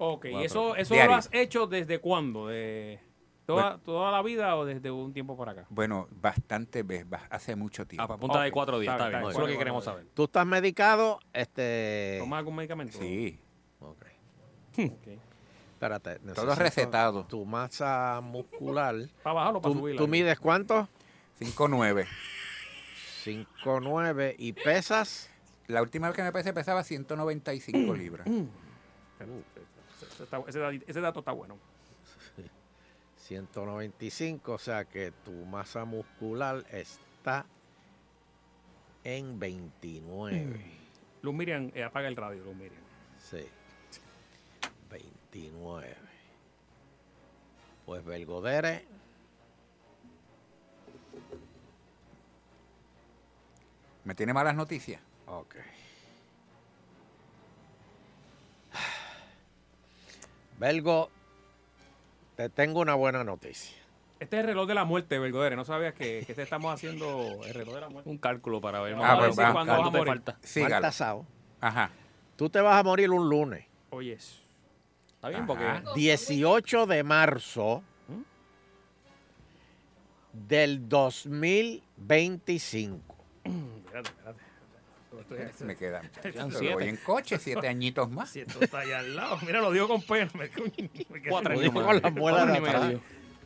[SPEAKER 5] Ok, ¿y
[SPEAKER 6] Cuatro.
[SPEAKER 5] eso, eso
[SPEAKER 6] Diario. Pues-
[SPEAKER 5] lo has hecho desde cuándo? ¿De toda, ¿Toda la vida o desde un tiempo para acá?
[SPEAKER 6] Bueno, bastante, ve- ba- hace mucho tiempo.
[SPEAKER 18] Ah, pues apunta de
[SPEAKER 5] Ok,
[SPEAKER 18] cuatro días,
[SPEAKER 5] está
[SPEAKER 18] está
[SPEAKER 5] bien,
[SPEAKER 18] bien.
[SPEAKER 5] está
[SPEAKER 18] Eso es lo que
[SPEAKER 5] bien.
[SPEAKER 18] queremos saber.
[SPEAKER 4] ¿Tú estás medicado? Este...
[SPEAKER 5] ¿Tomas algún medicamento?
[SPEAKER 6] Sí.
[SPEAKER 4] Ok. eh,
[SPEAKER 5] Ok.
[SPEAKER 4] Espérate.
[SPEAKER 6] Todo
[SPEAKER 4] necesito
[SPEAKER 6] recetado.
[SPEAKER 4] Tu masa muscular.
[SPEAKER 5] ¿Para bajarlo o para
[SPEAKER 4] ¿Tú,
[SPEAKER 5] subirlo?
[SPEAKER 4] tú mides cuánto?
[SPEAKER 6] 5.9.
[SPEAKER 4] 5'9 y pesas.
[SPEAKER 6] La última vez que me pesé pesaba 195 libras.
[SPEAKER 5] *clears throat* Ese, está- ese da- ese dato está bueno.
[SPEAKER 4] 195, o sea que tu masa muscular está en 29.
[SPEAKER 5] Luz Miriam, eh, apaga el radio, Luz Miriam.
[SPEAKER 4] Sí. 29. Pues Belgodere.
[SPEAKER 6] ¿Me tiene malas noticias?
[SPEAKER 4] Ok. Belgo, te tengo una buena noticia.
[SPEAKER 5] Este es el reloj de la muerte, Belgodere. No sabías que, que te estamos haciendo el reloj de la muerte.
[SPEAKER 18] Un cálculo para ver.
[SPEAKER 5] Ah,
[SPEAKER 18] más o
[SPEAKER 5] pues
[SPEAKER 18] menos
[SPEAKER 5] va,
[SPEAKER 18] cuánto
[SPEAKER 5] claro.
[SPEAKER 18] te falta.
[SPEAKER 4] Mal tasado.
[SPEAKER 6] Ajá.
[SPEAKER 4] Tú te vas a morir un lunes.
[SPEAKER 5] Oye, eso.
[SPEAKER 18] Está bien, porque.
[SPEAKER 6] Ah.
[SPEAKER 4] 18 de marzo del 2025.
[SPEAKER 5] Espérate, espérate.
[SPEAKER 4] Este
[SPEAKER 6] Me quedan.
[SPEAKER 9] Este
[SPEAKER 5] Quedan
[SPEAKER 6] Yo Voy
[SPEAKER 5] siete.
[SPEAKER 6] en coche, siete añitos más.
[SPEAKER 5] Si esto está allá al lado. Mira, lo dio con pena. Me, me quedé-
[SPEAKER 6] Cuatro
[SPEAKER 5] me
[SPEAKER 6] años
[SPEAKER 5] quedé-
[SPEAKER 6] más.
[SPEAKER 5] Cuatro y medio.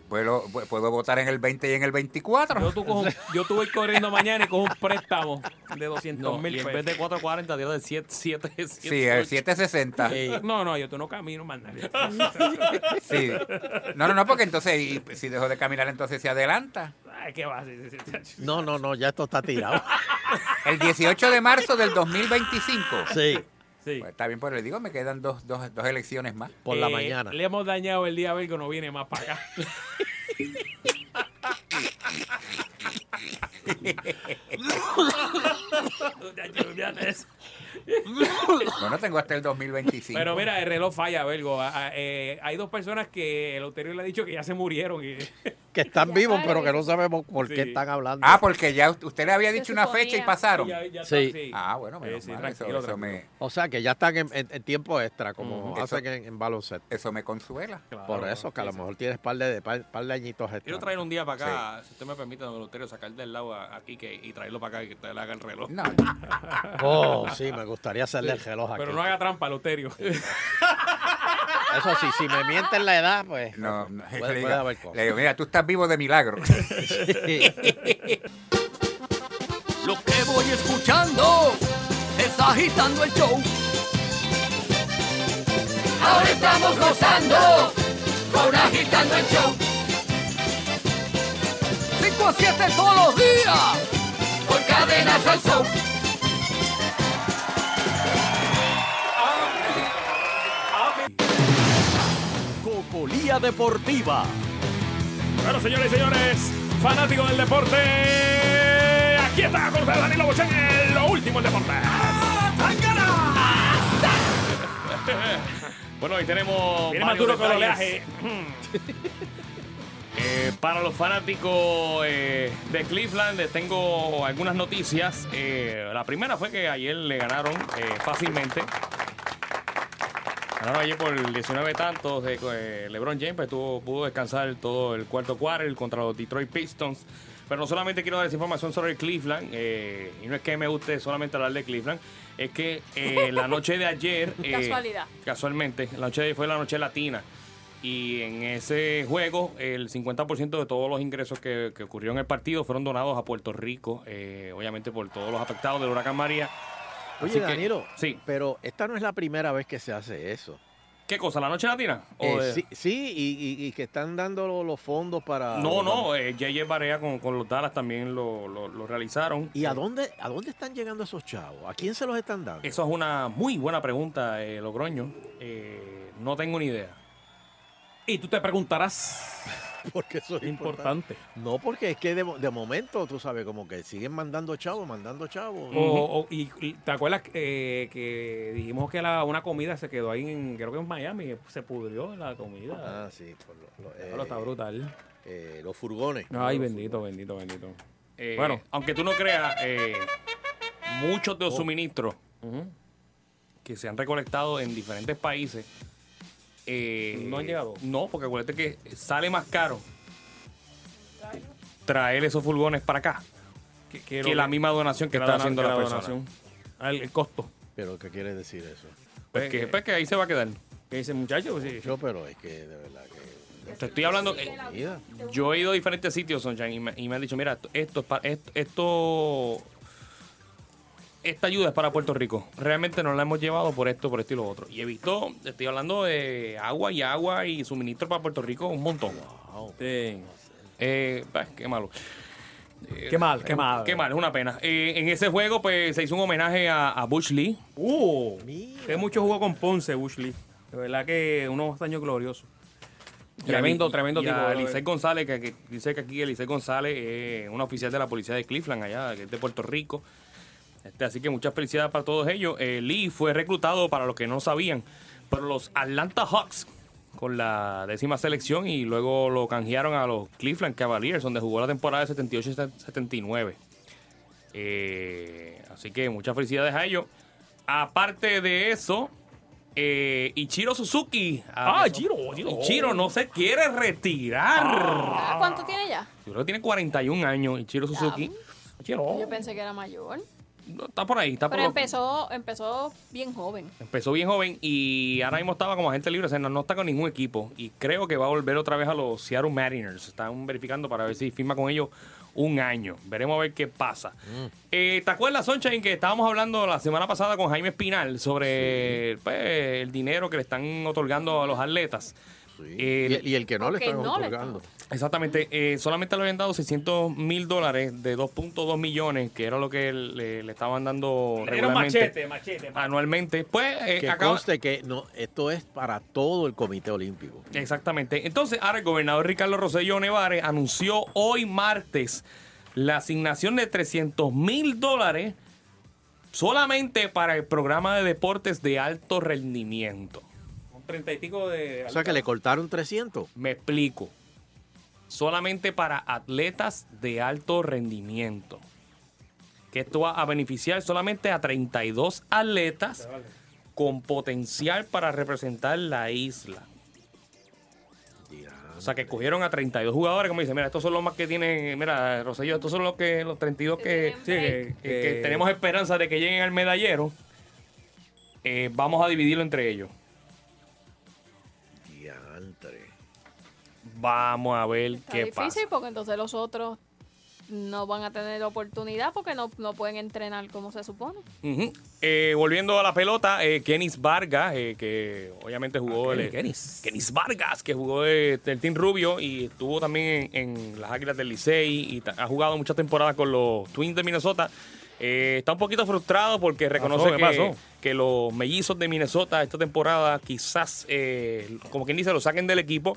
[SPEAKER 6] Puedo, puedo votar en el 20 y en el 24.
[SPEAKER 5] Yo, tú cojo- yo tuve que ir corriendo mañana y cojo un préstamo de 200
[SPEAKER 18] No,
[SPEAKER 5] mil
[SPEAKER 18] y en
[SPEAKER 5] pesos.
[SPEAKER 18] vez de 440, tira de 7, 7,
[SPEAKER 6] Sí, el 760. Sí.
[SPEAKER 5] No, no, yo tú no camino más nada.
[SPEAKER 6] Sí. No, no, no, porque entonces y si dejo de caminar, entonces se adelanta.
[SPEAKER 5] Ay, ¿Qué va? Sí, sí, sí.
[SPEAKER 4] No, no, no, ya esto está tirado.
[SPEAKER 6] *laughs* El 18 de marzo del 2025.
[SPEAKER 4] Sí.
[SPEAKER 6] Pues está bien, pues le digo, me quedan dos, dos, dos elecciones más.
[SPEAKER 5] Eh, Le hemos dañado el día a Belgo, no viene más para acá. *laughs*
[SPEAKER 6] Bueno, tengo hasta el 2025.
[SPEAKER 5] Pero mira, el reloj falla, Belgo. Ah, ah, eh, hay dos personas que el Euterio le ha dicho que ya se murieron. Y,
[SPEAKER 4] Que están vivos, pero que no sabemos por qué
[SPEAKER 5] Sí.
[SPEAKER 4] están hablando.
[SPEAKER 6] Ah, porque ya usted le había
[SPEAKER 5] Se
[SPEAKER 6] dicho una
[SPEAKER 5] suponía.
[SPEAKER 6] fecha y pasaron.
[SPEAKER 5] Ya- ya está,
[SPEAKER 4] Sí.
[SPEAKER 5] sí.
[SPEAKER 6] Ah, bueno, menos
[SPEAKER 5] Sí, sí,
[SPEAKER 6] mal, eso-
[SPEAKER 5] tranquilo,
[SPEAKER 6] eso
[SPEAKER 5] tranquilo.
[SPEAKER 6] me-
[SPEAKER 4] O sea, que ya están en, en- en tiempo extra, como
[SPEAKER 6] Ujú. Eso-
[SPEAKER 4] hacen en, en baloncesto.
[SPEAKER 6] Eso me consuela.
[SPEAKER 4] Por eso, que a lo mejor tienes par de, par, par de añitos extra.
[SPEAKER 18] Quiero traer un día para acá, si usted me permite, don Euterio, sacar del lado a, a Quique y traerlo para acá y que usted le haga el reloj.
[SPEAKER 6] No.
[SPEAKER 4] Oh, sí, me gustaría hacerle el reloj aquí.
[SPEAKER 5] *laughs* Pero no haga
[SPEAKER 4] *laughs*
[SPEAKER 5] trampa, Loterio.
[SPEAKER 4] Eso sí, si me mienten la edad, pues.
[SPEAKER 6] No, no, le,
[SPEAKER 4] Puede- puede
[SPEAKER 6] digo,
[SPEAKER 4] haber cosas.
[SPEAKER 6] le digo, mira, tú estás vivo de milagro.
[SPEAKER 4] *laughs*
[SPEAKER 6] *laughs*
[SPEAKER 1] Lo que voy escuchando es agitando el show.
[SPEAKER 3] Ahora estamos gozando con Agitando el Show. 5 a 7 todos los días por Cadenas al Show.
[SPEAKER 1] Cocolía Deportiva.
[SPEAKER 7] Bueno, señores y señores, fanático del deporte. Aquí está con ustedes Danilo Bochán, en lo último en deporte. ¡Ah, *laughs*
[SPEAKER 18] Bueno, hoy tenemos.
[SPEAKER 7] Viene más
[SPEAKER 18] varios
[SPEAKER 7] duro que el
[SPEAKER 18] detalles.
[SPEAKER 7] oleaje.
[SPEAKER 18] Eh, para los fanáticos eh, de Cleveland, les tengo algunas noticias. Eh, la primera fue que ayer le ganaron eh, fácilmente. Ganaron ayer por 19 tantos. de, eh, LeBron James pues, tuvo- pudo descansar todo el cuarto quarter contra los Detroit Pistons. Pero no solamente quiero dar esa información sobre Cleveland, eh, y no es que me guste solamente hablar de Cleveland, es que eh, la noche de ayer... eh,
[SPEAKER 15] Casualidad.
[SPEAKER 18] Casualmente, la noche de ayer fue la noche latina. Y en ese juego, el 50% de todos los ingresos que, que ocurrieron en el partido fueron donados a Puerto Rico, eh, obviamente por todos los afectados del huracán María.
[SPEAKER 4] Oye,
[SPEAKER 18] Así que-
[SPEAKER 4] Danilo,
[SPEAKER 18] sí.
[SPEAKER 4] pero esta no es la primera vez que se hace eso.
[SPEAKER 18] ¿Qué cosa? ¿La noche latina? ¿O
[SPEAKER 4] Eh,
[SPEAKER 18] de-
[SPEAKER 4] sí, Ah, sí, y, y- y que están dando lo- los fondos para...
[SPEAKER 18] No, no, eh, JJ Barea con, con los Dallas también lo, lo- lo realizaron.
[SPEAKER 4] ¿Y a dónde, a dónde están llegando esos chavos? ¿A quién se los están dando?
[SPEAKER 18] Eso es una muy buena pregunta, eh, Logroño. Eh, no tengo ni idea.
[SPEAKER 5] Y tú te preguntarás.
[SPEAKER 4] *laughs* Porque eso es
[SPEAKER 5] Importante.
[SPEAKER 4] No, porque es que de, mo- de momento, tú sabes, como que siguen mandando chavos, mandando chavos.
[SPEAKER 18] Oh,
[SPEAKER 5] O- o- y, y te acuerdas eh, que dijimos que la, una comida se quedó ahí, en, creo que en Miami, se pudrió la comida.
[SPEAKER 4] Ah, sí. Por lo, lo-
[SPEAKER 5] Diablo, está
[SPEAKER 4] eh,
[SPEAKER 5] brutal.
[SPEAKER 4] eh, los furgones.
[SPEAKER 5] Ay, bendito, bendito, bendito.
[SPEAKER 18] Eh,
[SPEAKER 5] bueno,
[SPEAKER 18] aunque tú no creas, eh, muchos
[SPEAKER 5] Oh.
[SPEAKER 18] de los suministros que se han recolectado en diferentes países eh,
[SPEAKER 5] ¿No han llegado?
[SPEAKER 18] No, porque acuérdate que sale más caro traer esos furgones para acá Pues que,
[SPEAKER 5] que, lo-
[SPEAKER 18] la misma donación que,
[SPEAKER 5] que la
[SPEAKER 18] está
[SPEAKER 5] dona-
[SPEAKER 18] haciendo
[SPEAKER 5] que
[SPEAKER 18] la,
[SPEAKER 5] la
[SPEAKER 18] persona.
[SPEAKER 5] donación. El, costo.
[SPEAKER 4] ¿Pero qué quiere decir eso?
[SPEAKER 18] Pues que, pues que ahí se va a quedar.
[SPEAKER 5] Que dice muchacho, Pues sí.
[SPEAKER 4] Yo, pero es que de verdad que...
[SPEAKER 18] Te estoy hablando. eh, yo he ido a diferentes sitios, Sunshine, y me, y me han dicho: mira, esto, esto, es pa- esto, esto- Esta ayuda es para Puerto Rico. Realmente no la hemos llevado por esto, por esto y lo otro. Y he visto, te estoy hablando de agua y agua y suministro para Puerto Rico un montón.
[SPEAKER 5] Sí.
[SPEAKER 18] Eh, bah, qué malo. Eh,
[SPEAKER 5] Qué mal, qué mal.
[SPEAKER 18] Qué mal, es una pena. Eh, en ese juego, pues se hizo un homenaje a, a Bush Lee.
[SPEAKER 5] Uh, que mucho jugó con Ponce, Bushley. De verdad que unos años gloriosos. Tremendo, tremendo
[SPEAKER 18] y
[SPEAKER 5] tipo.
[SPEAKER 18] A
[SPEAKER 5] brother.
[SPEAKER 18] Eliseo González, que, que dice que aquí Eliseo González es un oficial de la policía de Cleveland, allá, que es de Puerto Rico. Este, así que muchas felicidades para todos ellos. Eh, Lee fue reclutado, para los que no sabían, por los Atlanta Hawks con la décima selección y luego lo canjearon a los Cleveland Cavaliers, donde jugó la temporada de 78-79. Eh, así que muchas felicidades a ellos. Aparte de eso, eh, Ichiro Suzuki.
[SPEAKER 7] Ah,
[SPEAKER 18] Ichiro, oh, Ichiro. no se quiere retirar.
[SPEAKER 15] Ah, ¿Cuánto tiene ya?
[SPEAKER 18] Yo creo que tiene 41 años, Ichiro Suzuki. Ichiro.
[SPEAKER 15] Yo pensé que era mayor.
[SPEAKER 18] no, Está por ahí, está por
[SPEAKER 15] Pero
[SPEAKER 18] lo-
[SPEAKER 15] empezó, empezó bien joven.
[SPEAKER 18] Empezó bien joven y ahora mismo estaba como agente libre, o sea, no, no está con ningún equipo. Y creo que va a volver otra vez a los Seattle Mariners. Están verificando para ver si firma con ellos un año. Veremos a ver qué pasa. Eh, ¿Te acuerdas, Soncha, en que estábamos hablando la semana pasada con Jaime Espinal sobre pues, el dinero que le están otorgando a los atletas?
[SPEAKER 4] y, y el que no le
[SPEAKER 18] Ok,
[SPEAKER 4] están
[SPEAKER 18] no le
[SPEAKER 4] otorgando.
[SPEAKER 18] Exactamente, eh, solamente le habían dado 600 mil dólares de 2.2 millones, que era lo que le, le estaban dando
[SPEAKER 5] Era un
[SPEAKER 18] regularmente,
[SPEAKER 5] machete, machete.
[SPEAKER 18] anualmente. Pues eh,
[SPEAKER 4] que
[SPEAKER 18] acaba-
[SPEAKER 4] conste que no, esto es para todo el Comité Olímpico.
[SPEAKER 18] Exactamente. Entonces, ahora el gobernador Ricardo Rosselló Nevares anunció hoy martes la asignación de 300 mil dólares solamente para el programa de deportes de alto rendimiento.
[SPEAKER 5] Un treinta y pico de.
[SPEAKER 4] O sea que le cortaron 300.
[SPEAKER 18] Me explico. Solamente para atletas de alto rendimiento. Que esto va a beneficiar solamente a 32 atletas con potencial para representar la isla. O sea, que cogieron a 32 jugadores, como dicen, mira, estos son los más que tienen, mira, Rosselló, estos son los que los 32 que,
[SPEAKER 5] Sí, que-
[SPEAKER 18] que- que tenemos esperanza de que lleguen al medallero. Eh, vamos a dividirlo entre ellos.
[SPEAKER 4] Diantre.
[SPEAKER 18] Vamos a ver
[SPEAKER 15] Está
[SPEAKER 18] qué pasa.
[SPEAKER 15] difícil porque entonces los otros no van a tener oportunidad porque no, no pueden entrenar como se supone.
[SPEAKER 18] Ujú. Eh, volviendo a la pelota, eh, Kenis Vargas, eh, que obviamente jugó
[SPEAKER 5] Ah,
[SPEAKER 18] el, eh,
[SPEAKER 5] Kenny, Kenis.
[SPEAKER 18] Kenis Vargas, que jugó eh, el Team Rubio y estuvo también en, en las Águilas del Licey y ta- ha jugado muchas temporadas con los Twins de Minnesota. Eh, está un poquito frustrado porque reconoce
[SPEAKER 7] ¿Qué
[SPEAKER 18] que,
[SPEAKER 7] pasó?
[SPEAKER 18] que los mellizos de Minnesota esta temporada quizás, eh, como quien dice, lo saquen del equipo.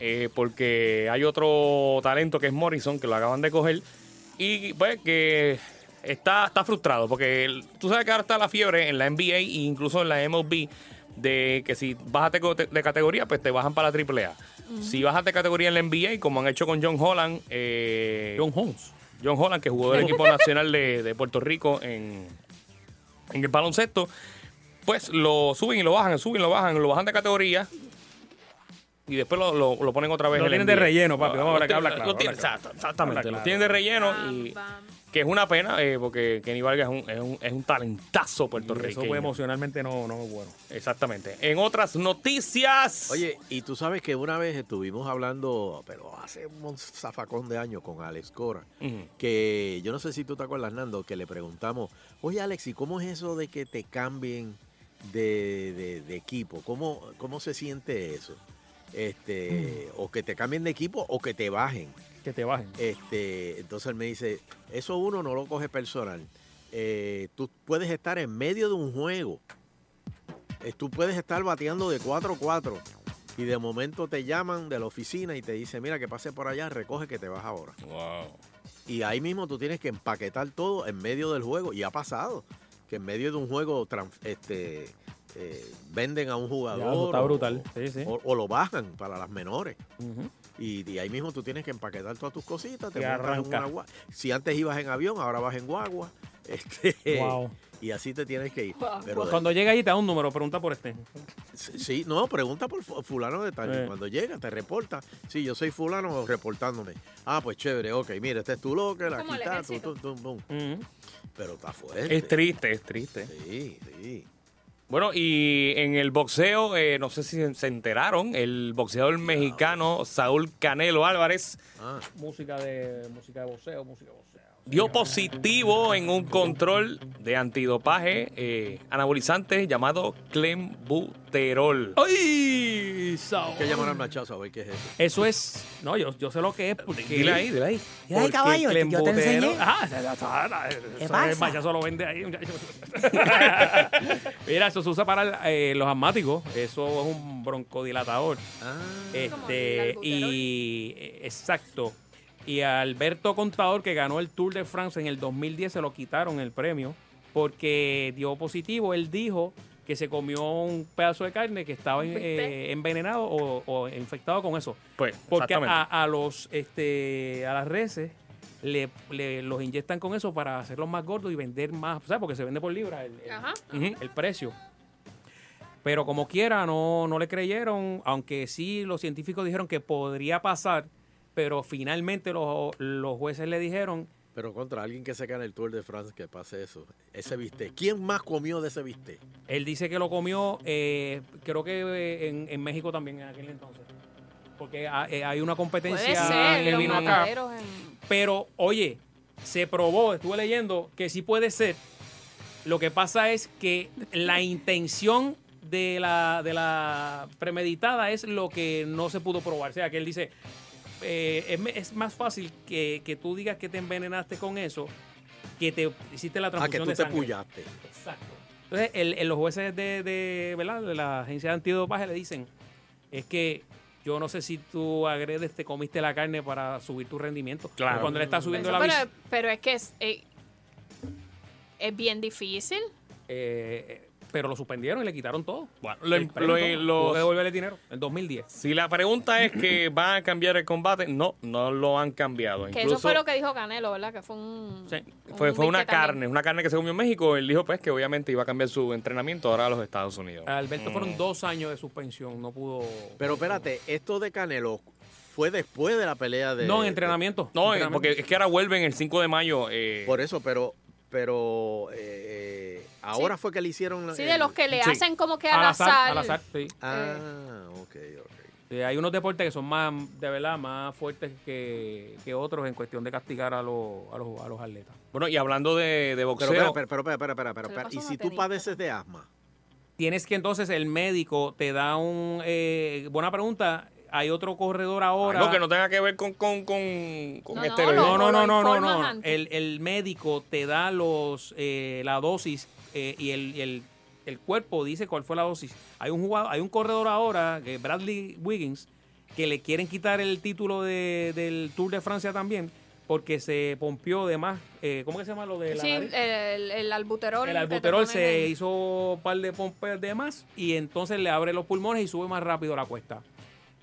[SPEAKER 18] Eh, porque hay otro talento que es Morrison, que lo acaban de coger. Y pues que está, está frustrado, porque el- tú sabes que ahora está la fiebre en la NBA e incluso en la MLB de que si bajas de, cote- de categoría, pues te bajan para la AAA.
[SPEAKER 7] Ujú.
[SPEAKER 18] Si bajas de categoría en la NBA, como han hecho con John Holland. John Holmes. John Holland, que jugó del equipo nacional de, de Puerto Rico en, en el baloncesto, pues lo suben y lo bajan, suben y lo bajan, lo bajan de categoría y después lo, lo- lo ponen otra vez.
[SPEAKER 7] Lo
[SPEAKER 18] en el
[SPEAKER 7] tienen de
[SPEAKER 18] NBA.
[SPEAKER 7] relleno, papi. Vamos a
[SPEAKER 18] Lo
[SPEAKER 7] ver,
[SPEAKER 18] tienen-
[SPEAKER 7] habla claro,
[SPEAKER 18] lo tienen-
[SPEAKER 7] habla claro.
[SPEAKER 18] exacto, exactamente.
[SPEAKER 7] Habla
[SPEAKER 18] Lo
[SPEAKER 7] claro.
[SPEAKER 18] tienen de relleno y que es una pena eh, porque Kenny Vargas es un, es un, es un talentazo puertorriqueño.
[SPEAKER 7] Eso fue emocionalmente no, no es bueno.
[SPEAKER 18] Exactamente. En otras noticias.
[SPEAKER 4] Oye, y tú sabes que una vez estuvimos hablando, pero hace un zafacón de años con Alex Cora, que yo no sé si tú te acuerdas, Nando, que le preguntamos, oye Alex, ¿y cómo es eso de que te cambien de, de- de equipo? ¿Cómo, ¿Cómo se siente eso? Este, O que te cambien de equipo o que te bajen.
[SPEAKER 7] Que te bajen.
[SPEAKER 4] Este, entonces él me dice, eso uno no lo coge personal. Eh, tú puedes estar en medio de un juego. Eh, tú puedes estar bateando de 4-4 y de momento te llaman de la oficina y te dicen, mira que pase por allá, recoge que te vas ahora. Y ahí mismo tú tienes que empaquetar todo en medio del juego. Y ha pasado que en medio de un juego tran- este, eh, venden a un jugador.
[SPEAKER 7] eso está
[SPEAKER 4] o-
[SPEAKER 7] brutal.
[SPEAKER 4] O,
[SPEAKER 7] Sí, sí.
[SPEAKER 4] o lo bajan para las menores.
[SPEAKER 7] Ujú.
[SPEAKER 4] Y, y ahí mismo tú tienes que empaquetar todas tus cositas. Te
[SPEAKER 7] Y
[SPEAKER 4] montas en
[SPEAKER 7] arranca.
[SPEAKER 4] una gua- Si antes ibas en avión, ahora vas en guagua. *laughs* Este,
[SPEAKER 7] Wow.
[SPEAKER 4] Y así te tienes que ir. Pero
[SPEAKER 7] Pues Cuando llega ahí te da un número, pregunta por este.
[SPEAKER 4] Sí, no, pregunta por fu- fulano de tal.
[SPEAKER 7] Eh.
[SPEAKER 4] Y Cuando llega, te reporta. Sí, yo soy fulano reportándome. Ah, pues chévere, ok, mira, este es tu locker,
[SPEAKER 7] Como
[SPEAKER 4] aquí
[SPEAKER 7] el
[SPEAKER 4] está.
[SPEAKER 7] ejército.
[SPEAKER 4] tum, tum, tum, tum. Pero está fuerte.
[SPEAKER 18] Es triste, es triste.
[SPEAKER 4] Sí, sí.
[SPEAKER 18] Bueno, y en el boxeo, eh, no sé si se enteraron, el boxeador mexicano Saúl Canelo Álvarez
[SPEAKER 4] Ah.
[SPEAKER 7] Música de música de boxeo, música de boxeo.
[SPEAKER 18] dio positivo en un control de antidopaje eh, anabolizante llamado clenbuterol.
[SPEAKER 7] ¡Ay! Saúl.
[SPEAKER 4] Hay que llamar al machazo a ver qué es eso.
[SPEAKER 7] Eso es. No, yo, yo sé lo que es. Porque,
[SPEAKER 18] Dile ahí, dile ahí.
[SPEAKER 7] Porque
[SPEAKER 18] Ay, caballo,
[SPEAKER 7] Clem
[SPEAKER 18] yo te
[SPEAKER 7] Botero-
[SPEAKER 18] enseñé.
[SPEAKER 7] Ah, ya, ya, ya, ya,
[SPEAKER 18] ¿Qué
[SPEAKER 7] eso
[SPEAKER 18] pasa?
[SPEAKER 7] es machazo, lo vende ahí. muchacho.
[SPEAKER 18] *laughs*
[SPEAKER 7] Mira, eso se usa para eh, los asmáticos. Eso es un broncodilatador.
[SPEAKER 18] Ah.
[SPEAKER 5] Como el
[SPEAKER 7] Este,
[SPEAKER 5] albuterol.
[SPEAKER 7] y eh, exacto. Y a Alberto Contador, que ganó el Tour de France en el 2010, se lo quitaron el premio porque dio positivo. Él dijo que se comió un pedazo de carne que estaba
[SPEAKER 5] Un bistec.
[SPEAKER 7] eh, envenenado o, o infectado con eso.
[SPEAKER 18] Pues,
[SPEAKER 7] Porque a,
[SPEAKER 18] exactamente.
[SPEAKER 7] a los este a las reses le, le- los inyectan con eso para hacerlos más gordos y vender más, ¿sabes? Porque se vende por libra el, el-
[SPEAKER 15] Ajá.
[SPEAKER 7] el precio.
[SPEAKER 5] Pero como quiera, no, no le creyeron, aunque sí los científicos dijeron que podría pasar, pero finalmente los, los jueces le dijeron
[SPEAKER 4] Pero contra alguien que se gane el Tour de France que pase eso. Ese bistec. ¿Quién más comió de ese bistec?
[SPEAKER 5] Él dice que lo comió, eh, creo que eh, en, en México también en aquel entonces. Porque ha- eh, hay una competencia
[SPEAKER 15] Puede ser,
[SPEAKER 5] en el
[SPEAKER 15] los
[SPEAKER 5] vino acá.
[SPEAKER 15] mataderos en-
[SPEAKER 5] Pero, oye, se probó, estuve leyendo, que sí puede ser. Lo que pasa es que la intención de la, de la premeditada es lo que no se pudo probar. O sea, que él dice, eh, es, me- es más fácil que, que tú digas que te envenenaste con eso que te hiciste la
[SPEAKER 4] Ah, que
[SPEAKER 5] transfusión
[SPEAKER 4] tú
[SPEAKER 5] de
[SPEAKER 4] te
[SPEAKER 5] sangre.
[SPEAKER 4] pullaste.
[SPEAKER 5] Exacto. Entonces, el- el- los jueces de, de, ¿verdad? de la agencia de antidopaje le dicen, es que yo no sé si tú agredes, te comiste la carne para subir tu rendimiento.
[SPEAKER 18] Claro.
[SPEAKER 5] Cuando le estás subiendo la
[SPEAKER 15] pero,
[SPEAKER 5] bici-
[SPEAKER 15] pero es que es, eh, es bien difícil.
[SPEAKER 5] eh, eh, pero lo suspendieron y le quitaron todo.
[SPEAKER 18] Bueno, lo-
[SPEAKER 5] El premio
[SPEAKER 18] lo-
[SPEAKER 5] y todo.
[SPEAKER 18] los-
[SPEAKER 5] Tuvo que devolverle el dinero en 2010.
[SPEAKER 18] Si la pregunta es que van a cambiar el combate, no, no lo han cambiado.
[SPEAKER 15] Que eso
[SPEAKER 18] Incluso
[SPEAKER 15] fue lo que dijo Canelo, ¿verdad? Que fue un...
[SPEAKER 18] Sí, fue,
[SPEAKER 15] un
[SPEAKER 18] fue una
[SPEAKER 15] bistec también.
[SPEAKER 18] carne, una carne que se comió en México. Él dijo pues que obviamente iba a cambiar su entrenamiento ahora a los Estados Unidos.
[SPEAKER 5] Alberto,
[SPEAKER 18] Mm.
[SPEAKER 5] fueron dos años de suspensión, no pudo...
[SPEAKER 4] Pero espérate, esto de Canelo fue después de la pelea de.
[SPEAKER 5] No, en entrenamiento.
[SPEAKER 18] No, eh,
[SPEAKER 5] Entrenamiento.
[SPEAKER 18] porque es que ahora vuelven el 5 de mayo. eh.
[SPEAKER 4] Por eso, pero pero eh, eh, ahora
[SPEAKER 15] Sí.
[SPEAKER 4] fue que le hicieron. eh, la-
[SPEAKER 15] Sí, de los que le
[SPEAKER 5] eh, Sí.
[SPEAKER 15] hacen como que
[SPEAKER 5] Al
[SPEAKER 15] al
[SPEAKER 5] azar,
[SPEAKER 15] azar.
[SPEAKER 5] al azar, sí.
[SPEAKER 4] Ah, ok, ok.
[SPEAKER 5] Sí, hay unos deportes que son más, de verdad, más fuertes que, que otros en cuestión de castigar a los, a los, a los atletas.
[SPEAKER 18] Bueno, y hablando de, de boxeo.
[SPEAKER 4] Pero espera, espera, espera, espera, espera, espera,
[SPEAKER 5] Se le
[SPEAKER 4] espera.
[SPEAKER 5] pasó
[SPEAKER 4] Y
[SPEAKER 5] una
[SPEAKER 4] si tú
[SPEAKER 5] tenista.
[SPEAKER 4] padeces de asma,
[SPEAKER 5] Tienes que entonces el médico te da un... eh, buena pregunta. Hay otro corredor ahora...
[SPEAKER 18] Algo que Ah, no tenga que ver con, con, con, con este
[SPEAKER 5] No,
[SPEAKER 18] esteroides.
[SPEAKER 5] no, no, no, no, no, no. El, el médico te da los eh, la dosis eh, y el, y el- el cuerpo dice cuál fue la dosis. Hay un jugador, hay un corredor ahora, que es Bradley Wiggins, que le quieren quitar el título de- del Tour de Francia también porque se pompió de más. eh, ¿Cómo que se llama lo de la
[SPEAKER 15] Sí,
[SPEAKER 5] nariz?
[SPEAKER 15] el, el albuterol.
[SPEAKER 5] El
[SPEAKER 15] que te
[SPEAKER 5] albuterol
[SPEAKER 15] ponen
[SPEAKER 5] se
[SPEAKER 15] en-
[SPEAKER 5] hizo un par de pompas de más y entonces le abre los pulmones y sube más rápido la cuesta.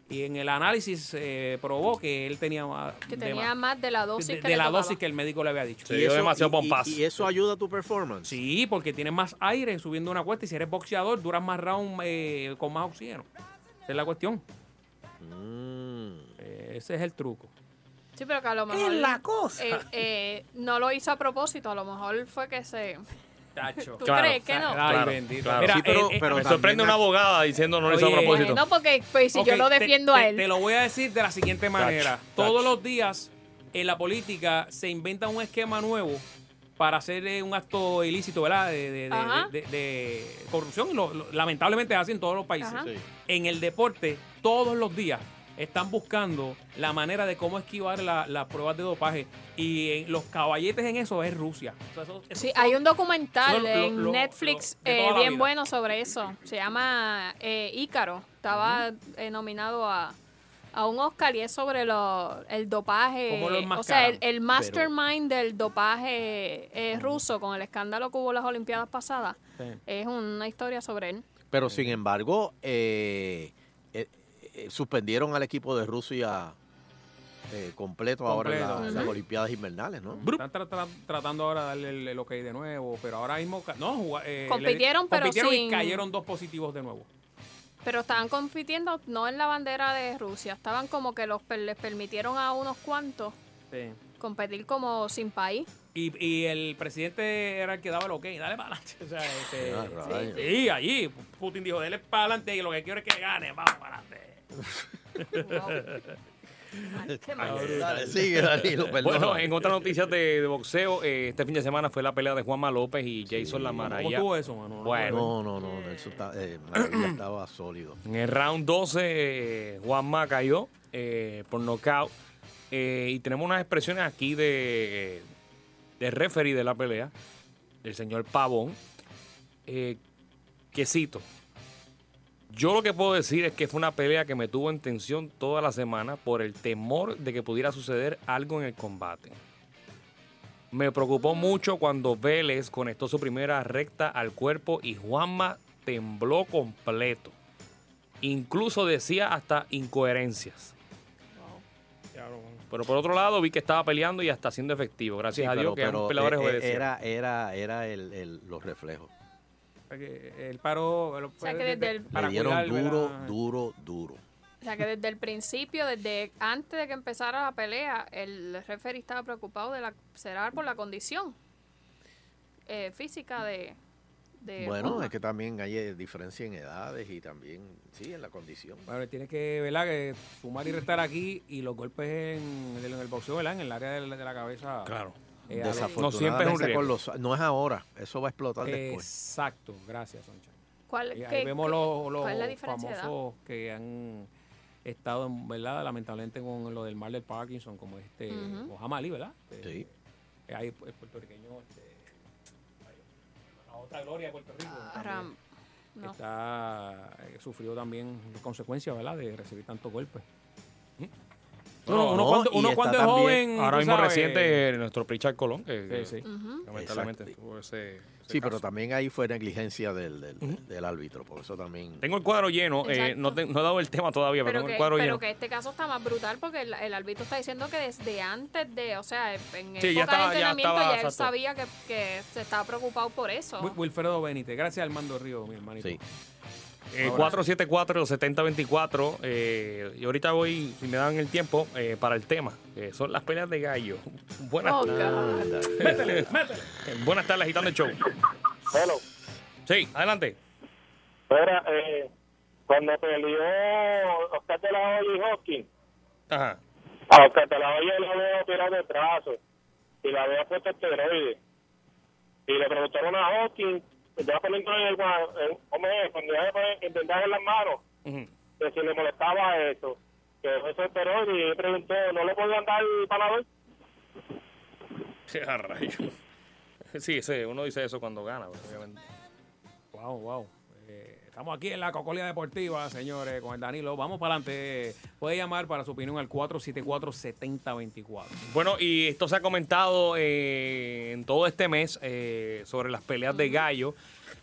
[SPEAKER 5] Y en el análisis eh, probó que él tenía más.
[SPEAKER 15] Que
[SPEAKER 5] de
[SPEAKER 15] tenía
[SPEAKER 5] más.
[SPEAKER 15] más de la dosis
[SPEAKER 5] de,
[SPEAKER 15] que
[SPEAKER 5] de
[SPEAKER 15] le
[SPEAKER 5] la
[SPEAKER 15] tocaba.
[SPEAKER 5] dosis que el médico le había dicho.
[SPEAKER 4] Se Y dio eso- demasiado y- y- pompas. y eso ayuda a tu performance.
[SPEAKER 5] Sí, porque tienes más aire subiendo una cuesta y si eres boxeador duras más round eh, con más oxígeno. Esa es la cuestión.
[SPEAKER 4] Mm.
[SPEAKER 5] Eh, ese es el truco.
[SPEAKER 15] Sí, pero que a lo mejor...
[SPEAKER 5] Es la cosa.
[SPEAKER 15] eh, eh, no lo hizo a propósito, a lo mejor fue que se...
[SPEAKER 5] Tacho.
[SPEAKER 15] *laughs* ¿Tú crees que no?
[SPEAKER 18] Claro,
[SPEAKER 5] Ay, bendito.
[SPEAKER 18] claro.
[SPEAKER 5] Mira,
[SPEAKER 18] Sí, pero-
[SPEAKER 5] eh, eh,
[SPEAKER 18] me sorprende una abogada diciendo no lo hizo a
[SPEAKER 5] Oye,
[SPEAKER 18] propósito.
[SPEAKER 15] No, porque pues, si
[SPEAKER 5] Ok,
[SPEAKER 15] yo lo
[SPEAKER 5] te-
[SPEAKER 15] defiendo
[SPEAKER 5] te-
[SPEAKER 15] a él.
[SPEAKER 5] Te lo voy a decir de la siguiente manera.
[SPEAKER 18] Tacho,
[SPEAKER 5] Todos
[SPEAKER 18] tacho.
[SPEAKER 5] los días en la política se inventa un esquema nuevo para hacer eh, un acto ilícito, ¿verdad? De, de- de-
[SPEAKER 18] Ajá.
[SPEAKER 5] de- de corrupción. y lo- lo- lamentablemente hacen todos los países.
[SPEAKER 18] Ajá. Sí.
[SPEAKER 5] En el deporte, todos los días están buscando la manera de cómo esquivar la- las pruebas de dopaje. Y en- los caballetes en eso es Rusia. O sea, eso- eso-
[SPEAKER 15] Sí, hay un documental
[SPEAKER 5] Lo- lo-
[SPEAKER 15] en
[SPEAKER 5] lo-
[SPEAKER 15] Netflix
[SPEAKER 5] lo- de
[SPEAKER 15] eh,
[SPEAKER 5] toda la
[SPEAKER 15] bien
[SPEAKER 5] vida.
[SPEAKER 15] bueno sobre eso. Se llama eh, Ícaro. Estaba eh, nominado a, a un Oscar y es sobre lo- el dopaje.
[SPEAKER 5] Cómo lo
[SPEAKER 15] O sea, el,
[SPEAKER 5] enmascaran.
[SPEAKER 15] el mastermind del dopaje eh, ruso con el escándalo que hubo en las Olimpiadas pasadas. Es una historia sobre él.
[SPEAKER 4] pero sin embargo, eh, eh, eh, suspendieron al equipo de Rusia eh, completo, ahora en la-
[SPEAKER 5] Completo.
[SPEAKER 4] en las
[SPEAKER 5] Ujú.
[SPEAKER 4] Olimpiadas Invernales, ¿no?
[SPEAKER 5] Están tra- tra- tratando ahora de darle el, el ok de nuevo, pero ahora mismo. ca- No, jugá- eh,
[SPEAKER 15] Compitieron,
[SPEAKER 5] le-
[SPEAKER 15] pero
[SPEAKER 5] compitieron y
[SPEAKER 15] sin-
[SPEAKER 5] cayeron dos positivos de nuevo.
[SPEAKER 15] Pero estaban compitiendo no en la bandera de Rusia. Estaban como que los per- les permitieron a unos cuantos competir como sin país.
[SPEAKER 5] Y, y el presidente era el que daba el ok, dale para adelante. O sea, este,
[SPEAKER 4] Ah, rayos.
[SPEAKER 5] sí, sí, allí Putin dijo, dale para adelante y lo que quiero es que gane, vamos para
[SPEAKER 4] *laughs*
[SPEAKER 5] adelante.
[SPEAKER 4] Dale, sigue,
[SPEAKER 18] *laughs*
[SPEAKER 4] Danilo, perdón.
[SPEAKER 18] Bueno, en otras noticias de, de boxeo, eh, este fin de semana fue la pelea de Juanma López y Jason Lamara.
[SPEAKER 5] ¿Cómo
[SPEAKER 18] Ya-
[SPEAKER 5] estuvo eso, mano? No
[SPEAKER 18] Bueno,
[SPEAKER 4] No, no, no, no, eso está, eh,
[SPEAKER 5] *clears throat*
[SPEAKER 4] Maravilla estaba sólido.
[SPEAKER 18] En el round 12, eh, Juanma cayó eh, por knockout. Eh, y tenemos unas expresiones aquí de, de referee de la pelea, del señor Pavón. Eh, que cito. Yo lo que puedo decir es que fue una pelea que me tuvo en tensión toda la semana por el temor de que pudiera suceder algo en el combate. Me preocupó mucho cuando Vélez conectó su primera recta al cuerpo y Juanma tembló completo. Incluso decía hasta incoherencias. Pero por otro lado, vi que estaba peleando y hasta siendo efectivo. Gracias
[SPEAKER 4] Sí,
[SPEAKER 18] a
[SPEAKER 4] pero-
[SPEAKER 18] Dios
[SPEAKER 4] e,
[SPEAKER 18] que eran
[SPEAKER 4] pero
[SPEAKER 18] peleadores
[SPEAKER 4] e- e-
[SPEAKER 18] obedecidos.
[SPEAKER 4] Era, era, era el, el- los reflejos.
[SPEAKER 5] el paro
[SPEAKER 15] O sea, que desde el-
[SPEAKER 4] Le
[SPEAKER 5] para
[SPEAKER 4] dieron
[SPEAKER 5] cuidar,
[SPEAKER 4] duro,
[SPEAKER 5] ¿verdad?
[SPEAKER 4] duro, duro.
[SPEAKER 15] O sea que desde el principio, desde antes de que empezara la pelea, el referee estaba preocupado de la será por la condición eh, física de,
[SPEAKER 5] Eh,
[SPEAKER 15] de
[SPEAKER 5] oh.
[SPEAKER 4] Bueno,
[SPEAKER 15] Juanma.
[SPEAKER 4] es que también hay eh, diferencia en edades y también, sí, en la condición.
[SPEAKER 5] Bueno, tiene que, ¿verdad? Que sumar y restar aquí y los golpes en, en el boxeo, ¿verdad? En el área de la, de la cabeza.
[SPEAKER 4] Claro.
[SPEAKER 5] eh, a los-
[SPEAKER 4] Desafortunadamente con los- pues. no es ahora, eso va a explotar después.
[SPEAKER 5] Exacto, gracias, Soncha.
[SPEAKER 15] ¿Cuál-
[SPEAKER 5] Y Eh, ahí
[SPEAKER 15] qué-
[SPEAKER 5] vemos
[SPEAKER 15] qué-
[SPEAKER 5] los, los
[SPEAKER 15] cuál es la diferencia de edad?
[SPEAKER 5] famosos que han estado, en- ¿verdad? Lamentablemente con lo del mal del Parkinson, como este
[SPEAKER 15] Ujú.
[SPEAKER 5] Muhammad Ali, ¿verdad? Este, eh,
[SPEAKER 4] Sí.
[SPEAKER 5] Ahí el puertorriqueño, este, ay, la otra gloria de Puerto Rico.
[SPEAKER 15] Ah,
[SPEAKER 5] también,
[SPEAKER 15] Ram- no.
[SPEAKER 5] Está, eh, sufrió también las consecuencias, ¿verdad? De recibir tantos golpes. ¿Mm?
[SPEAKER 18] No, no, uno cuando, uno cuando es joven. Ahora
[SPEAKER 5] tú
[SPEAKER 18] mismo
[SPEAKER 5] sabes,
[SPEAKER 18] reciente, eh, nuestro Richard Colón. Que,
[SPEAKER 5] Sí, sí.
[SPEAKER 18] que
[SPEAKER 15] Ujú.
[SPEAKER 18] Eh, Lamentablemente
[SPEAKER 4] Exacto.
[SPEAKER 18] tuvo ese. ese
[SPEAKER 4] Sí, pero
[SPEAKER 18] caso.
[SPEAKER 4] también ahí fue negligencia del, del, del árbitro, por eso también...
[SPEAKER 18] Tengo el cuadro lleno. eh,
[SPEAKER 15] Exacto.
[SPEAKER 18] no, te- no he dado el tema todavía, pero,
[SPEAKER 15] Pero,
[SPEAKER 18] tengo
[SPEAKER 15] que,
[SPEAKER 18] el cuadro
[SPEAKER 15] pero
[SPEAKER 18] lleno.
[SPEAKER 15] que este caso está más brutal porque el, el árbitro está diciendo que desde antes de, o sea, en
[SPEAKER 5] Sí, ya
[SPEAKER 15] época
[SPEAKER 5] estaba- ya
[SPEAKER 15] de entrenamiento
[SPEAKER 5] estaba,
[SPEAKER 15] ya, él
[SPEAKER 5] exacto.
[SPEAKER 15] sabía que, que se estaba preocupado por eso.
[SPEAKER 5] Wil- Wilfredo Benítez. Gracias, Armando Río, mi hermanito. Sí.
[SPEAKER 18] Eh, 474-7024. eh, y ahorita voy, si me dan el tiempo, eh, para el tema. que son las peleas de gallo. *laughs* Buenas
[SPEAKER 15] Oh,
[SPEAKER 18] *laughs* tardes.
[SPEAKER 15] God.
[SPEAKER 18] Métele, métele. Eh, Buenas tardes, agitando el show.
[SPEAKER 21] Hello.
[SPEAKER 18] Sí, adelante.
[SPEAKER 21] Mira, eh, cuando peleó Oscar de la Hoya y Hawking,
[SPEAKER 18] Ajá.
[SPEAKER 21] a Oscar de la Hoya lo veo tirado de brazo y la veo puesta esteroide. Y le preguntaron a Hawking, ya poniendo en el gua- en- hombre, cuando ya se intentaba en las manos, que si le molestaba eso, que fue ese esteroide, y él preguntó, ¿no le podían dar para la vez?
[SPEAKER 18] A rayos. Sí, sí, uno dice eso cuando gana, pues, obviamente.
[SPEAKER 5] Wow, wow. Eh, estamos aquí en la Cocolia Deportiva, señores, con el Danilo. Vamos para adelante. Puede llamar para su opinión al 474-7024.
[SPEAKER 18] Bueno, y esto se ha comentado eh, en todo este mes eh, sobre las peleas de gallo.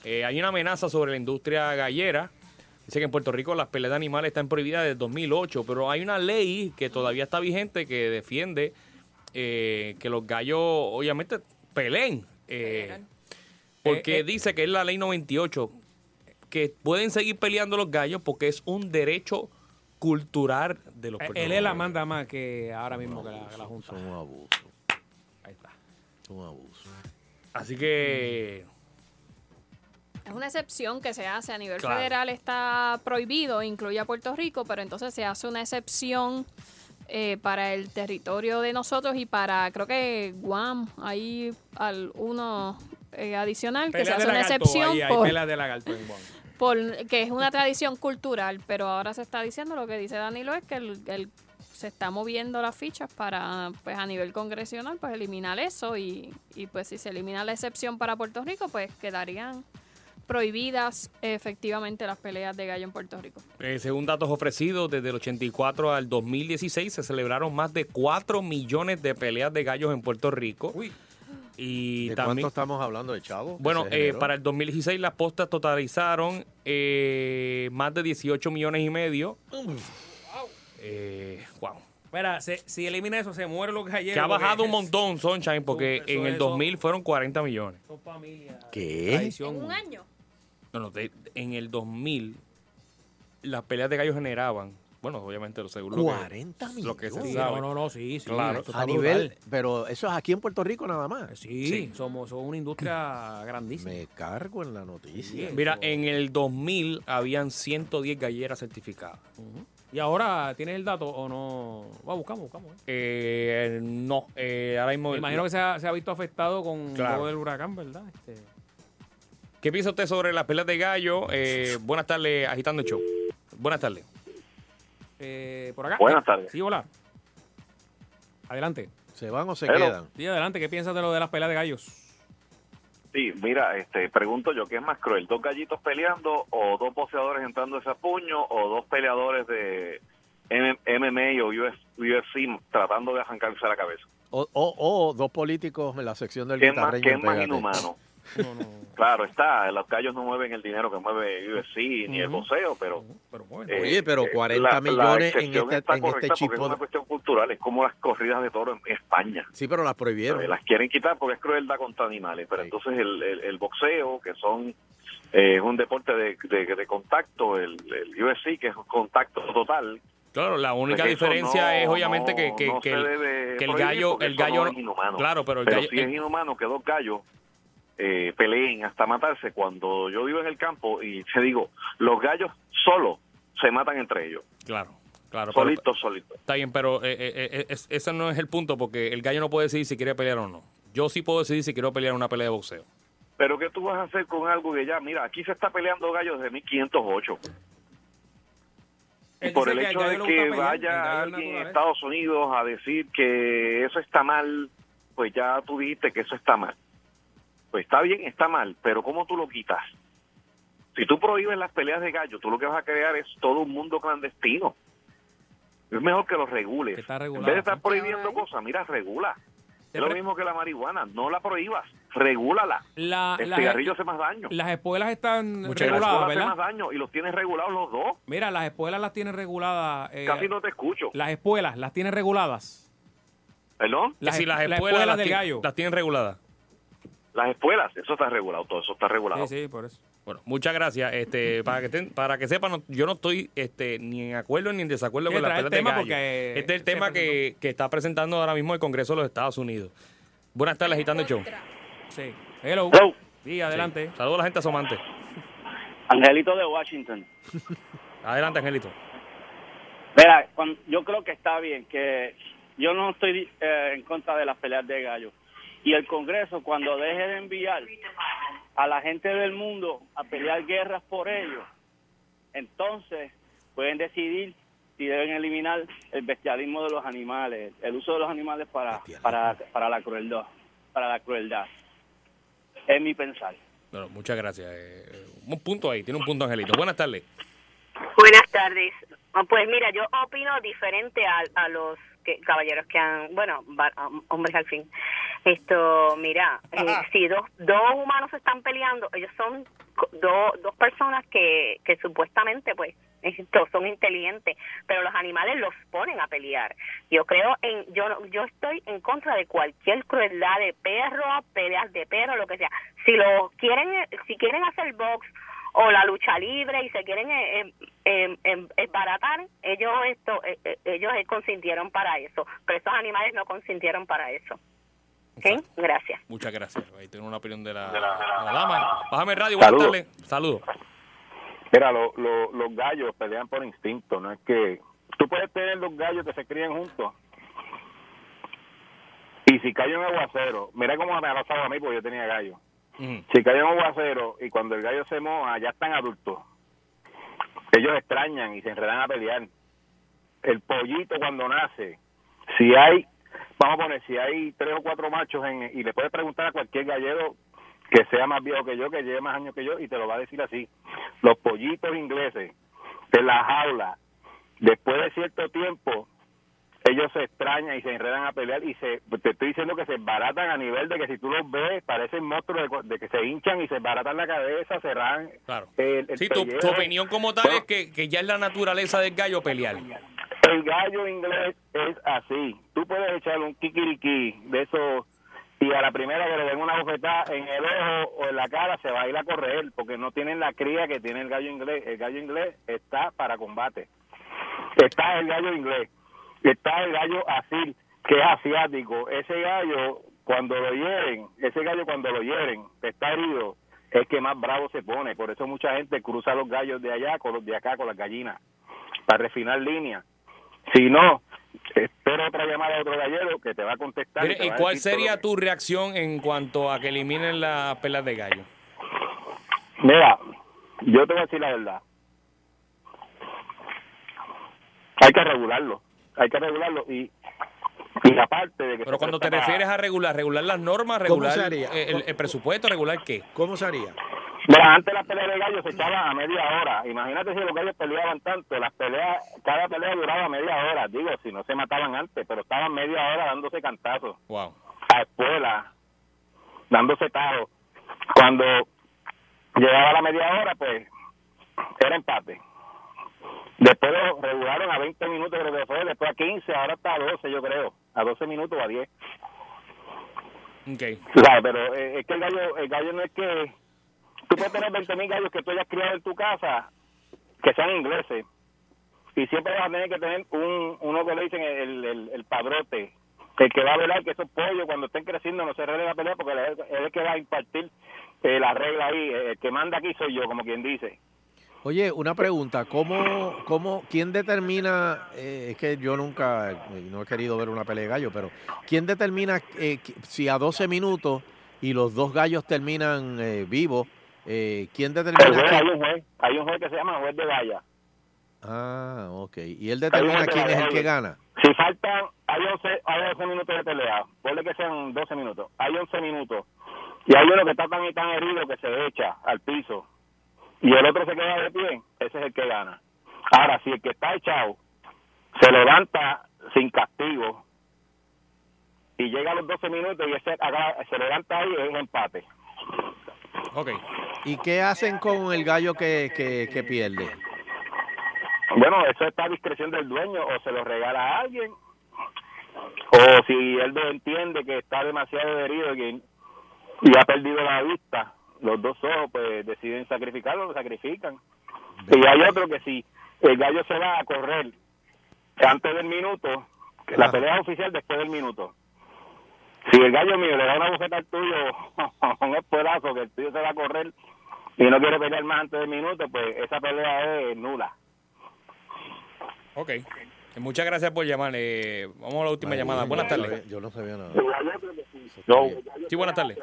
[SPEAKER 18] Eh, hay una amenaza sobre la industria gallera. Dice que en Puerto Rico las peleas de animales están prohibidas desde 2008, pero hay una ley que todavía está vigente que defiende eh, que los gallos, obviamente, peleen. eh, porque dice que es la ley 98, que pueden seguir peleando los gallos porque es un derecho cultural de los
[SPEAKER 5] Eh,
[SPEAKER 18] puertorriqueños.
[SPEAKER 5] Él es la manda más que ahora mismo que la, que la Junta.
[SPEAKER 4] Un abuso.
[SPEAKER 5] Ahí está.
[SPEAKER 4] Un abuso.
[SPEAKER 18] Así que
[SPEAKER 15] Es una excepción que se hace a nivel
[SPEAKER 18] Claro.
[SPEAKER 15] federal, está prohibido, incluye a Puerto Rico, pero entonces se hace una excepción eh, para el territorio de nosotros y para, creo que Guam, hay al uno eh, adicional que se
[SPEAKER 5] Pelea
[SPEAKER 15] hace
[SPEAKER 5] de
[SPEAKER 15] una
[SPEAKER 5] lagarto,
[SPEAKER 15] excepción
[SPEAKER 5] ahí hay
[SPEAKER 15] por,
[SPEAKER 5] pelea de lagarto en Guam.
[SPEAKER 18] *laughs*
[SPEAKER 15] por- que es una tradición cultural, pero ahora se está diciendo lo que dice Danilo es que el, el- se está moviendo las fichas para, pues a nivel congresional, pues eliminar eso y, y pues si se elimina la excepción para Puerto Rico, pues quedarían prohibidas efectivamente las peleas de gallo en Puerto Rico.
[SPEAKER 18] Eh, según datos ofrecidos, desde el 84 al 2016 se celebraron más de 4 millones de peleas de gallos en Puerto Rico. Y
[SPEAKER 4] ¿De
[SPEAKER 18] también,
[SPEAKER 4] cuánto estamos hablando de chavo? que
[SPEAKER 18] bueno,
[SPEAKER 4] se
[SPEAKER 18] eh,
[SPEAKER 4] generó?
[SPEAKER 18] para el 2016 las postas totalizaron eh, más de 18 millones y medio. Eh, wow.
[SPEAKER 5] Mira, se- si elimina eso, se muere los galleros.
[SPEAKER 18] Que ha
[SPEAKER 5] porque
[SPEAKER 18] bajado un montón, Sunshine, porque
[SPEAKER 5] Eso-
[SPEAKER 18] en el
[SPEAKER 5] eso-
[SPEAKER 18] 2000 fueron 40 millones.
[SPEAKER 5] Son familias.
[SPEAKER 18] ¿Qué?
[SPEAKER 15] año?
[SPEAKER 18] No, no, de- en el 2000 las peleas de gallos generaban, bueno, obviamente lo seguro. que-
[SPEAKER 4] 40
[SPEAKER 18] Lo que se
[SPEAKER 4] millones.
[SPEAKER 18] sabe.
[SPEAKER 5] No, no, no, sí, sí.
[SPEAKER 18] Claro.
[SPEAKER 5] eso está
[SPEAKER 4] A nivel,
[SPEAKER 5] brutal.
[SPEAKER 4] pero eso es aquí en Puerto Rico nada más.
[SPEAKER 5] Sí, Somos, somos una
[SPEAKER 4] *clears throat*
[SPEAKER 5] industria grandísima.
[SPEAKER 4] Me cargo en la noticia.
[SPEAKER 18] Mira, en el 2000 habían 110 galleras certificadas.
[SPEAKER 5] ¿Y ahora tienes el dato o no? Va, buscamos, buscamos. eh.
[SPEAKER 18] Eh, no, eh, ahora mismo.
[SPEAKER 5] Me imagino que se ha, se ha visto afectado con
[SPEAKER 18] Claro.
[SPEAKER 5] todo el huracán, ¿verdad? Este,
[SPEAKER 18] ¿Qué piensa usted sobre las peleas de gallo? Eh, buenas tardes, agitando el show. Buenas tardes.
[SPEAKER 5] eh, por acá.
[SPEAKER 18] Buenas
[SPEAKER 5] Eh,
[SPEAKER 18] tardes.
[SPEAKER 5] Sí, hola. Adelante.
[SPEAKER 4] ¿Se van o se
[SPEAKER 5] Hello.
[SPEAKER 4] quedan?
[SPEAKER 5] Sí, adelante. ¿Qué piensas de lo de las peleas de gallos?
[SPEAKER 13] Sí, mira, este, pregunto yo, ¿qué es más cruel? ¿Dos gallitos peleando o dos boxeadores entrando ese puño o dos peleadores de M- MMA o US UFC tratando de arrancarse la cabeza?
[SPEAKER 4] O, o- o dos políticos en la sección del
[SPEAKER 13] ¿Qué es más,
[SPEAKER 4] guitarreño.
[SPEAKER 13] qué es más
[SPEAKER 4] Pégate.
[SPEAKER 13] inhumano? Claro, está, los gallos no mueven el dinero que mueve UFC ni el boxeo, pero... eh,
[SPEAKER 4] Oye, pero 40
[SPEAKER 13] la- la
[SPEAKER 4] millones en
[SPEAKER 13] excepción
[SPEAKER 4] este-
[SPEAKER 13] está
[SPEAKER 4] en este
[SPEAKER 13] correcta porque
[SPEAKER 4] chipo
[SPEAKER 13] Es una
[SPEAKER 4] de-
[SPEAKER 13] cuestión cultural, es como las corridas de toro en España.
[SPEAKER 4] Sí, pero las prohibieron.
[SPEAKER 13] Eh, las quieren quitar porque es crueldad contra animales, pero entonces el, el- el boxeo, que son Eh, es un deporte de, de- de contacto, el, el UFC, que es un contacto total.
[SPEAKER 18] Claro, la única
[SPEAKER 13] Pues eso
[SPEAKER 18] diferencia
[SPEAKER 13] no-
[SPEAKER 18] es obviamente que,
[SPEAKER 13] no-
[SPEAKER 18] que-
[SPEAKER 13] no
[SPEAKER 18] que
[SPEAKER 13] se
[SPEAKER 18] el,
[SPEAKER 13] debe
[SPEAKER 18] que el
[SPEAKER 13] prohibir
[SPEAKER 18] gallo,
[SPEAKER 13] porque
[SPEAKER 18] el
[SPEAKER 13] eso no
[SPEAKER 18] gallo,
[SPEAKER 13] es inhumano.
[SPEAKER 18] claro, pero el
[SPEAKER 13] Pero
[SPEAKER 18] gallo,
[SPEAKER 13] sí es inhumano que dos gallos eh, peleen hasta matarse. Cuando yo vivo en el campo y te digo, los gallos solos se matan entre ellos.
[SPEAKER 18] claro, claro, pero-
[SPEAKER 13] solitos, solitos.
[SPEAKER 18] está bien, pero eh, eh, eh, es- ese no es el punto porque el gallo no puede decidir si quiere pelear o no. Yo sí puedo decidir si quiero pelear en una pelea de boxeo.
[SPEAKER 13] Pero ¿qué tú vas a hacer con algo que ya, mira, aquí se está peleando gallos desde 1508? Y por el
[SPEAKER 22] dice que
[SPEAKER 13] hecho
[SPEAKER 22] al
[SPEAKER 13] de
[SPEAKER 22] gallo le
[SPEAKER 13] que
[SPEAKER 22] gusta pelear, el gallo
[SPEAKER 13] vaya
[SPEAKER 22] es ¿eh?
[SPEAKER 13] alguien en
[SPEAKER 22] naturaleza.
[SPEAKER 13] Estados Unidos a decir que eso está mal, pues ya tú dijiste que eso está mal. Pues está bien, está mal, pero ¿cómo tú lo quitas? Si tú prohíbes las peleas de gallos, tú lo que vas a crear es todo un mundo clandestino. Es mejor que lo regules. en vez de estar prohibiendo cosas, mira, regula.
[SPEAKER 5] ¿eh?
[SPEAKER 13] Es lo mismo que la marihuana, no la prohíbas, regúlala.
[SPEAKER 5] La-
[SPEAKER 13] el
[SPEAKER 5] las-
[SPEAKER 13] cigarrillo hace más daño.
[SPEAKER 5] Las espuelas están
[SPEAKER 13] El alcohol
[SPEAKER 5] reguladas,
[SPEAKER 13] hace
[SPEAKER 5] ¿verdad?
[SPEAKER 13] más daño y los tienes regulados los dos.
[SPEAKER 5] Mira, las espuelas las tienen reguladas. eh,
[SPEAKER 13] Casi no te escucho.
[SPEAKER 5] Las espuelas las tienen reguladas.
[SPEAKER 13] ¿Perdón?
[SPEAKER 5] Las si las es- las espuelas espuelas las del ti- gallo.
[SPEAKER 18] las tienen reguladas.
[SPEAKER 13] Las espuelas, eso está regulado, todo eso está regulado.
[SPEAKER 5] Sí, sí, por eso.
[SPEAKER 18] Bueno, muchas gracias. Este, para que estén- para que sepan, no- yo no estoy este, ni en acuerdo ni en desacuerdo
[SPEAKER 5] Sí,
[SPEAKER 18] con la
[SPEAKER 5] trae el
[SPEAKER 18] pelea de
[SPEAKER 5] tema
[SPEAKER 18] gallo.
[SPEAKER 5] porque
[SPEAKER 18] este es el tema que, que está presentando ahora mismo el Congreso de los Estados Unidos. Buenas tardes, agitando el show.
[SPEAKER 5] Sí. Hello.
[SPEAKER 18] Sí, adelante. Saludos a la gente asomante.
[SPEAKER 9] Angelito de Washington.
[SPEAKER 18] Adelante, Angelito.
[SPEAKER 9] Mira, cuan- yo creo que está bien, que yo no estoy eh, en contra de las peleas de gallo. Y el Congreso, cuando deje de enviar a la gente del mundo a pelear guerras por ellos, entonces pueden decidir si deben eliminar el bestialismo de los animales, el uso de los animales para, para, para la crueldad. Para la crueldad. Es mi pensar.
[SPEAKER 18] Bueno, muchas gracias. Eh, un punto ahí, tiene un punto, Angelito. Buenas tardes.
[SPEAKER 23] Buenas tardes. Ah, Pues mira, yo opino diferente a, a los que- caballeros que han, bueno, va- hom- hombres al fin. Esto, mira, eh, si dos, dos humanos se están peleando, ellos son co- do- dos personas que, que supuestamente, pues, *laughs* esto, son inteligentes, pero los animales los ponen a pelear. Yo creo en, yo no- yo estoy en contra de cualquier crueldad de perro, peleas de perro, lo que sea. Si lo quieren, eh, si quieren hacer box o la lucha libre y se quieren eh, em- em- em- embaratar, ellos esto, eh, eh, ellos eh, consintieron para eso, pero esos animales no consintieron para eso. ¿Ok? Gracias.
[SPEAKER 18] Muchas gracias. Ahí tengo una opinión de la, de la dama. Bájame el radio, buenas
[SPEAKER 10] Saludos.
[SPEAKER 18] tardes. Saludos.
[SPEAKER 10] Mira, lo- lo- los gallos pelean por instinto, no es que... Tú puedes tener dos gallos que se crían juntos. Y si cae un aguacero, mira cómo me arrasaba a mí porque yo tenía gallos. Si cae un aguacero y cuando el gallo se moja, ya están adultos. Ellos extrañan y se enredan a pelear. El pollito cuando nace, si hay, vamos a poner, si hay tres o cuatro machos en, y le puedes preguntar a cualquier gallero que sea más viejo que yo, que lleve más años que yo, y te lo va a decir así. Los pollitos ingleses de la jaula, después de cierto tiempo, ellos se extrañan y se enredan a pelear y se, te estoy diciendo que se baratan a nivel de que si tú los ves parecen monstruos de, cu- de que se hinchan y se baratan la cabeza, se rajan
[SPEAKER 18] Claro.
[SPEAKER 10] el, el
[SPEAKER 18] Sí, tu, tu
[SPEAKER 10] pellejo.
[SPEAKER 18] opinión como tal es que, que ya es la naturaleza del gallo pelear.
[SPEAKER 10] El gallo inglés es así. Tú puedes echar un kikiriki de esos y a la primera que le den una bofetada en el ojo o en la cara se va a ir a correr porque no tienen la cría que tiene el gallo inglés. El gallo inglés está para combate. Está el gallo inglés. Está el gallo asil, que es asiático. Ese gallo, cuando lo hieren, ese gallo cuando lo hieren, que está herido, es que más bravo se pone. Por eso mucha gente cruza los gallos de allá con los de acá, con las gallinas, para refinar líneas. Si no, espero otra llamada de otro gallero que te va a contestar.
[SPEAKER 18] Mire,
[SPEAKER 10] te
[SPEAKER 18] ¿Y
[SPEAKER 10] va a
[SPEAKER 18] cuál
[SPEAKER 10] decir todo
[SPEAKER 18] sería tu reacción en cuanto a que eliminen las pelas de gallo?
[SPEAKER 10] lo- Mira, yo te voy a decir la verdad. Hay que regularlo. Hay que regularlo. Y, y aparte de que.
[SPEAKER 18] Pero cuando te
[SPEAKER 10] para-
[SPEAKER 18] refieres a regular, regular las normas,
[SPEAKER 10] ¿Cómo
[SPEAKER 18] regular
[SPEAKER 10] se haría?
[SPEAKER 18] eh, El, el presupuesto, regular qué?
[SPEAKER 4] ¿Cómo se haría?
[SPEAKER 10] Mira, antes las peleas de gallos se echaban a media hora. Imagínate si los gallos peleaban tanto. Las peleas, cada pelea duraba media hora. Digo, si no se mataban antes, pero estaban media hora dándose cantazos.
[SPEAKER 18] Wow.
[SPEAKER 10] A espuela, dándose taros. Cuando llegaba la media hora, pues era empate. Después lo regularon a 20 minutos, creo que fue, después a 15, ahora está a 12, yo creo. A 12 minutos o a 10.
[SPEAKER 18] Ok.
[SPEAKER 10] Claro, pero eh, es que el gallo, el gallo no es que Tú puedes tener 20 mil gallos que tú hayas criado en tu casa, que sean ingleses, y siempre vas a tener que tener un, uno que le dicen el, el, el padrote, el que va a velar que esos pollos cuando estén creciendo no se relen la pelea, porque él es el que va a impartir eh, la regla ahí. El que manda aquí soy yo, como quien dice.
[SPEAKER 4] Oye, una pregunta, ¿cómo, cómo, quién determina, eh, es que yo nunca, eh, no he querido ver una pelea de gallo, pero ¿quién determina eh, qui- si a 12 minutos y los dos gallos terminan eh, vivos, eh, ¿quién
[SPEAKER 10] El
[SPEAKER 4] determina?
[SPEAKER 10] juez, hay
[SPEAKER 4] que-
[SPEAKER 10] un juez, hay un juez que se llama juez de Gaya.
[SPEAKER 4] Ah, ok, y él
[SPEAKER 10] Hay
[SPEAKER 4] determina
[SPEAKER 10] un
[SPEAKER 4] quién es el que
[SPEAKER 10] juez.
[SPEAKER 4] gana.
[SPEAKER 10] Si faltan, hay 11, hay 11 minutos de pelea, ponle que sean 12 minutos, hay 11 minutos, y hay uno que está tan y tan herido que se echa al piso, y el otro se queda de pie, ese es el que gana. Ahora, si el que está echado se levanta sin castigo y llega a los 12 minutos y ese acaba- se levanta ahí, es un empate.
[SPEAKER 18] Ok.
[SPEAKER 4] ¿Y qué hacen con el gallo que, que, que pierde?
[SPEAKER 10] Bueno, eso está a discreción del dueño, o se lo regala a alguien,
[SPEAKER 2] Oh,
[SPEAKER 10] o si él no entiende que está demasiado herido y, que- y ha perdido la vista, los dos ojos, pues deciden sacrificarlo, lo sacrifican. Y hay otro que si el gallo se va a correr antes del minuto, que la pelea es oficial después del minuto. Si el gallo mío le da una bofeta al tuyo, *laughs* un esperazo que el tuyo se va a correr y no quiere pelear más antes del minuto, pues esa pelea es nula.
[SPEAKER 18] Ok. Muchas gracias por llamar. eh, vamos a la última llamada. Buenas tardes.
[SPEAKER 4] Yo no sabía nada.
[SPEAKER 18] Sí, buenas tardes.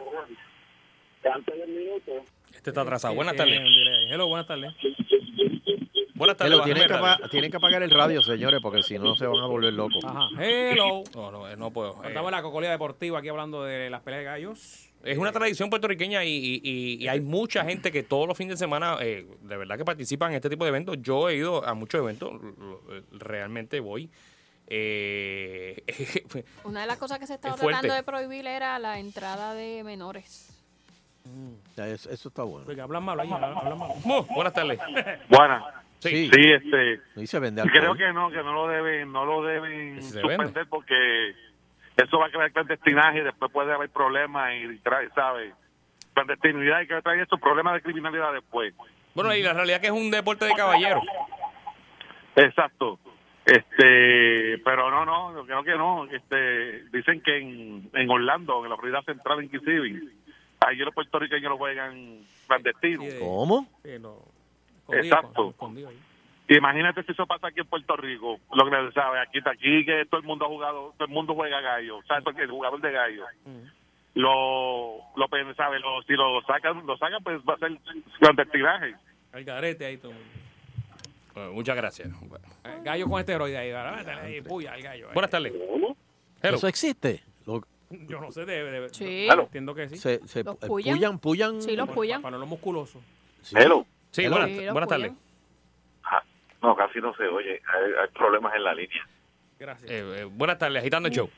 [SPEAKER 18] Este está atrasado.
[SPEAKER 4] Eh,
[SPEAKER 18] Buenas
[SPEAKER 5] Tiene
[SPEAKER 18] tardes.
[SPEAKER 5] un delay. Eh, Hello, buenas tardes.
[SPEAKER 18] Buenas tardes.
[SPEAKER 4] Hello,
[SPEAKER 18] bájame
[SPEAKER 4] tienen, que
[SPEAKER 18] el radio.
[SPEAKER 4] apa- tienen que apagar el radio, señores, porque si no se van a volver locos.
[SPEAKER 18] *laughs*
[SPEAKER 5] Hello.
[SPEAKER 18] No, no, eh, no puedo. Eh,
[SPEAKER 5] Estamos en la cocolía deportiva aquí hablando de las peleas de gallos.
[SPEAKER 18] Es una tradición puertorriqueña y, y- y- y hay mucha gente que todos los fines de semana eh, de verdad que participan en este tipo de eventos. Yo he ido a muchos eventos, l- l- realmente voy. Eh, *laughs*
[SPEAKER 15] Una de las cosas que se estaba
[SPEAKER 18] Es fuerte.
[SPEAKER 15] tratando de prohibir era la entrada de menores.
[SPEAKER 4] Ya, Eso, eso está bueno.
[SPEAKER 5] Porque hablan mal ahí, hablan mal.
[SPEAKER 18] Mu, buenas tardes.
[SPEAKER 2] Buenas.
[SPEAKER 4] Sí,
[SPEAKER 2] Sí, este.
[SPEAKER 4] Y se vende
[SPEAKER 2] Creo
[SPEAKER 4] alcohol.
[SPEAKER 2] que no, que no lo deben, no lo deben
[SPEAKER 4] se vende.
[SPEAKER 2] suspender porque eso va a crear clandestinaje y después puede haber problemas y trae, ¿sabes? Clandestinidad y que trae esos problemas de criminalidad después.
[SPEAKER 18] Bueno, y la realidad que es un deporte de caballero.
[SPEAKER 2] Exacto. Este, pero no, no, yo creo que no. Este, dicen que en, en Orlando, en la Florida Central, en Kissimmee, ahí los puertorriqueños lo juegan clandestino.
[SPEAKER 4] ¿Cómo?
[SPEAKER 5] Sí, eh, no. Escondido,
[SPEAKER 2] Exacto.
[SPEAKER 5] escondido ahí.
[SPEAKER 2] Imagínate si eso pasa aquí en Puerto Rico, lo que se sabe, aquí aquí que todo el mundo ha jugado, todo el mundo juega gallo, o sea, eso que el jugador de gallo. Lo lo pen- sabe, lo- si lo sacan, lo sacan pues va a ser clandestinaje.
[SPEAKER 5] Al garete ahí todo.
[SPEAKER 18] Bueno, muchas gracias. Bueno.
[SPEAKER 5] Eh, Gallo con esteroide ahí. ahora, ahí, puya, el gallo. eh. ahí.
[SPEAKER 18] Buenas tardes.
[SPEAKER 4] ¿Eso existe? Lo-
[SPEAKER 5] *laughs* Yo no sé, debe, debe.
[SPEAKER 15] Sí.
[SPEAKER 5] Claro. Entiendo que sí.
[SPEAKER 4] Se- se- Los eh, puyan. puyan, puyan. Sí, los
[SPEAKER 5] Pa-
[SPEAKER 4] puyan.
[SPEAKER 5] Para, los musculosos.
[SPEAKER 4] Sí. Hello.
[SPEAKER 18] Sí,
[SPEAKER 4] Hello.
[SPEAKER 18] buenas- Sí, los buenas tardes.
[SPEAKER 2] Ah,
[SPEAKER 13] No, casi no se oye. Hay, hay problemas en la línea.
[SPEAKER 5] Gracias.
[SPEAKER 18] Eh, eh, buenas tardes, agitando el show.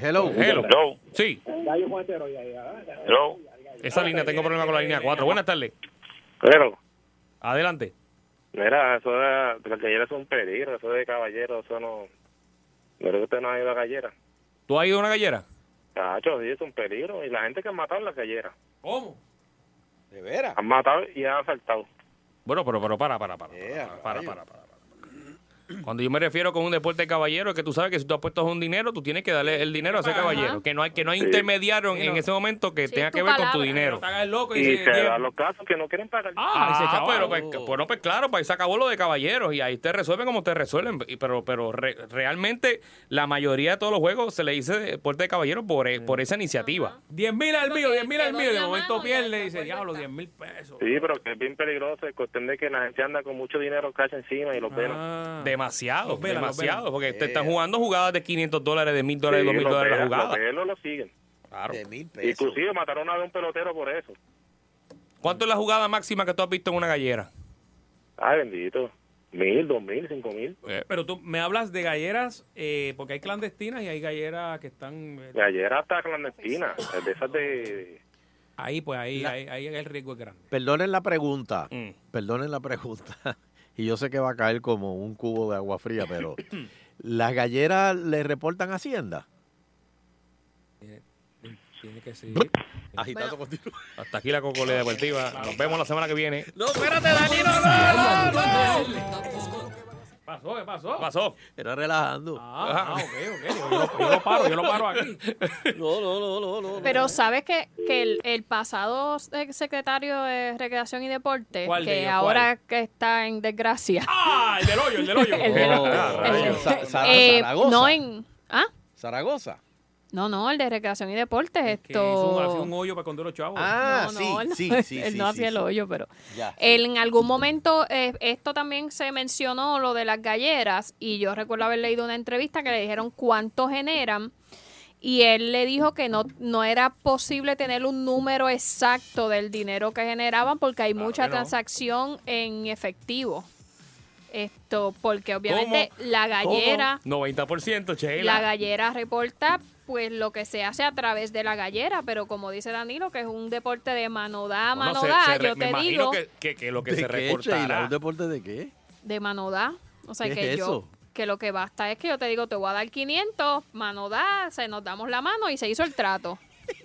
[SPEAKER 4] Hello.
[SPEAKER 18] Hello. Sí,
[SPEAKER 10] Gallo con esteroides ahí,
[SPEAKER 18] Hello. esa línea, tengo problema con la línea 4. Buenas tardes.
[SPEAKER 21] Pero,
[SPEAKER 18] Adelante.
[SPEAKER 21] mira, eso de de las galleras es un peligro, eso de caballero, eso no. No creo que usted no ha ido a gallera.
[SPEAKER 18] ¿Tú has ido a una gallera?
[SPEAKER 21] Cacho, sí, es un peligro. Y la gente que han matado en las galleras.
[SPEAKER 5] ¿Cómo?
[SPEAKER 4] ¿De veras?
[SPEAKER 21] Han matado y han asaltado.
[SPEAKER 18] Bueno, pero, pero para, para, para. Para, para, para, para, para. Cuando yo me refiero con un deporte de caballero, es que tú sabes que si tú apuestas un dinero, tú tienes que darle el dinero a ese caballero. Que no hay, que no hay
[SPEAKER 21] Sí.
[SPEAKER 18] intermediario en,
[SPEAKER 21] Sí, no.
[SPEAKER 18] en ese momento que
[SPEAKER 21] Sí,
[SPEAKER 18] tenga
[SPEAKER 21] tu
[SPEAKER 18] que ver con tu
[SPEAKER 21] palabra.
[SPEAKER 18] dinero.
[SPEAKER 5] Te hagas el loco y,
[SPEAKER 21] Y
[SPEAKER 5] dice,
[SPEAKER 21] se
[SPEAKER 5] "Diez".
[SPEAKER 21] dan los casos que no quieren pagar.
[SPEAKER 18] Ah, pero pues, que- bueno, pues claro, pues ahí se acabó lo de caballeros y ahí te resuelven como te resuelven. Y- Pero, pero re- realmente la mayoría de todos los juegos se le dice deporte de caballeros por, e- por esa iniciativa.
[SPEAKER 5] 10 mil al mío, 10 mil al mío. Y de momento pierde y dice,
[SPEAKER 21] vuelta.
[SPEAKER 5] diablo, 10 mil pesos.
[SPEAKER 21] Sí, pero que es bien peligroso. Es cuestión de que la gente anda con mucho dinero cash encima y
[SPEAKER 18] Ah,
[SPEAKER 21] los ven.
[SPEAKER 5] Ah.
[SPEAKER 18] Demasiado,
[SPEAKER 21] Los velan, los
[SPEAKER 18] demasiado.
[SPEAKER 21] velan.
[SPEAKER 18] Porque te
[SPEAKER 21] Eh.
[SPEAKER 18] están jugando jugadas de 500 dólares, de 1000 dólares, de 2000 dólares la jugada.
[SPEAKER 21] Los lo siguen.
[SPEAKER 18] Claro.
[SPEAKER 21] Inclusive mataron a un pelotero por eso.
[SPEAKER 18] ¿Cuánto es la jugada máxima que tú has visto en una gallera?
[SPEAKER 21] Ay, bendito. Mil, dos mil, cinco mil.
[SPEAKER 18] Eh.
[SPEAKER 5] Pero tú me hablas de galleras, eh, porque hay clandestinas y hay galleras que están... eh,
[SPEAKER 21] Gallera hasta clandestina. De esas de...
[SPEAKER 5] Ahí, pues ahí, ahí, ahí el riesgo es grande.
[SPEAKER 4] Perdonen la pregunta. Perdonen la pregunta. *laughs* Y yo sé que va a caer como un cubo de agua fría,
[SPEAKER 5] *laughs* *clears throat*
[SPEAKER 4] pero ¿las galleras le reportan a Hacienda?
[SPEAKER 5] Tiene que ser.
[SPEAKER 4] Agitando contigo.
[SPEAKER 18] Hasta aquí la cocolea deportiva. Nos vemos la semana que viene.
[SPEAKER 4] No, espérate, Danilo, no, no, no.
[SPEAKER 5] Pasó, ¿qué pasó?
[SPEAKER 18] Pasó.
[SPEAKER 4] Era relajando.
[SPEAKER 5] Ah, ah, ok, ok. Yo, lo- yo lo paro, yo lo paro aquí.
[SPEAKER 4] No, no, no, no, no.
[SPEAKER 15] Pero sabes que, que el, el pasado eh, secretario de Recreación y Deporte,
[SPEAKER 4] ¿Cuál de
[SPEAKER 15] que
[SPEAKER 4] ellos?
[SPEAKER 15] ahora que está en desgracia.
[SPEAKER 5] ¡Ah! El del hoyo, el del hoyo.
[SPEAKER 15] El del hoyo.
[SPEAKER 4] Ah, rayos. Sa- Sa-
[SPEAKER 15] Eh,
[SPEAKER 4] Zaragoza.
[SPEAKER 15] no en. ¿Ah?
[SPEAKER 4] Zaragoza.
[SPEAKER 15] No, no, el de Recreación y Deportes. Esto.
[SPEAKER 5] Que hizo un, hacía un hoyo para esconder los chavos.
[SPEAKER 15] Ah, No, no, sí, él no- sí, *laughs* sí, él sí, no sí, hacía el sí. hoyo, pero-
[SPEAKER 5] Ya.
[SPEAKER 15] Él, en algún momento, eh, esto también se mencionó, lo de las galleras, y yo recuerdo haber leído una entrevista que le dijeron cuánto generan, y él le dijo que no, no era posible tener un número exacto del dinero que generaban porque hay mucha
[SPEAKER 8] que no.
[SPEAKER 15] transacción en efectivo. Esto, porque obviamente la gallera...
[SPEAKER 18] ¿Cómo? 90%, Sheila.
[SPEAKER 15] La gallera reporta pues lo que se hace a través de la gallera, pero como dice Danilo, que es un deporte de mano da,
[SPEAKER 18] Bueno,
[SPEAKER 15] mano
[SPEAKER 18] se-
[SPEAKER 15] da,
[SPEAKER 18] se re-
[SPEAKER 15] yo
[SPEAKER 18] me
[SPEAKER 15] te digo,
[SPEAKER 18] imagino que, que- que lo que
[SPEAKER 4] ¿De
[SPEAKER 18] se
[SPEAKER 4] qué,
[SPEAKER 18] reportará.
[SPEAKER 4] Sheila? ¿Un deporte de qué?
[SPEAKER 15] de mano da. O sea,
[SPEAKER 4] ¿Qué
[SPEAKER 15] que
[SPEAKER 4] es
[SPEAKER 15] yo,
[SPEAKER 4] eso?
[SPEAKER 15] que lo que basta es que yo te digo, te voy a dar 500, mano da, se nos damos la mano y se hizo el
[SPEAKER 18] *laughs*
[SPEAKER 15] trato.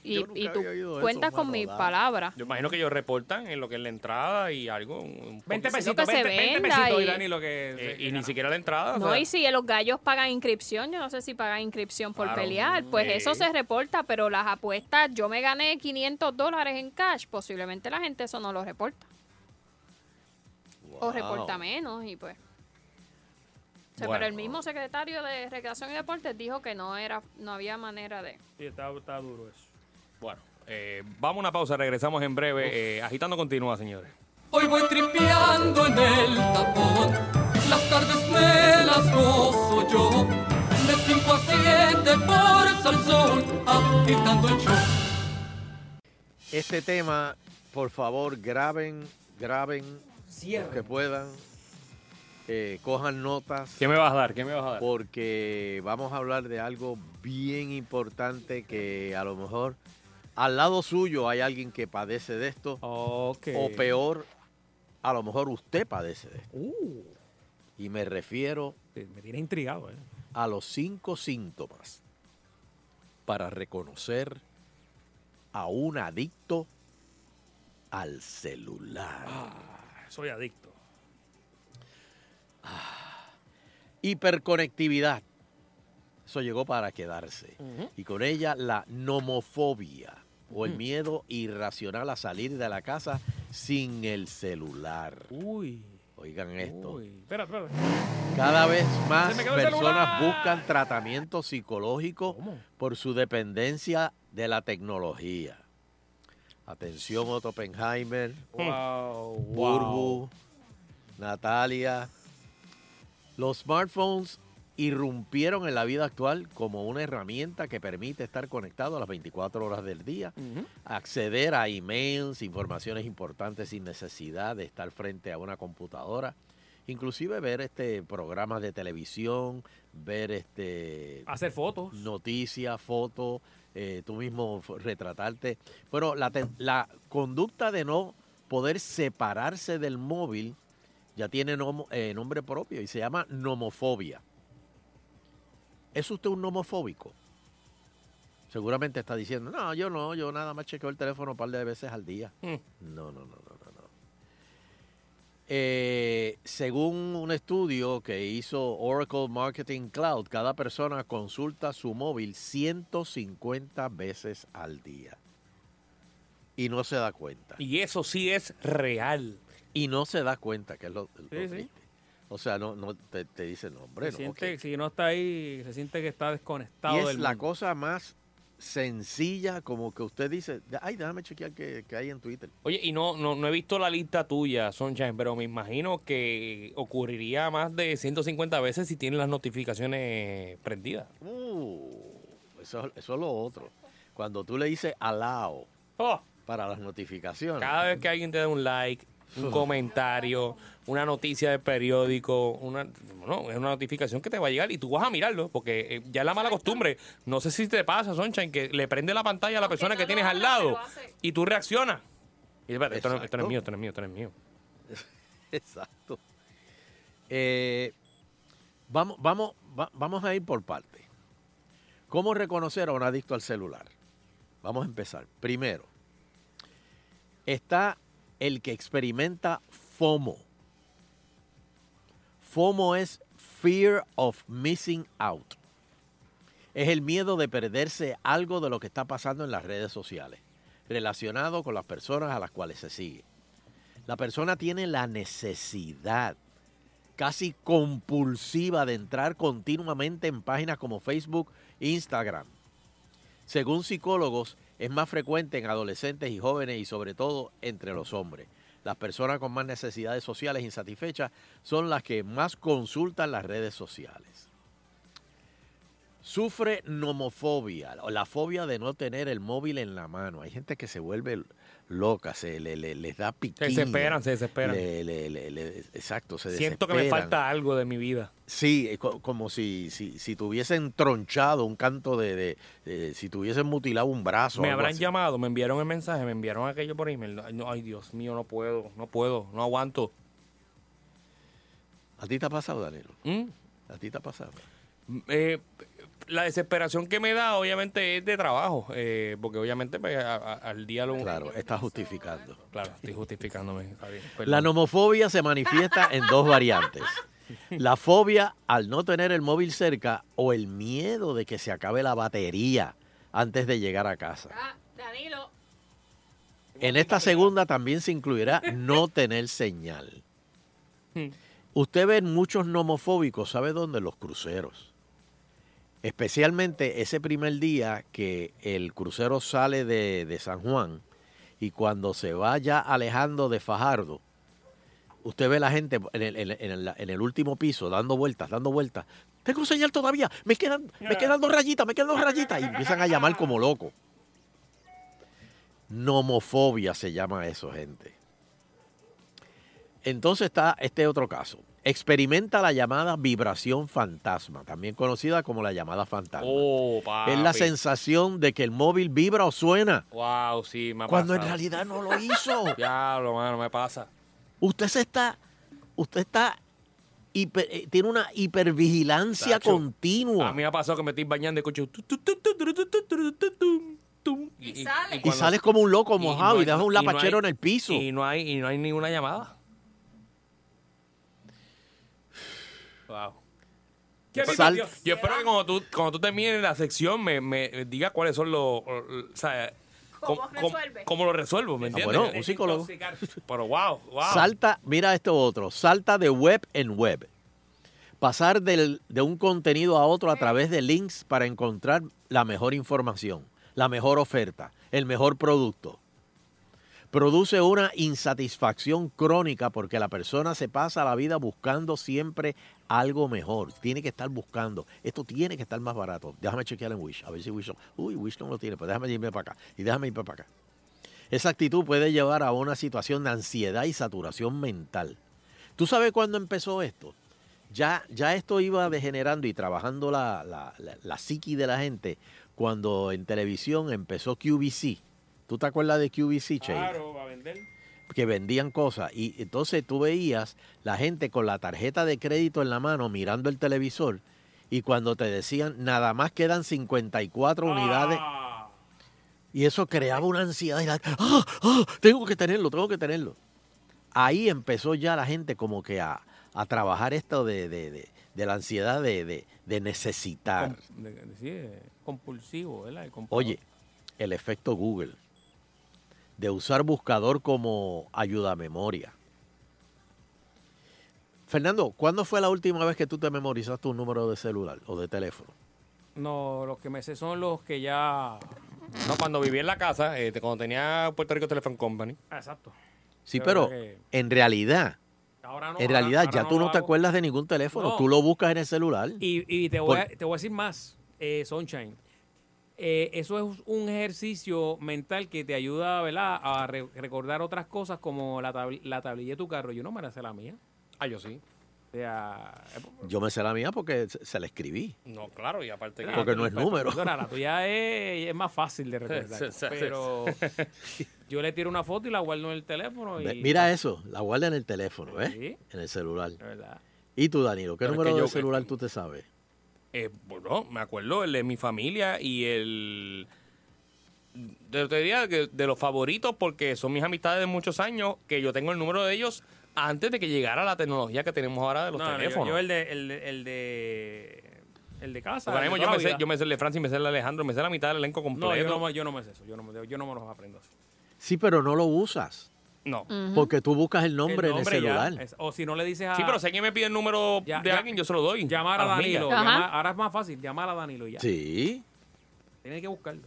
[SPEAKER 15] Y, y tú
[SPEAKER 18] eso,
[SPEAKER 15] cuentas con
[SPEAKER 18] mano
[SPEAKER 15] mis
[SPEAKER 18] da.
[SPEAKER 15] palabras.
[SPEAKER 18] Yo imagino que ellos reportan en lo que es la entrada y algo. un-
[SPEAKER 5] 20
[SPEAKER 18] un-
[SPEAKER 5] pesitos,
[SPEAKER 15] que se
[SPEAKER 5] 20, 20
[SPEAKER 15] venda
[SPEAKER 5] pesitos,
[SPEAKER 15] y-
[SPEAKER 5] y Danilo, que...
[SPEAKER 18] Eh, y ni siquiera la entrada. o
[SPEAKER 15] No,
[SPEAKER 18] sea,
[SPEAKER 15] y si los gallos pagan inscripción, yo no sé si pagan inscripción por
[SPEAKER 18] Claro,
[SPEAKER 15] pelear, pues
[SPEAKER 18] sí.
[SPEAKER 15] eso se reporta, pero las apuestas, yo me gané 500 dólares en cash, posiblemente la gente eso no lo reporta. O reporta menos y pues... O sea,
[SPEAKER 7] Bueno.
[SPEAKER 15] Pero el mismo secretario de Recreación y Deportes dijo que no era no había manera de...
[SPEAKER 7] Sí, está, está duro eso.
[SPEAKER 18] Bueno, eh, vamos a una pausa, regresamos en breve. Eh, agitando continúa, señores.
[SPEAKER 3] Hoy voy tripeando en el tapón. Las tardes me las gozo yo. De 5 a 7 por Salsón, agitando el show.
[SPEAKER 4] Este tema, por favor, graben, graben los que puedan. eh, cojan notas.
[SPEAKER 18] ¿Qué me vas a dar? ¿Qué me vas a dar?
[SPEAKER 4] Porque vamos a hablar de algo bien importante que a lo mejor al lado suyo hay alguien que padece de esto. O peor, a lo mejor usted padece de esto. Y me refiero
[SPEAKER 5] Uh. Me tiene intrigado, ¿eh?
[SPEAKER 4] a los cinco síntomas para reconocer a un adicto al celular.
[SPEAKER 5] Ah. Soy adicto.
[SPEAKER 4] Hiperconectividad. Eso llegó para quedarse.
[SPEAKER 5] Ujú.
[SPEAKER 4] Y con ella la nomofobia o el
[SPEAKER 5] Ujú.
[SPEAKER 4] miedo irracional a salir de la casa sin el celular.
[SPEAKER 5] Uy.
[SPEAKER 4] Oigan esto.
[SPEAKER 5] Uy. Espera, espera.
[SPEAKER 4] Cada vez más
[SPEAKER 5] Se me quedó el
[SPEAKER 4] personas
[SPEAKER 5] celular.
[SPEAKER 4] buscan tratamiento psicológico por su dependencia de la tecnología. Atención, Otto Oppenheimer,
[SPEAKER 5] Wow,
[SPEAKER 4] Burbu, Natalia. Los smartphones irrumpieron en la vida actual como una herramienta que permite estar conectado a las 24 horas del día, acceder a emails, informaciones importantes sin necesidad de estar frente a una computadora, inclusive ver este programas de televisión, ver este
[SPEAKER 5] Hacer fotos.
[SPEAKER 4] noticias, fotos, eh, tú mismo f- retratarte. Bueno, la, ten- la conducta de no poder separarse del móvil ya tiene nomo- eh, nombre propio y se llama nomofobia. ¿Es usted un nomofóbico? Seguramente está diciendo, no, yo no, yo nada más chequeo el teléfono un par de veces al día.
[SPEAKER 5] Mm.
[SPEAKER 4] No, no, no, no, no, no. Eh, según un estudio que hizo Oracle Marketing Cloud, cada persona consulta su móvil 150 veces al día. Y no se da cuenta.
[SPEAKER 18] Y eso sí es real.
[SPEAKER 4] Y no se da cuenta, que es lo, lo
[SPEAKER 5] Sí, sí.
[SPEAKER 4] triste. O sea, no, no te, te dicen, no, hombre,
[SPEAKER 5] se
[SPEAKER 4] no,
[SPEAKER 5] siente, Si no está ahí, se siente que está desconectado
[SPEAKER 4] y es
[SPEAKER 5] del
[SPEAKER 4] la
[SPEAKER 5] mundo.
[SPEAKER 4] cosa más sencilla, como que usted dice, ay, déjame chequear qué, qué hay en Twitter.
[SPEAKER 18] Oye, y no, no, no he visto la lista tuya, Sunshine, pero me imagino que ocurriría más de 150 veces si tienen las notificaciones prendidas.
[SPEAKER 4] Uh, eso, eso es lo otro. Cuando tú le dices allow
[SPEAKER 18] Oh.
[SPEAKER 4] para las notificaciones.
[SPEAKER 18] Cada vez que alguien te da un like, un comentario, una noticia del periódico, una, no, es una notificación que te va a llegar y tú vas a mirarlo, porque eh, ya es la mala costumbre. No sé si te pasa, Sunshine, que le prende la pantalla a la persona que tienes al lado y tú reaccionas. Y espérate, esto no, esto no
[SPEAKER 4] Exacto.
[SPEAKER 18] es mío, esto no es mío, esto no es mío.
[SPEAKER 4] *laughs* Exacto. Eh, vamos, vamos, va- vamos a ir por partes. ¿Cómo reconocer a un adicto al celular? Vamos a empezar. Primero, está el que experimenta FOMO. FOMO es Fear of Missing Out. Es el miedo de perderse algo de lo que está pasando en las redes sociales, relacionado con las personas a las cuales se sigue. La persona tiene la necesidad casi compulsiva de entrar continuamente en páginas como Facebook e Instagram. Según psicólogos, es más frecuente en adolescentes y jóvenes y sobre todo entre los hombres. Las personas con más necesidades sociales insatisfechas son las que más consultan las redes sociales. Sufre nomofobia, o la fobia de no tener el móvil en la mano. Hay gente que se vuelve loca, se le- le- les da piquín.
[SPEAKER 18] desesperan, se desesperan.
[SPEAKER 4] Le- eh, le- le- le- exacto, se
[SPEAKER 18] Siento que me
[SPEAKER 4] desesperan.
[SPEAKER 18] falta algo de mi vida.
[SPEAKER 4] Sí, es co- como si, si, si tuviesen tronchado un canto de, de- de- si tuviesen mutilado un brazo.
[SPEAKER 18] Me
[SPEAKER 4] algo
[SPEAKER 18] habrán
[SPEAKER 4] así.
[SPEAKER 18] llamado, me enviaron el mensaje, me enviaron aquello por email. No, no, ay, Dios mío, no puedo, no puedo, no aguanto.
[SPEAKER 4] ¿A ti te ha pasado, Danilo?
[SPEAKER 18] ¿Mm?
[SPEAKER 4] ¿A ti te ha pasado?
[SPEAKER 18] Eh, la desesperación que me da, obviamente, es de trabajo. eh, porque, obviamente, pues, a- a- al día lo. Claro,
[SPEAKER 4] estás justificando.
[SPEAKER 18] Claro, estoy justificándome. está bien, perdón.
[SPEAKER 4] La nomofobia se manifiesta en dos variantes. La fobia al no tener el móvil cerca o el miedo de que se acabe la batería antes de llegar a casa.
[SPEAKER 15] Danilo.
[SPEAKER 4] En esta segunda también se incluirá no tener señal. Usted ve muchos nomofóbicos, ¿sabe dónde? En Los cruceros. Especialmente ese primer día que el crucero sale de, de San Juan y cuando se vaya alejando de Fajardo, usted ve la gente en el, en el- en el- en el último piso dando vueltas, dando vueltas. Tengo señal todavía, me quedan, me quedan dos rayitas, me quedan dos rayitas. Y empiezan a llamar como locos. Nomofobia se llama eso, gente. Entonces está este otro caso. Experimenta la llamada vibración fantasma, también conocida como la llamada fantasma.
[SPEAKER 18] Oh, papi.
[SPEAKER 4] es la sensación de que el móvil vibra o suena.
[SPEAKER 18] Wow, sí, me ha
[SPEAKER 4] Cuando en
[SPEAKER 18] pasado.
[SPEAKER 4] realidad no lo hizo.
[SPEAKER 18] *laughs* Diablo, mano, me pasa.
[SPEAKER 4] Usted se está, usted está, hiper- eh, tiene una hipervigilancia
[SPEAKER 18] Tacho.
[SPEAKER 4] continua.
[SPEAKER 18] A mí me ha pasado que me estoy bañando y escucho. tu, tu, tu, tu, y, sales.
[SPEAKER 4] Y sales como un loco mojado y, dejas un
[SPEAKER 18] no hay-
[SPEAKER 4] lapachero en el piso.
[SPEAKER 18] Y no hay, y no hay ninguna llamada. Wow.
[SPEAKER 4] Qué viva Sal- Dios.
[SPEAKER 18] Yo espero que cuando tú, cuando tú termines la sección me, me digas cuáles son los... O sea,
[SPEAKER 15] ¿Cómo
[SPEAKER 18] resuelves? ¿Cómo lo resuelvo? ¿Me
[SPEAKER 4] Ah,
[SPEAKER 18] entiendes?
[SPEAKER 4] bueno, un psicólogo.
[SPEAKER 18] Pero wow, wow.
[SPEAKER 4] Salta, mira esto otro, salta de web en web. Pasar del- de un contenido a otro a través de links para encontrar la mejor información, la mejor oferta, el mejor producto. Produce una insatisfacción crónica porque la persona se pasa la vida buscando siempre algo mejor. Tiene que estar buscando. Esto tiene que estar más barato. Déjame chequear en Wish. A ver si Wish. no- Uy, Wish no lo tiene. Pues déjame irme para acá. Y déjame irme para acá. Esa actitud puede llevar a una situación de ansiedad y saturación mental. ¿Tú sabes cuándo empezó esto? Ya, ya esto iba degenerando y trabajando la, la, la- la psiqui de la gente cuando en televisión empezó QVC. ¿Tú te acuerdas de QVC, Che?
[SPEAKER 7] Claro, va a vender.
[SPEAKER 4] que vendían cosas y entonces tú veías la gente con la tarjeta de crédito en la mano mirando el televisor y cuando te decían nada más quedan 54 unidades y eso creaba una ansiedad y la- ¡Ah! ¡Ah! tengo que tenerlo, tengo que tenerlo. Ahí empezó ya la gente como que a, a trabajar esto de, de- de- de la ansiedad de, de- de necesitar.
[SPEAKER 7] De- de- sí, eh, compulsivo, ¿verdad? El comprador.
[SPEAKER 4] Ah. Oye, el efecto Google, de usar buscador como ayuda a memoria. Fernando, ¿cuándo fue la última vez que tú te memorizaste un número de celular o de teléfono?
[SPEAKER 7] No, los que me sé son los que ya. ah,
[SPEAKER 18] No, cuando viví en la casa, eh, te- cuando tenía Puerto Rico Telephone Company.
[SPEAKER 7] Ah, exacto.
[SPEAKER 4] Sí,
[SPEAKER 18] De
[SPEAKER 4] pero
[SPEAKER 18] verdad
[SPEAKER 4] en realidad,
[SPEAKER 7] Ahora Ah, no,
[SPEAKER 4] en
[SPEAKER 7] ahora-
[SPEAKER 4] realidad
[SPEAKER 7] ahora
[SPEAKER 4] ya
[SPEAKER 7] no
[SPEAKER 4] tú
[SPEAKER 7] lo
[SPEAKER 4] no te
[SPEAKER 7] hago.
[SPEAKER 4] acuerdas de ningún teléfono,
[SPEAKER 7] No.
[SPEAKER 4] tú lo buscas en el celular.
[SPEAKER 7] Y, y te, voy a,
[SPEAKER 4] Por-
[SPEAKER 7] te voy a decir más, eh, Sunshine. Eh, eso es un ejercicio mental que te ayuda ¿verdad? a re- recordar otras cosas como la, tabl- la tablilla de tu carro. Yo no me la sé la mía.
[SPEAKER 18] Ah, yo sí.
[SPEAKER 7] O sea, eh,
[SPEAKER 4] Yo me sé la mía porque se se la escribí.
[SPEAKER 18] No, claro, y aparte que...
[SPEAKER 4] Porque no es número.
[SPEAKER 7] Ahora, la tuya es, es más fácil de recordar.
[SPEAKER 18] Sí, sí, sí.
[SPEAKER 7] pero yo le tiro una foto y la guardo en el teléfono.
[SPEAKER 4] Ve,
[SPEAKER 7] Y,
[SPEAKER 4] Mira eso, la guarda en el teléfono, ¿ves?
[SPEAKER 7] Sí.
[SPEAKER 4] En el celular.
[SPEAKER 7] verdad.
[SPEAKER 4] ¿Y tú, Danilo, qué
[SPEAKER 18] Pero es
[SPEAKER 4] número
[SPEAKER 18] que
[SPEAKER 4] de
[SPEAKER 18] yo-
[SPEAKER 4] celular tú te sabes?
[SPEAKER 18] Eh, bueno, me acuerdo el de mi familia y el yo te diría que de los favoritos porque son mis amistades de muchos años que yo tengo el número de ellos antes de que llegara la tecnología que tenemos ahora de los
[SPEAKER 5] No, no, yo-
[SPEAKER 18] teléfonos.
[SPEAKER 5] yo el de, el, de- el de, el de casa.
[SPEAKER 18] Porque ahora
[SPEAKER 5] el
[SPEAKER 18] mismo
[SPEAKER 5] de
[SPEAKER 18] yo,
[SPEAKER 5] toda
[SPEAKER 18] me sé,
[SPEAKER 5] la vida.
[SPEAKER 18] yo me sé el de Francis, me sé el de Alejandro, me sé la mitad del elenco
[SPEAKER 5] No, yo
[SPEAKER 18] completo.
[SPEAKER 5] no, me- yo no me sé eso. Yo no, me- yo no me los aprendo. así.
[SPEAKER 4] Sí, pero no lo usas.
[SPEAKER 18] No.
[SPEAKER 4] Porque tú buscas el
[SPEAKER 5] El
[SPEAKER 4] nombre,
[SPEAKER 5] nombre
[SPEAKER 4] en el
[SPEAKER 5] ya,
[SPEAKER 4] celular.
[SPEAKER 18] eh,
[SPEAKER 5] es- o si no le dices a.
[SPEAKER 18] Sí, pero si alguien me pide el número
[SPEAKER 5] Ya,
[SPEAKER 18] de
[SPEAKER 5] ya.
[SPEAKER 18] alguien, yo se lo doy.
[SPEAKER 5] Llamar a
[SPEAKER 18] las
[SPEAKER 5] Danilo.
[SPEAKER 18] millas.
[SPEAKER 5] llamar- ahora es más fácil llamar a Danilo y ya.
[SPEAKER 4] Sí.
[SPEAKER 5] Tienes que buscarlo.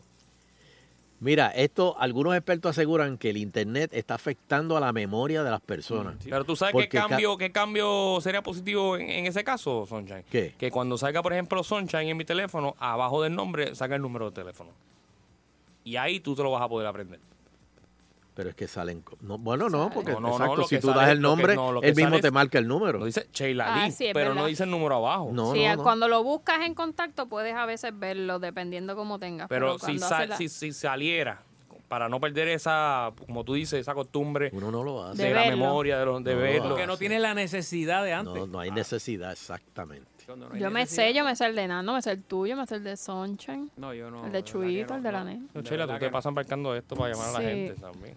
[SPEAKER 4] Mira, esto, algunos expertos aseguran que el Internet está afectando a la memoria de las personas.
[SPEAKER 18] Pero tú sabes qué
[SPEAKER 4] Porque ca-
[SPEAKER 18] cambio, qué cambio sería positivo en, en ese caso, Sunshine.
[SPEAKER 4] ¿Qué?
[SPEAKER 18] Que cuando salga, por ejemplo, Sunshine en mi teléfono, abajo del nombre saca el número de teléfono. Y ahí tú te lo vas a poder aprender.
[SPEAKER 4] Pero es que salen... co- no, bueno, no, porque
[SPEAKER 18] No, no, no,
[SPEAKER 4] exacto,
[SPEAKER 18] lo
[SPEAKER 4] si
[SPEAKER 18] que
[SPEAKER 4] tú
[SPEAKER 18] sale
[SPEAKER 4] das
[SPEAKER 18] es
[SPEAKER 4] el
[SPEAKER 18] lo que-
[SPEAKER 4] nombre,
[SPEAKER 18] no, lo que
[SPEAKER 4] él mismo
[SPEAKER 18] sale
[SPEAKER 4] te
[SPEAKER 18] es-
[SPEAKER 4] marca el número.
[SPEAKER 18] dice Sheila
[SPEAKER 15] Ah,
[SPEAKER 18] Lee,
[SPEAKER 15] sí, es
[SPEAKER 18] pero no
[SPEAKER 15] verdad.
[SPEAKER 18] dice el número abajo.
[SPEAKER 4] No,
[SPEAKER 15] Sí, cuando lo buscas en contacto puedes a veces verlo dependiendo cómo tengas.
[SPEAKER 18] Pero si,
[SPEAKER 15] cuando
[SPEAKER 18] sal-
[SPEAKER 15] haces la-
[SPEAKER 18] si, si saliera, para no perder esa, como tú dices, esa costumbre
[SPEAKER 4] hace.
[SPEAKER 18] de,
[SPEAKER 4] De
[SPEAKER 18] la
[SPEAKER 4] verlo.
[SPEAKER 18] memoria, de, los de
[SPEAKER 4] No lo
[SPEAKER 18] verlo.
[SPEAKER 4] hace. Porque no
[SPEAKER 5] tienes la necesidad de
[SPEAKER 4] No, no hay
[SPEAKER 18] Ah.
[SPEAKER 4] necesidad, exactamente.
[SPEAKER 15] Yo me sé, yo me sé el de Nano, me sé el tuyo, me sé el de Sunshine.
[SPEAKER 5] No, yo no,
[SPEAKER 15] El de Chuito, el de la nena.
[SPEAKER 18] No, Sheila, tú te pasas marcando esto para llamar a la
[SPEAKER 15] Sí.
[SPEAKER 18] gente también.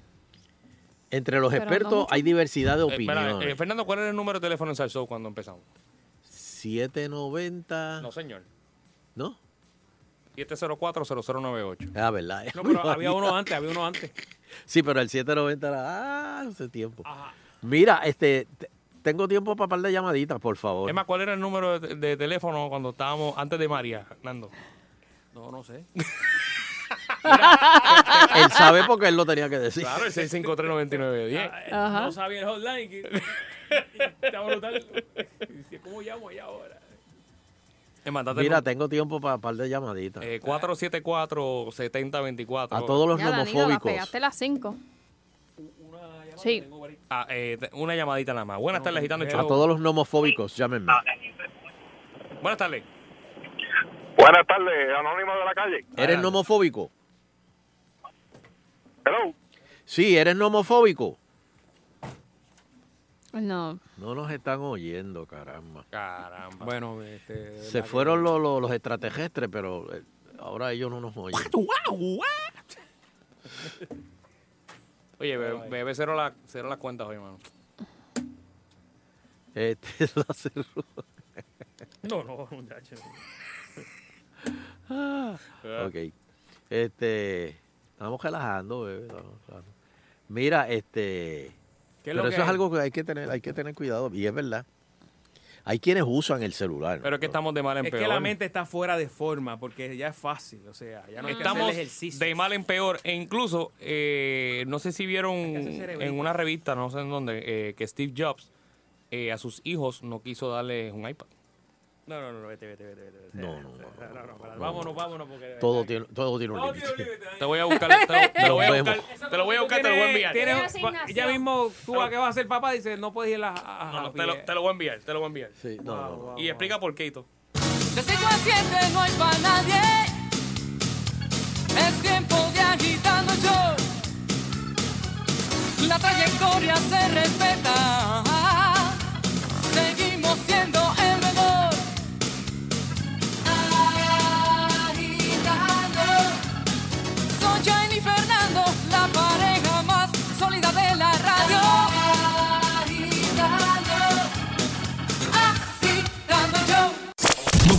[SPEAKER 4] Entre los
[SPEAKER 15] Pero no
[SPEAKER 4] expertos
[SPEAKER 15] mucho.
[SPEAKER 4] hay diversidad de
[SPEAKER 18] Eh, espera,
[SPEAKER 4] opiniones.
[SPEAKER 18] eh, Fernando, ¿cuál era el número de teléfono en Salsou cuando empezamos?
[SPEAKER 4] 790...
[SPEAKER 18] No, señor.
[SPEAKER 4] ¿No?
[SPEAKER 18] 704-0098.
[SPEAKER 4] Ah, verdad.
[SPEAKER 5] No,
[SPEAKER 4] *laughs*
[SPEAKER 5] pero había uno antes, había uno antes.
[SPEAKER 4] Sí, pero el 790 era ah, hace tiempo. Mira, este, te- tengo tiempo para par de llamaditas, por favor.
[SPEAKER 18] Es más, ¿cuál era el número de, de teléfono cuando estábamos antes de María, Nando?
[SPEAKER 5] No, no sé.
[SPEAKER 4] *laughs* él sabe porque él lo tenía que decir.
[SPEAKER 18] Claro, el 653-9910.
[SPEAKER 15] Ajá.
[SPEAKER 5] No sabía el hotline. que- Está brutal. Dice, ¿Cómo llamo allá ahora?
[SPEAKER 18] Es más, date el
[SPEAKER 4] Mira, tengo tiempo para par de llamaditas.
[SPEAKER 18] Eh, 474-7024.
[SPEAKER 4] A todos los
[SPEAKER 15] Ya, Danilo, la pegaste las 5. Sí.
[SPEAKER 18] Ah, eh, te- una llamadita nada más. Buenas tardes, Gitano
[SPEAKER 4] A
[SPEAKER 18] Show.
[SPEAKER 4] todos los nomofóbicos, llámenme.
[SPEAKER 18] Buenas tardes.
[SPEAKER 13] Buenas tardes, anónimo de la calle.
[SPEAKER 4] ¿Eres nomofóbico?
[SPEAKER 13] Hello.
[SPEAKER 4] Sí, eres nomofóbico.
[SPEAKER 15] No.
[SPEAKER 4] No nos están oyendo, caramba.
[SPEAKER 18] Caramba.
[SPEAKER 5] Bueno, este.
[SPEAKER 4] Se fueron los, los- los extraterrestres, pero eh, ahora ellos no nos oyen.
[SPEAKER 18] Oye, be- bebé, cero, la, cero las cuentas hoy, hermano.
[SPEAKER 4] Este, *laughs* la cerró.
[SPEAKER 5] No, no, muchacho. Ah.
[SPEAKER 4] Ok. Este, estamos relajando, bebé. estamos relajando. Mira, este.
[SPEAKER 5] ¿Qué es lo
[SPEAKER 4] Pero eso
[SPEAKER 5] que
[SPEAKER 4] es
[SPEAKER 5] hay?
[SPEAKER 4] algo que hay que tener, hay que tener cuidado. Y es verdad. Hay quienes usan el celular.
[SPEAKER 18] Pero es que estamos de mal en
[SPEAKER 5] Es
[SPEAKER 18] peor.
[SPEAKER 5] que la mente está fuera de forma porque ya es fácil. O sea, ya no hay que hacer
[SPEAKER 18] Estamos
[SPEAKER 5] ejercicio.
[SPEAKER 18] de mal en peor. E incluso, eh, no sé si vieron
[SPEAKER 5] cerebrito.
[SPEAKER 18] en una revista, no sé en dónde, eh, que Steve Jobs eh, a sus hijos no quiso darles un iPad.
[SPEAKER 5] No, no, no, vete, vete, vete. vete, vete.
[SPEAKER 4] No, no,
[SPEAKER 5] no, no, no, para- Vámonos, vámonos. Porque
[SPEAKER 4] Todo tiene, todo tiene un límite.
[SPEAKER 18] Te voy a buscar, te, lo-
[SPEAKER 5] *laughs*
[SPEAKER 18] te lo voy a
[SPEAKER 4] Nos vemos.
[SPEAKER 18] buscar, te lo voy a buscar, te lo voy a enviar.
[SPEAKER 5] Tienes- tienes- ya mismo tú a qué vas a ser papá dice no puedes ir a, a- a-
[SPEAKER 18] No, no,
[SPEAKER 5] a-
[SPEAKER 18] te, lo, te lo voy a enviar, te lo voy a enviar.
[SPEAKER 4] Sí, no, no, no.
[SPEAKER 18] Y explica por qué y todo.
[SPEAKER 3] Te sigo haciendo y no hay para nadie. Es tiempo de agitando yo. La trayectoria se respeta. Seguimos siendo el mejor. Agitando. Son Jenny y Fernando, la pareja más sólida de la radio. Agitando. Agitando yo.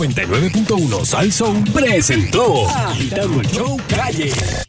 [SPEAKER 9] 99.1 Salson presentó Agitando el Show Calle.